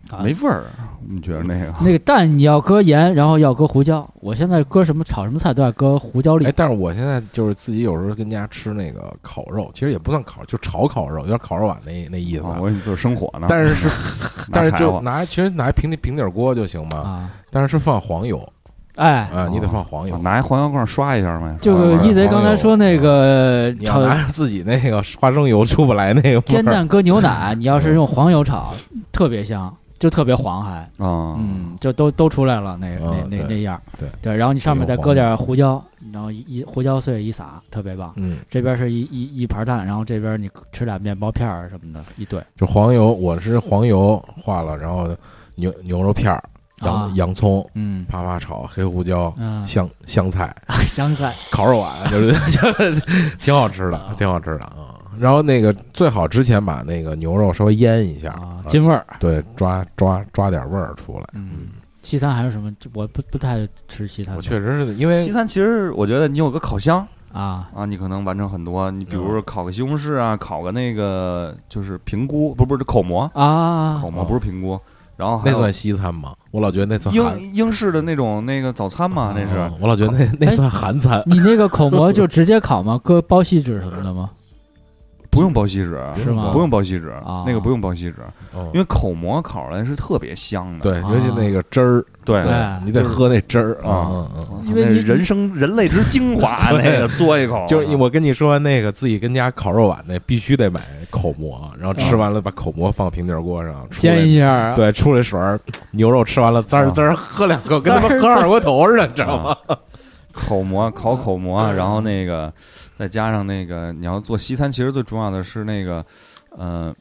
Speaker 8: 啊
Speaker 7: 没味儿，你觉得那个？
Speaker 8: 那个蛋你要搁盐，然后要搁胡椒。我现在搁什么炒什么菜都要搁胡椒粒
Speaker 9: 哎，，但是我现在就是自己有时候跟家吃那个烤肉，其实也不算烤，就炒烤肉，有点烤肉碗那那意思
Speaker 7: 啊
Speaker 9: 啊。
Speaker 7: 我以为就是生火呢，
Speaker 9: 但是是，
Speaker 7: 拿
Speaker 9: 但是
Speaker 7: 柴
Speaker 9: 就
Speaker 7: 火
Speaker 9: 拿其实拿平底平底锅就行嘛，
Speaker 8: 啊，
Speaker 9: 但是是放黄油
Speaker 8: 哎，
Speaker 9: 啊，你得
Speaker 7: 哦
Speaker 9: 放黄油，
Speaker 7: 拿一黄油罐刷一下呗。啊
Speaker 8: 就
Speaker 9: 黄
Speaker 8: 是
Speaker 9: 油
Speaker 8: 一贼刚才说那个
Speaker 9: 你要
Speaker 8: 炒
Speaker 9: 拿自己那个花生油出不来那个味儿
Speaker 8: 煎蛋搁牛奶，你要是用黄油炒，特别香，就特别黄还。
Speaker 7: 啊，
Speaker 8: 嗯，就都都出来了，那
Speaker 9: 啊
Speaker 8: 那那
Speaker 9: 对
Speaker 8: 那样儿，
Speaker 9: 对
Speaker 8: 对，然后你上面再搁点胡椒，然后一一胡椒碎一撒，特别棒。
Speaker 9: 嗯，
Speaker 8: 这边是一一一盘蛋，然后这边你吃俩面包片儿什么的，一对
Speaker 9: 就黄油，我是黄油化了，然后牛牛肉片儿、洋、
Speaker 8: 啊
Speaker 9: 洋葱，
Speaker 8: 嗯
Speaker 9: 啪啪炒，黑胡椒、
Speaker 8: 嗯，
Speaker 9: 香香菜、
Speaker 8: 香菜
Speaker 9: 烤肉碗，就是 就是挺好吃的，挺好吃的啊。然后那个最好之前把那个牛肉稍微腌一下，啊，
Speaker 8: 啊进味儿。
Speaker 9: 对，抓抓抓点味儿出来。
Speaker 8: 嗯，西餐还有什么？我不不太吃西餐的。
Speaker 9: 我确实是因为
Speaker 7: 西餐其实我觉得你有个烤箱
Speaker 8: 啊
Speaker 7: 啊，你可能完成很多。你比如说烤个西红柿啊，烤个那个就是评估，不不是口蘑，
Speaker 8: 啊
Speaker 7: 口蘑不是评估，然后还
Speaker 9: 那
Speaker 7: 有
Speaker 9: 算西餐吗？我老觉得那算韩，
Speaker 7: 英英式的那种那个早餐嘛，那是啊哎
Speaker 9: 嗯我老觉得那那算韩餐。
Speaker 8: 你那个口蘑就直接烤吗？搁包锡纸什么的吗？
Speaker 7: 不用包锡纸，
Speaker 8: 是吗
Speaker 7: 不用包锡纸
Speaker 8: 啊，
Speaker 7: 那个不用包锡纸，
Speaker 9: 嗯
Speaker 7: 因为口蘑烤出来是特别香的。
Speaker 9: 对，尤其那个汁儿，
Speaker 7: 啊对
Speaker 8: 对
Speaker 9: 你得喝那汁儿
Speaker 7: 啊
Speaker 9: 啊。嗯嗯嗯
Speaker 8: 因为你
Speaker 7: 那人生人类之精 华，那个嘬一口，啊
Speaker 9: 就是我跟你说那个自己跟家烤肉碗那必须得买口蘑，然后吃完了把口蘑放平底锅上出来
Speaker 8: 煎一下啊儿，
Speaker 9: 对，出来水儿，牛肉吃完了滋儿
Speaker 7: 啊
Speaker 9: 滋儿喝两口，跟
Speaker 8: 滋
Speaker 9: 他
Speaker 8: 儿
Speaker 9: 妈喝二锅头似的，你知道吗？
Speaker 7: 口蘑烤口蘑，啊
Speaker 8: 嗯
Speaker 7: 然后那个再加上那个你要做西餐，其实最重要的是那个，呃，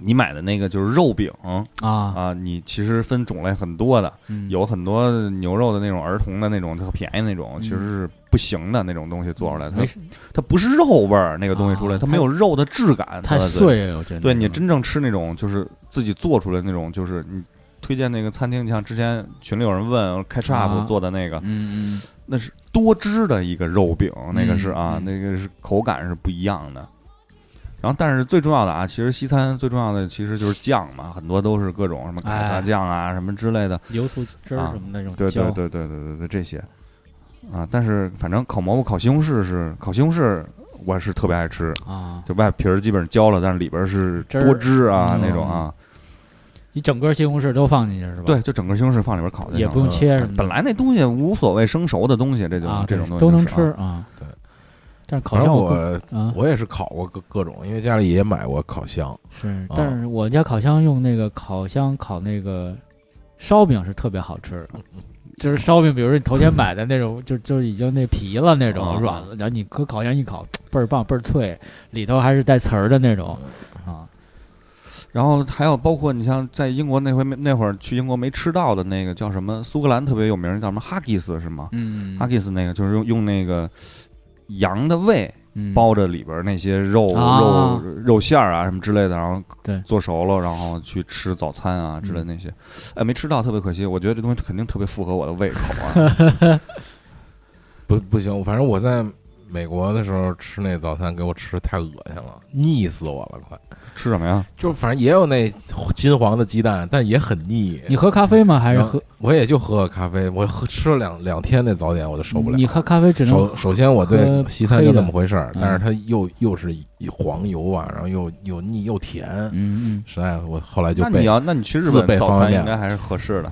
Speaker 7: 你买的那个就是肉饼
Speaker 8: 啊，
Speaker 7: 啊，你其实分种类很多的，
Speaker 8: 嗯
Speaker 7: 有很多牛肉的那种儿童的那种特便宜那种，
Speaker 8: 嗯
Speaker 7: 其实是不行的那种东西做出来，它
Speaker 8: 没事
Speaker 7: 它不是肉味儿那个东西出来，
Speaker 8: 啊
Speaker 7: 它没有肉的质感，
Speaker 8: 太
Speaker 7: 它的。
Speaker 8: 碎啊了，我觉得
Speaker 7: 对你真正吃那种就是自己做出来那种，就是你推荐那个餐厅，像之前群里有人问开 s h
Speaker 8: 啊
Speaker 7: p 做的那个，
Speaker 8: 嗯嗯
Speaker 7: 那是多汁的一个肉饼，那个是啊，
Speaker 8: 嗯
Speaker 7: 那个是口感是不一样的。然后，但是最重要的啊，其实西餐最重要的其实就是酱嘛，很多都是各种什么凯撒
Speaker 8: 哎
Speaker 7: 酱啊、什么之类的，
Speaker 8: 嗯油醋汁儿什么那种
Speaker 7: 啊对对
Speaker 8: 椒
Speaker 7: 对对对对对这些啊。但是反正烤蘑菇、烤西红柿是烤西红柿，我是特别爱吃，
Speaker 8: 啊，
Speaker 7: 就外皮儿基本上焦了，但是里边儿是
Speaker 8: 汁儿
Speaker 7: 多汁啊
Speaker 8: 嗯
Speaker 7: 那种啊。
Speaker 8: 你整个西红柿都放进去是吧？
Speaker 7: 对，就整个西红柿放里边烤就行
Speaker 8: 也
Speaker 7: 了哎
Speaker 8: 不用切什么的，
Speaker 7: 本来那东西无所谓生熟的东西，这就、
Speaker 8: 啊，
Speaker 7: 这种
Speaker 8: 对
Speaker 7: 东西
Speaker 8: 都能
Speaker 7: 就是
Speaker 8: 吃
Speaker 7: 啊
Speaker 8: 啊。
Speaker 9: 对，
Speaker 8: 但是烤
Speaker 9: 反正
Speaker 8: 箱我
Speaker 9: 我
Speaker 8: 不啊
Speaker 9: 我也是烤过各各种，因为家里也买过烤箱，
Speaker 8: 是，
Speaker 9: 啊
Speaker 8: 但是我家烤箱用那个烤箱烤那个烧饼是特别好吃的。就是烧饼，比如说你头天买的那种，就就已经那皮了那种、
Speaker 7: 啊
Speaker 8: 软了，然后你搁烤箱一烤，倍儿棒倍儿脆，里头还是带刺儿的那
Speaker 7: 哦
Speaker 8: 种啊。
Speaker 7: 然后还有包括你像在英国那回没那会儿去英国没吃到的那个叫什么，苏格兰特别有名儿叫什么哈吉斯是吗？
Speaker 8: 嗯
Speaker 7: 哈吉斯那个就是用用那个羊的胃
Speaker 8: 嗯
Speaker 7: 包着里边儿那些肉、
Speaker 8: 啊
Speaker 7: 肉肉馅儿啊什么之类的，然后
Speaker 8: 对嗯
Speaker 7: 做熟了，然后去吃早餐啊之类的那些，哎没吃到特别可惜，我觉得这东西肯定特别符合我的胃口啊
Speaker 9: 不不行，反正我在美国的时候吃那早餐，给我吃太恶心了，腻死我了，快！
Speaker 7: 吃什么呀？
Speaker 9: 就反正也有那金黄的鸡蛋，但也很腻。
Speaker 8: 嗯你喝咖啡吗？还是
Speaker 9: 然后
Speaker 8: 喝？
Speaker 9: 我也就喝个咖啡，我喝吃了两两天那早点，我就受不了。
Speaker 8: 你喝咖啡只能
Speaker 9: 首首先，我对西餐就那么回事儿
Speaker 8: 黑，的嗯
Speaker 9: 但是它又又是以黄油啊，然后又又腻又甜，
Speaker 8: 嗯
Speaker 9: 实在我后来就
Speaker 7: 那
Speaker 9: 被
Speaker 7: 你要，那你去日
Speaker 9: 自备
Speaker 7: 本早
Speaker 9: 方
Speaker 7: 餐
Speaker 9: 便
Speaker 7: 应该还是合适的。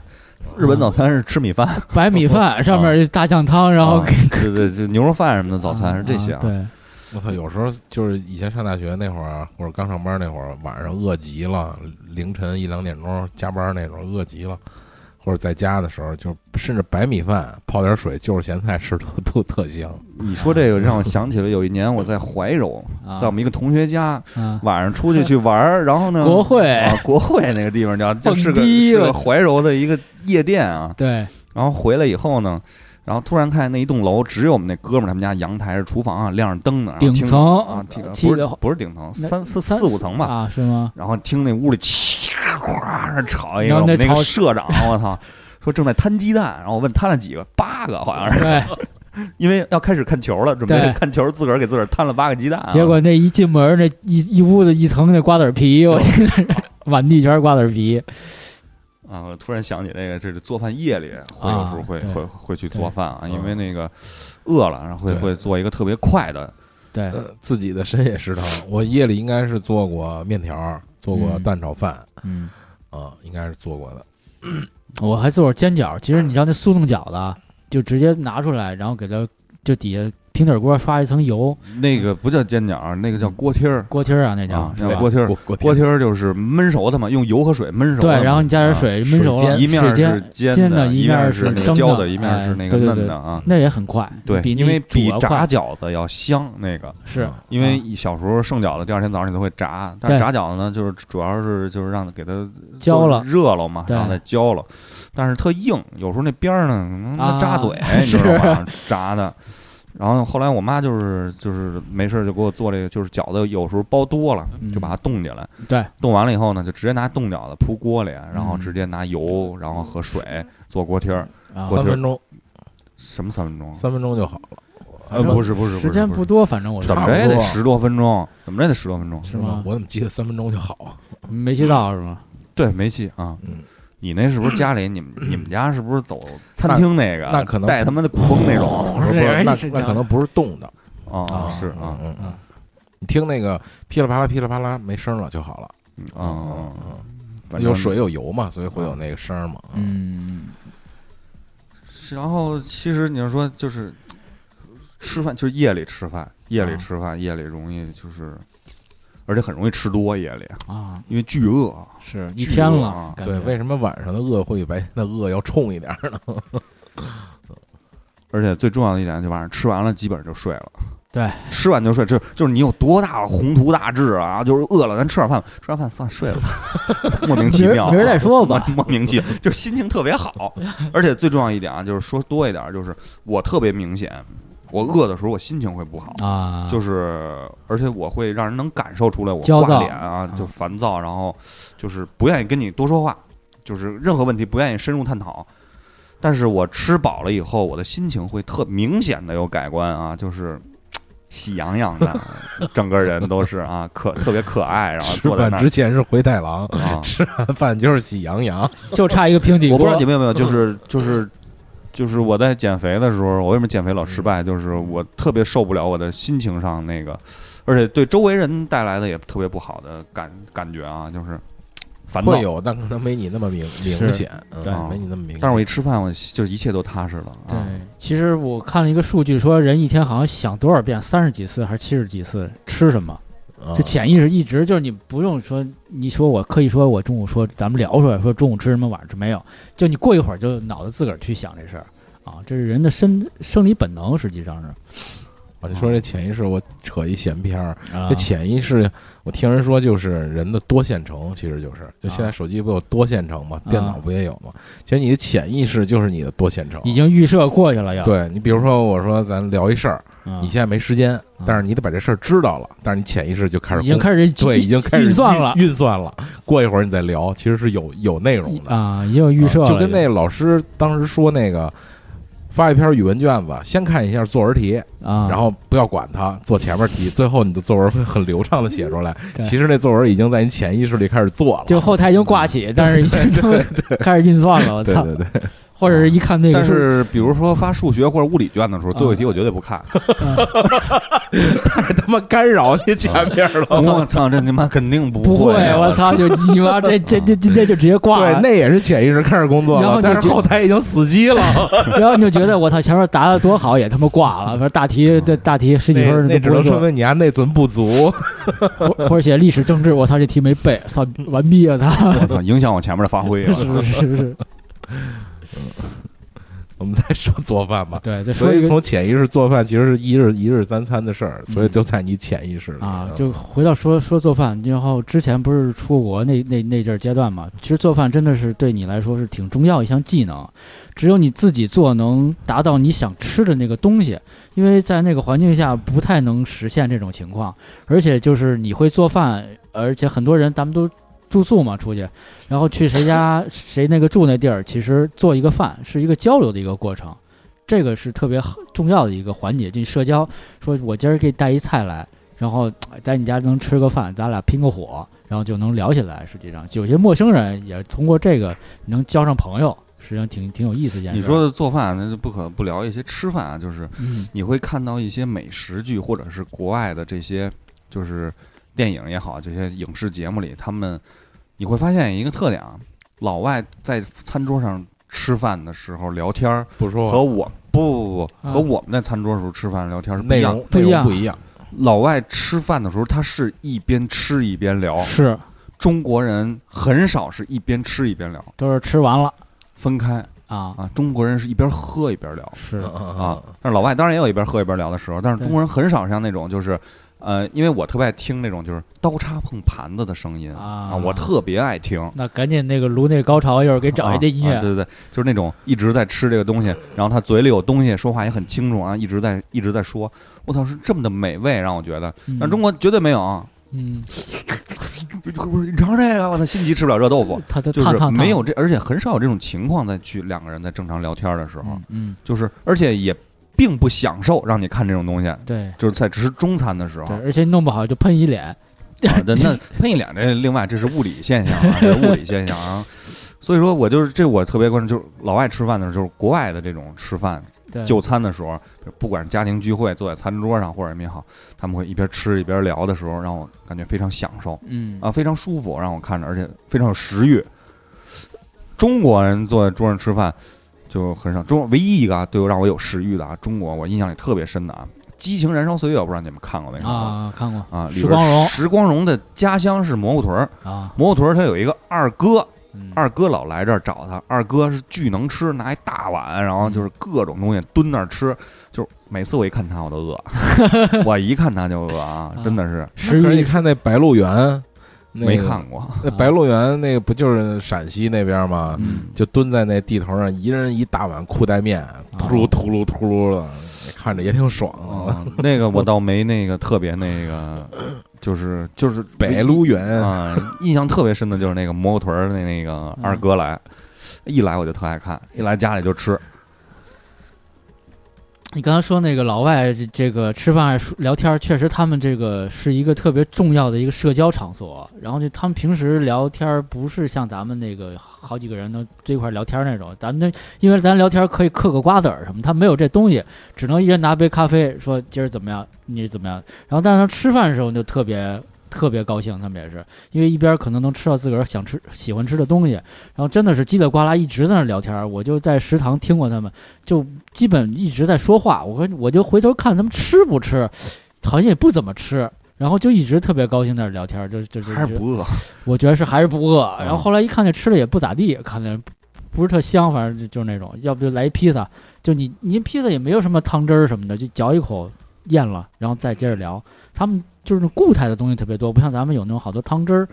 Speaker 7: 日本早餐是吃米饭，
Speaker 8: 嗯，白米饭上面大酱汤，然后
Speaker 7: 啊
Speaker 8: 给
Speaker 7: 对对，就牛肉饭什么的，早餐是这些
Speaker 8: 啊
Speaker 7: 啊。
Speaker 8: 对，
Speaker 9: 我操，有时候就是以前上大学那会儿，或者刚上班那会儿，晚上饿极了，凌晨一两点钟加班那种饿极了，或者在家的时候，就甚至白米饭泡点水就是咸菜吃都都特香。
Speaker 7: 你说这个让我想起了有一年我在怀柔，
Speaker 8: 啊
Speaker 7: 在我们一个同学家，
Speaker 8: 啊，
Speaker 7: 晚上出去去玩儿，然后呢，
Speaker 8: 国会
Speaker 7: 啊，国会那个地方叫就是个
Speaker 8: 蹦迪
Speaker 7: 是个
Speaker 8: 我操
Speaker 7: 怀柔的一个夜店啊，
Speaker 8: 对，
Speaker 7: 然后回来以后呢，然后突然看那一栋楼只有我们那哥们儿他们家阳台是厨房啊亮着灯呢，然后
Speaker 8: 顶
Speaker 7: 听
Speaker 8: 层
Speaker 7: 啊，听
Speaker 8: 七
Speaker 7: 不是
Speaker 8: 个
Speaker 7: 不是顶层，
Speaker 8: 那
Speaker 7: 三四
Speaker 8: 三
Speaker 7: 四五层吧，
Speaker 8: 啊，是 吗？
Speaker 7: 然后听那屋里嘁哗吵一个，
Speaker 8: 然
Speaker 7: 我
Speaker 8: 后那
Speaker 7: 们那个
Speaker 8: 吵
Speaker 7: 社 长，我操，说正在摊鸡蛋，然后我问摊了几个，八个好像 是，
Speaker 8: 对，
Speaker 7: 因为要开始看球了，准备
Speaker 8: 对
Speaker 7: 看球，自个儿给自个儿摊了八个鸡蛋啊，
Speaker 8: 结果那一进门，那一一屋子一层那瓜子儿皮，
Speaker 7: 哦
Speaker 8: 我现在满地全是瓜子儿皮。
Speaker 7: 啊，我突然想起那个，这是做饭夜里会有时候会
Speaker 8: 啊对
Speaker 7: 会会去做饭啊，
Speaker 9: 对
Speaker 7: 因为那个饿了，然后会
Speaker 9: 对
Speaker 7: 会做一个特别快的，
Speaker 8: 对，
Speaker 9: 呃，自己的深夜食堂，我夜里应该是做过面条，做过
Speaker 8: 嗯
Speaker 9: 蛋炒饭
Speaker 8: 嗯，
Speaker 9: 啊、应该是做过的。
Speaker 8: 我还做过煎饺，其实你知道那速冻饺子，啊就直接拿出来，然后给它就底下平底锅刷一层油，
Speaker 7: 那个不叫煎饺，那个叫锅贴儿
Speaker 8: 锅贴儿啊那叫
Speaker 7: 啊，
Speaker 8: 是
Speaker 7: 叫
Speaker 8: 吧
Speaker 7: 锅？贴儿。
Speaker 9: 锅
Speaker 7: 锅贴儿就是焖熟的嘛，用油和水焖熟的
Speaker 8: 对
Speaker 7: 嘛。，
Speaker 8: 然后你加点
Speaker 7: 啊
Speaker 8: 水焖熟
Speaker 9: 水
Speaker 8: 了，
Speaker 9: 煎
Speaker 7: 一面
Speaker 8: 水
Speaker 7: 是
Speaker 8: 煎，
Speaker 7: 煎
Speaker 8: 煎的一
Speaker 7: 一
Speaker 8: 面
Speaker 7: 是
Speaker 8: 是
Speaker 7: 那个
Speaker 8: 蒸
Speaker 7: 焦
Speaker 8: 的
Speaker 7: 的，一面
Speaker 8: 哎
Speaker 7: 是那个
Speaker 8: 对对
Speaker 7: 嫩
Speaker 8: 对
Speaker 7: 的啊。
Speaker 8: 那也很快，
Speaker 7: 对，
Speaker 8: 比
Speaker 7: 因为
Speaker 8: 你煮
Speaker 7: 比
Speaker 8: 要
Speaker 7: 炸嗯
Speaker 8: 快
Speaker 7: 饺子要香，那个，
Speaker 8: 是
Speaker 7: 因为
Speaker 8: 啊
Speaker 7: 小时候剩饺子，第二天早上你都会炸，但是
Speaker 8: 对
Speaker 7: 炸饺子呢，就是主要是就是让它给它
Speaker 8: 焦了
Speaker 7: 热了嘛，
Speaker 8: 对
Speaker 7: 然后再焦了，但是特硬，有时候那边儿呢嗯
Speaker 8: 啊
Speaker 7: 扎 嘴，你知道吗？炸的。然后后来我妈就是就是没事儿就给我做这个，就是饺子有时候包多了
Speaker 8: 嗯
Speaker 7: 就把它冻起来，
Speaker 8: 对，
Speaker 7: 冻完了以后呢，就直接拿冻饺子铺锅里，然后
Speaker 8: 嗯
Speaker 7: 直接拿油，然后和水做锅贴儿，
Speaker 8: 啊
Speaker 7: 锅
Speaker 9: 三
Speaker 7: 贴
Speaker 9: 分钟，
Speaker 7: 什么三分钟？
Speaker 9: 三分钟就好了。
Speaker 7: 啊呃，不是不是，
Speaker 8: 时间
Speaker 7: 不
Speaker 8: 不
Speaker 7: 是，
Speaker 8: 多，反正我
Speaker 7: 怎么
Speaker 9: 差
Speaker 7: 着
Speaker 9: 不
Speaker 7: 也得
Speaker 9: 多
Speaker 7: 十多分钟，怎么着也得十多分钟。
Speaker 8: 是吗？
Speaker 9: 我怎么记得三分钟就好啊？
Speaker 8: 没记
Speaker 7: 嗯
Speaker 8: 到是吗？
Speaker 7: 对，煤气啊。
Speaker 9: 嗯
Speaker 7: 你那是不是家里你们你们家是不是走餐厅那个？
Speaker 9: 那可能哦
Speaker 7: 带他妈的鼓风那种
Speaker 9: 不是不
Speaker 8: 这
Speaker 9: 是，
Speaker 8: 人
Speaker 9: 那
Speaker 8: 也是这
Speaker 9: 那
Speaker 8: 样
Speaker 9: 可能不是冻的
Speaker 7: 啊是啊
Speaker 9: 嗯嗯
Speaker 8: 啊。
Speaker 9: 你听那个噼里啪啦噼里啪啦没声了就好了，
Speaker 7: 嗯啊，反正
Speaker 9: 有。水有油嘛，所以会有那个声儿嘛。
Speaker 8: 嗯，
Speaker 7: 是然后其实你要说就是吃饭，就是夜里吃饭，夜里吃饭，夜里容易就是，而且很容易吃多夜里，
Speaker 8: 啊，
Speaker 7: 因为巨饿。
Speaker 8: 是一
Speaker 7: 嗯巨
Speaker 8: 天
Speaker 7: 饿
Speaker 8: 了
Speaker 7: 啊，
Speaker 8: 感
Speaker 9: 对，
Speaker 8: 觉
Speaker 9: 为什么晚上的饿会比白天的饿要冲一点儿呢？
Speaker 7: 而且最重要的一点就晚上吃完了，基本上就睡了。
Speaker 8: 对，
Speaker 7: 吃完就睡，就就是你有多大宏图大志啊？就是饿了，咱吃点饭，吃完饭算了睡了， 莫名其妙啊、
Speaker 8: 明儿明儿再说吧
Speaker 7: 莫莫名其妙，就心情特别 好。而且最重要一点啊，就是说多一点，就是我特别明显，我饿的时候我心情会不好，
Speaker 8: 啊，
Speaker 7: 就是而且我会让人能感受出来我
Speaker 8: 焦
Speaker 7: 挂
Speaker 8: 躁
Speaker 7: 脸啊
Speaker 8: 啊，
Speaker 7: 就烦躁，然后就是不愿意跟你多说话，就是任何问题不愿意深入探讨。但是我吃饱了以后，我的心情会特明显的有改观啊，就是喜洋洋的，整个人都是啊，可特别可爱，然后
Speaker 9: 吃
Speaker 7: 坐在
Speaker 9: 饭
Speaker 7: 那儿
Speaker 9: 之前是灰太狼，
Speaker 7: 啊，
Speaker 9: 吃完饭就是喜羊羊。
Speaker 8: 就差一个平底
Speaker 7: 我不
Speaker 8: 锅
Speaker 7: 知道你们有没有，就是就是就是我在减肥的时候，我为什么减肥老失败？就是我特别受不了我的心情上那个，而且对周围人带来的也特别不好的感感觉啊，就是 烦躁
Speaker 9: 会。有，但可能没你那么明明显，
Speaker 8: 对
Speaker 9: 嗯，没你那么明显。
Speaker 7: 但是我一吃饭，我就是一切都踏实了。
Speaker 8: 对
Speaker 7: 啊、，
Speaker 8: 其实我看了一个数据，说人一天好像想多少遍，三十几次还是七十几次吃什么，
Speaker 9: 啊
Speaker 8: 就潜意识一直就是你不用说，你说我刻意说我中午说咱们聊出来说中午吃什么，晚上吃没有，就你过一会儿就脑子自个儿去想这事儿啊，这是人的生生理本能，实际上是
Speaker 9: 啊你说这潜意识，我扯一闲篇儿。
Speaker 8: 啊
Speaker 9: 这，潜意识，我听人说就是人的多线程，其实就是就
Speaker 7: 啊
Speaker 9: 现在手机不有多线程吗？
Speaker 8: 啊
Speaker 9: 电脑不也有吗？其实你的潜意识就是你的多线程。
Speaker 8: 已经预设过去了要，
Speaker 9: 对你，比如说我说咱聊一事儿，
Speaker 8: 啊
Speaker 9: 你现在没时间，但是你得把这事儿知道了，但是你潜意识就开始
Speaker 8: 已经
Speaker 9: 工
Speaker 8: 开始
Speaker 9: 对，已经开始
Speaker 8: 运算了
Speaker 9: 运算了。过一会儿你再聊，其实是有有内容的。
Speaker 8: 啊，已经有预设了，
Speaker 9: 就跟那个老师当时说那个，发一篇语文卷子，先看一下作文题，
Speaker 8: 啊，
Speaker 9: 然后不要管它，做前面题，最后你的作文会很流畅的写出来。
Speaker 8: 对
Speaker 9: 其实那作文已经在你潜意识里开始做了。
Speaker 8: 就后台已经挂起，但是已经他们开始运算了，我
Speaker 9: 对
Speaker 8: 操，
Speaker 9: 对对，
Speaker 8: 或者是一看那个
Speaker 7: 但
Speaker 8: 数
Speaker 7: 是，比如说发数学或者物理卷的时候，
Speaker 8: 啊
Speaker 7: 最后一题我绝对不 看。
Speaker 9: 太他妈干扰你前面 了。
Speaker 7: 我操，这他妈肯定不
Speaker 8: 不会，
Speaker 7: 啊
Speaker 8: 我操！就你妈这这这今天就直接挂
Speaker 9: 对，
Speaker 8: 了，
Speaker 9: 那也是潜意识开始工作
Speaker 8: 然
Speaker 9: 了，
Speaker 8: 后你
Speaker 9: 但是
Speaker 8: 就
Speaker 9: 后台已经死机了。
Speaker 8: 然后你就觉得我操，前面答的多好，也他妈挂了。反正大题这大题十几
Speaker 9: 那
Speaker 8: 分
Speaker 9: 那
Speaker 8: 儿
Speaker 9: 只
Speaker 8: 都不
Speaker 9: 能
Speaker 8: 会
Speaker 9: 说
Speaker 8: 做，
Speaker 9: 明你家内存不足。
Speaker 8: 或 或者写历史 政治，我操，这题没背，算完逼啊！操，
Speaker 7: 我操，影响我前面的发挥啊！
Speaker 8: 是是是是，
Speaker 9: 我们再说做饭吧。
Speaker 8: 对，再
Speaker 9: 所
Speaker 8: 说一
Speaker 9: 以
Speaker 8: 个
Speaker 9: 从潜意识做饭，其实是一日一日三餐的事儿，所以就在你潜意识里
Speaker 8: 嗯啊，就回到说说做饭，然后之前不是出国那那那阵儿阶段嘛，其实做饭真的是对你来说是挺重要一项技能，只有你自己做能达到你想吃的那个东西，因为在那个环境下不太能实现这种情况，而且就是你会做饭，而且很多人咱们都住宿嘛出去，然后去谁家谁那个住那地儿，其实做一个饭是一个交流的一个过程。这个是特别重要的一个环节，就社交。说我今儿给你带一菜来，然后哎在你家能吃个饭，咱俩拼个火，然后就能聊起来。实际上，有些陌生人也通过这个能交上朋友，实际上挺挺有意思一件事。
Speaker 7: 你说，的做饭，那就不可不聊一些吃饭啊，就是
Speaker 8: 嗯
Speaker 7: 你会看到一些美食剧，或者是国外的这些就是电影也好，这些影视节目里，他们你会发现一个特点啊，老外在餐桌上吃饭的时候聊天儿，
Speaker 9: 不说
Speaker 7: 和我不不不
Speaker 8: 啊
Speaker 7: 和我们在餐桌的时候吃饭聊天是不
Speaker 9: 内
Speaker 7: 一样
Speaker 9: 容
Speaker 8: 不
Speaker 9: 内
Speaker 8: 一
Speaker 9: 容
Speaker 8: 样
Speaker 9: 不一样，
Speaker 7: 老外吃饭的时候，他是一边吃一边聊，
Speaker 8: 是
Speaker 7: 中国人很少是一边吃一边聊，
Speaker 8: 都是吃完了
Speaker 7: 分开
Speaker 8: 啊，
Speaker 7: 啊。中国人是一边喝一边聊
Speaker 8: 是
Speaker 9: 嗯
Speaker 7: 啊，但是老外当然也有一边喝一边聊的时候，但是
Speaker 8: 对
Speaker 7: 中国人很少像那种就是。呃，因为我特别爱听那种就是刀叉碰盘子的声音
Speaker 8: 啊
Speaker 7: 我特别爱听。
Speaker 8: 那赶紧那个炉那高潮，一会儿给找一
Speaker 7: 啊
Speaker 8: 堆音
Speaker 7: 啊
Speaker 8: 乐，
Speaker 7: 对对对，就是那种一直在吃这个东西，然后他嘴里有东西，说话也很清楚啊，一直在一直在说，我操，是这么的美味，让我觉得，
Speaker 8: 嗯
Speaker 7: 但中国绝对没有啊，
Speaker 8: 嗯，
Speaker 7: 不是不是你尝尝这个，我操，心急吃不了热豆腐，
Speaker 8: 他他
Speaker 7: 就
Speaker 8: 烫
Speaker 7: 是
Speaker 8: 烫
Speaker 7: 没有这，而且很少有这种情况在去两个人在正常聊天的时候
Speaker 8: 烫，嗯，嗯
Speaker 7: 就是而且也并不享受让你看这种东西，
Speaker 8: 对
Speaker 7: 就是在只是中餐的时候
Speaker 8: 对，，而且弄不好就喷一脸，
Speaker 7: 啊，那那喷一脸这另外这是物理现象 啊，这是物理现象啊。所以说我就是这我特别关注，就是老外吃饭的时候，就是国外的这种吃饭
Speaker 8: 对
Speaker 7: 就餐的时候，不管是家庭聚会坐在餐桌上或者什么也好，他们会一边吃一边聊的时候，让我感觉非常享受
Speaker 8: 嗯
Speaker 7: 啊，非常舒服，让我看着，而且非常有食欲。中国人坐在桌上吃饭就很少，中唯一一个啊对我让我有食欲的啊，中国我印象里特别深的啊，《激情燃烧岁月》，我不知道你们看过没看过
Speaker 8: 啊，看过
Speaker 7: 啊，里
Speaker 8: 石
Speaker 7: 边
Speaker 8: 光荣
Speaker 7: 石光荣的家乡是蘑菇屯儿，
Speaker 8: 啊，
Speaker 7: 蘑菇屯儿他有一个二哥，
Speaker 8: 嗯
Speaker 7: 二哥老来这儿找他，二哥是巨能吃，拿一大碗，然后就是各种东西蹲那儿吃，就是每次我一看他我都 饿，我一看他就饿啊，真的是
Speaker 8: 食
Speaker 9: 可是你
Speaker 8: 欲
Speaker 9: 看那《白鹿原》，那
Speaker 7: 没
Speaker 9: 个
Speaker 7: 看过，
Speaker 9: 那《白鹿原》那个不就是陕西那边吗？
Speaker 8: 嗯
Speaker 9: 就蹲在那地头上，一人一大碗裤带面，
Speaker 8: 啊
Speaker 9: 秃噜秃噜秃噜的，看着也挺爽啊。
Speaker 8: 哦
Speaker 7: 啊那个我倒没那个特别那个，就是就是
Speaker 9: 白鹿原
Speaker 7: 啊，印象特别深的就是那个蘑菇屯儿那那
Speaker 8: 嗯
Speaker 7: 个二哥来，一来我就特爱看，一来家里就吃，
Speaker 8: 你刚才说那个老外这这个吃饭啊聊天儿，确实他们这个是一个特别重要的一个社交场所。然后就他们平时聊天儿不是像咱们那个好几个人能这块儿聊天儿那种，咱们那因为咱聊天儿可以嗑个瓜子儿什么，他没有这东西，只能一人拿杯咖啡说今儿怎么样，你怎么样。然后但是他吃饭的时候就特别。特别高兴，他们也是，因为一边儿可能能吃到自个儿想吃、喜欢吃的东西，然后真的是叽里呱啦一直在那儿聊天儿。我就在食堂听过他们，就基本一直在说话。我说我就回头看他们吃不吃，好像也不怎么吃。然后就一直特别高兴在那儿聊天儿，就就就
Speaker 7: 还是不饿。
Speaker 8: 我觉得是还是不饿。
Speaker 7: 嗯
Speaker 8: 然后后来一看这吃的也不咋地，看着不不是特香，反正就就是那种，要不就来一披萨，就你你披萨也没有什么汤汁儿什么的，就嚼一口咽了，然后再接着聊。他们就是那固态的东西特别多，不像咱们有那种好多汤汁儿，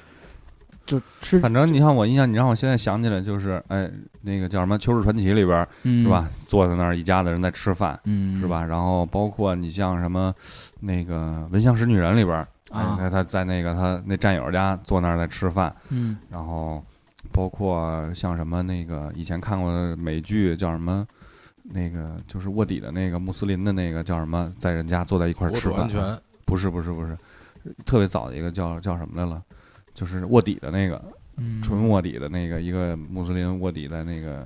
Speaker 8: 就吃
Speaker 7: 反正你看我印象，你让我现在想起来就是，哎，那个叫什么《秋日传奇》里边儿
Speaker 8: 嗯
Speaker 7: 是吧？？坐在那儿一家子人在吃饭
Speaker 8: 嗯，
Speaker 7: 是？吧？然后包括你像什么那个《闻香识女人》里边儿，哎
Speaker 8: 啊，
Speaker 7: 他他在那个他那战友家坐那儿在吃饭，
Speaker 8: 嗯
Speaker 7: 然后包括像什么那个以前看过的美剧叫什么？那个就是卧底的那个穆斯林的那个叫什么，在人家坐在一块儿
Speaker 9: 我
Speaker 7: 吃
Speaker 9: 主
Speaker 7: 饭啊
Speaker 9: 安，全
Speaker 7: 不是不是不是，特别早的一个叫叫什么来了，就是卧底的那个，
Speaker 8: 嗯，
Speaker 7: 纯卧底的那个一个穆斯林卧底在那个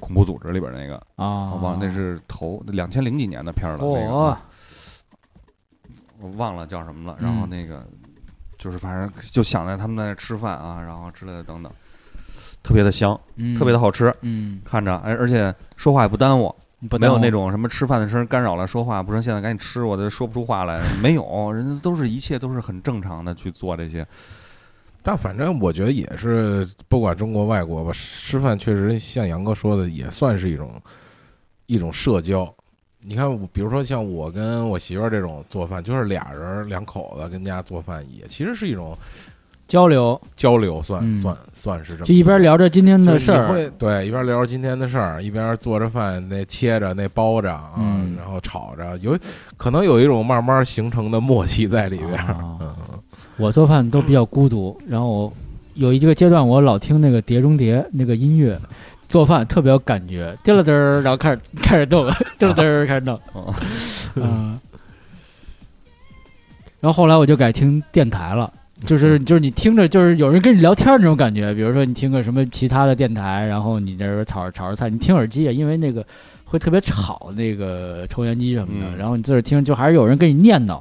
Speaker 7: 恐怖组织里边那个，
Speaker 8: 啊，
Speaker 7: 我忘了那是头两千零几年的片儿了，那个
Speaker 8: 哦
Speaker 7: 啊我忘了叫什么了。
Speaker 8: 嗯
Speaker 7: 然后那个就是反正就想在他们在那吃饭啊，然后之类的等等，特别的香，特别的，好吃，
Speaker 8: 嗯
Speaker 7: 看着而而且说话也不耽误，
Speaker 8: 嗯，不
Speaker 7: 没有
Speaker 8: 耽误
Speaker 7: 那种什么吃饭的声儿干扰了说话，不说现在赶紧吃，我都说不出话来，没有，人家都是一切都是很正常的去做这些。
Speaker 9: 但反正我觉得也是，不管中国外国吧，吃饭确实像杨哥说的，也算是一种一种社交。你看我，比如说像我跟我媳妇儿这种做饭，就是俩人儿两口子跟家做饭，也其实是一种
Speaker 8: 交流，
Speaker 9: 交流，算、
Speaker 8: 嗯
Speaker 9: 算算是这么个。
Speaker 8: 就一边聊着今天的
Speaker 9: 就是
Speaker 8: 事
Speaker 9: 你
Speaker 8: 儿，
Speaker 9: 会对一边聊着今天的事儿，一边做着饭，那切着那包着啊，
Speaker 8: 嗯
Speaker 9: 然后炒着，有可能有一种慢慢形成的默契在里边儿。
Speaker 8: 啊
Speaker 9: 嗯，
Speaker 8: 我做饭都比较孤独，然后我有一个阶段，我老听那个《碟中谍》那个音乐，做饭特别有感觉，嘚了嘚儿，然后开始开始 弄，嘚了嘚儿开始弄，
Speaker 7: 哦
Speaker 8: 嗯。然后后来我就改听电台了，就是
Speaker 7: 嗯
Speaker 8: 就是你听着就是有人跟你聊天儿那种感觉，比如说你听个什么其他的电台，然后你在这儿炒着炒着菜，你听耳机啊，因为那个会特别吵，那个抽烟机什么的，
Speaker 7: 嗯
Speaker 8: 然后你自个儿听，就还是有人跟你念叨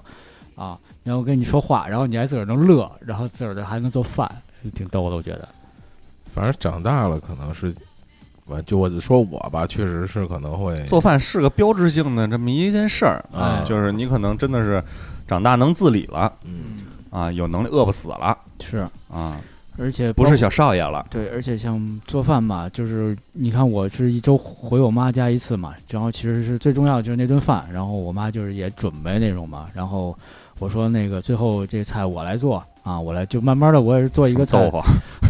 Speaker 8: 啊，然后跟你说话，然后你还自个儿能乐，然后自个儿还能做饭，挺逗的，我觉得。
Speaker 9: 反正长大了可能是，我就我说我吧，确实是可能会
Speaker 7: 做饭是个标志性的这么一件事儿啊
Speaker 8: 哎
Speaker 7: 就是你可能真的是长大能自理了
Speaker 9: 嗯，
Speaker 7: 啊，有能力饿不死了
Speaker 8: 是，
Speaker 7: 啊，
Speaker 8: 而且
Speaker 7: 不是
Speaker 8: 包
Speaker 7: 小少爷了。
Speaker 8: 对，而且像做饭嘛，就是你看我是一周回我妈家一次嘛，然后其实是最重要的就是那顿饭，然后我妈就是也准备那种嘛，然后我说那个最后这菜我来做啊，我来就慢慢的我也是做一个
Speaker 7: 什么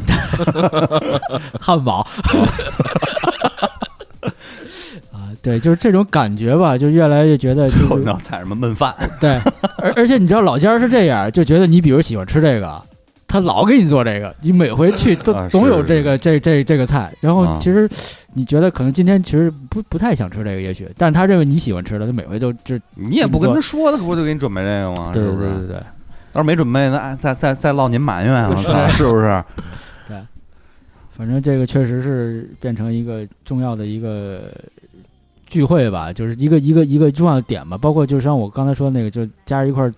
Speaker 8: 菜
Speaker 7: 豆腐，
Speaker 8: 汉堡。 啊，对，就是这种感觉吧，就越来越觉得就
Speaker 7: 最 后
Speaker 8: 是
Speaker 7: 那道菜什么焖饭，
Speaker 8: 对，而而且你知道老家儿是这样，就觉得你比如喜欢吃这个，他老给你做这个，你每回去都
Speaker 7: 啊
Speaker 8: 总有
Speaker 7: 是
Speaker 8: 这个、这这这个菜。然后
Speaker 7: 啊
Speaker 8: 其实你觉得可能今天其实不不太想吃这个，也许，但是他认为你喜欢吃的，他每回都就
Speaker 7: 你也不跟他说，他不就给你准备这个吗？
Speaker 8: 对
Speaker 7: 啊是
Speaker 8: 对
Speaker 7: 不
Speaker 8: 对
Speaker 7: 是？
Speaker 8: 对对。
Speaker 7: 要是没准备，那哎再再再落您埋怨啊，我 操，
Speaker 8: 是
Speaker 7: 是不是？
Speaker 8: 反正这个确实是变成一个重要的一个聚会吧，就是一个一个一个重要的点吧。包括就像我刚才说那个，就家人一块儿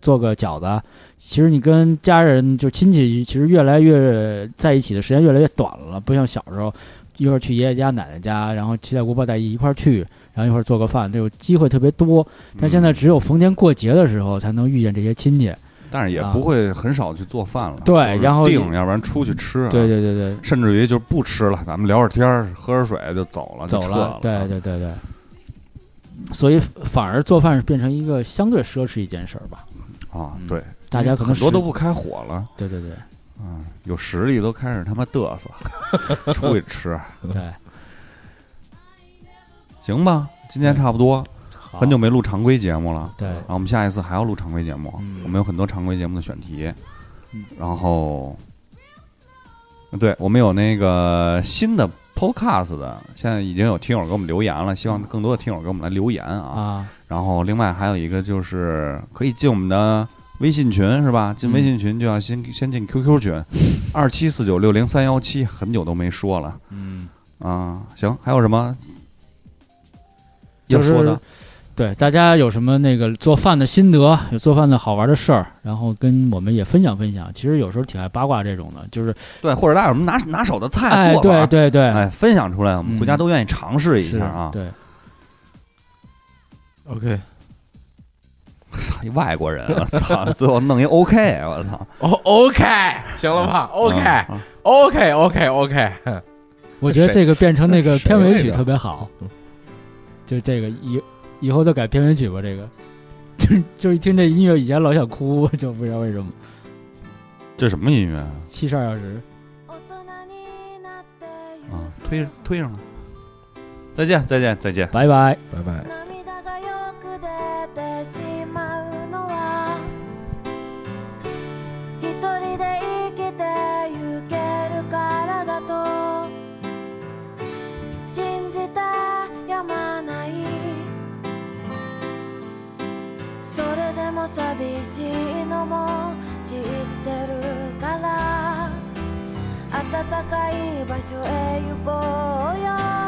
Speaker 8: 做个饺子啊，其实你跟家人就亲戚，其实越来越在一起的时间越来越短了，不像小时候一块儿去爷爷家、奶奶家，然后七大姑八大姨一块儿去，然后一块儿做个饭，这种机会特别多。但现在只有逢年过节的时候才能遇见这些亲戚。
Speaker 7: 但是也
Speaker 8: 啊
Speaker 7: 不会很少去做饭了。
Speaker 8: 对
Speaker 7: 都是
Speaker 8: 然后
Speaker 7: 定，要不然出去吃。啊
Speaker 8: 对，对对对，
Speaker 7: 甚至于就不吃了，咱们聊会儿天儿，喝点水就走了，
Speaker 8: 走
Speaker 7: 就撤
Speaker 8: 了
Speaker 7: 了。，啊
Speaker 8: 对对对对。所以反而做饭是变成一个相对奢侈一件事儿吧，
Speaker 7: 啊
Speaker 8: 嗯，
Speaker 7: 对，
Speaker 8: 大家可能
Speaker 7: 很多
Speaker 8: 实
Speaker 7: 都不开火了。
Speaker 8: 对对对
Speaker 7: 嗯，有实力都开始他妈嘚瑟， 出去吃
Speaker 8: 对，
Speaker 7: 行吧？今天差不多，
Speaker 8: 嗯好，
Speaker 7: 很久没录常规节目了。
Speaker 8: 对
Speaker 7: 然后我们下一次还要录常规节目，
Speaker 8: 嗯
Speaker 7: 我们有很多常规节目的选题
Speaker 8: 嗯，
Speaker 7: 然后，对我们有那个新的 podcast 的，现在已经有听友给我们留言了，希望更多的听友给我们来留言啊。
Speaker 8: 啊，
Speaker 7: 然后另外还有一个就是可以进我们的微信群是吧？进微信群就要先
Speaker 8: 嗯
Speaker 7: 先进 QQ 群，二七四九六零三幺七，很久都没说了
Speaker 8: 嗯，
Speaker 7: 啊。行，还有什么要
Speaker 8: 就是
Speaker 7: 说的？
Speaker 8: 对大家有什么那个做饭的心得，有做饭的好玩的事儿，然后跟我们也分享分享。其实有时候挺爱八卦这种的，就是
Speaker 7: 对，或者大家有什么拿拿手的菜
Speaker 8: 哎，
Speaker 7: 做法
Speaker 8: 对对对，
Speaker 7: 哎，分享出来，我们
Speaker 8: 嗯
Speaker 7: 回家都愿意尝试一
Speaker 8: 是
Speaker 7: 下啊。
Speaker 8: 对，
Speaker 9: OK
Speaker 7: 操一外国人，我操， 最后弄一 OK，我操啊
Speaker 9: 哦、OK 行了吧？OK、OK OK OK，
Speaker 8: 我觉得
Speaker 9: 谁
Speaker 8: 这个变成那 个
Speaker 9: 谁嗯
Speaker 8: 片尾
Speaker 9: 来
Speaker 8: 曲
Speaker 9: 着
Speaker 8: 特别好，就这个以以后都改片尾曲吧，这个。 就是就是一听这音乐，以前老想哭，就不知道为什么。
Speaker 7: 这什么音乐啊？
Speaker 8: 七十二小时。
Speaker 7: 啊推推上来。再见，再见，再见。
Speaker 8: 拜拜。
Speaker 9: 拜拜。
Speaker 1: 涙がよく出てしまうのは一人で生きてゆけるからだと信じてやまないそれでも寂しいのも知ってるから暖かい場所へ行こうよ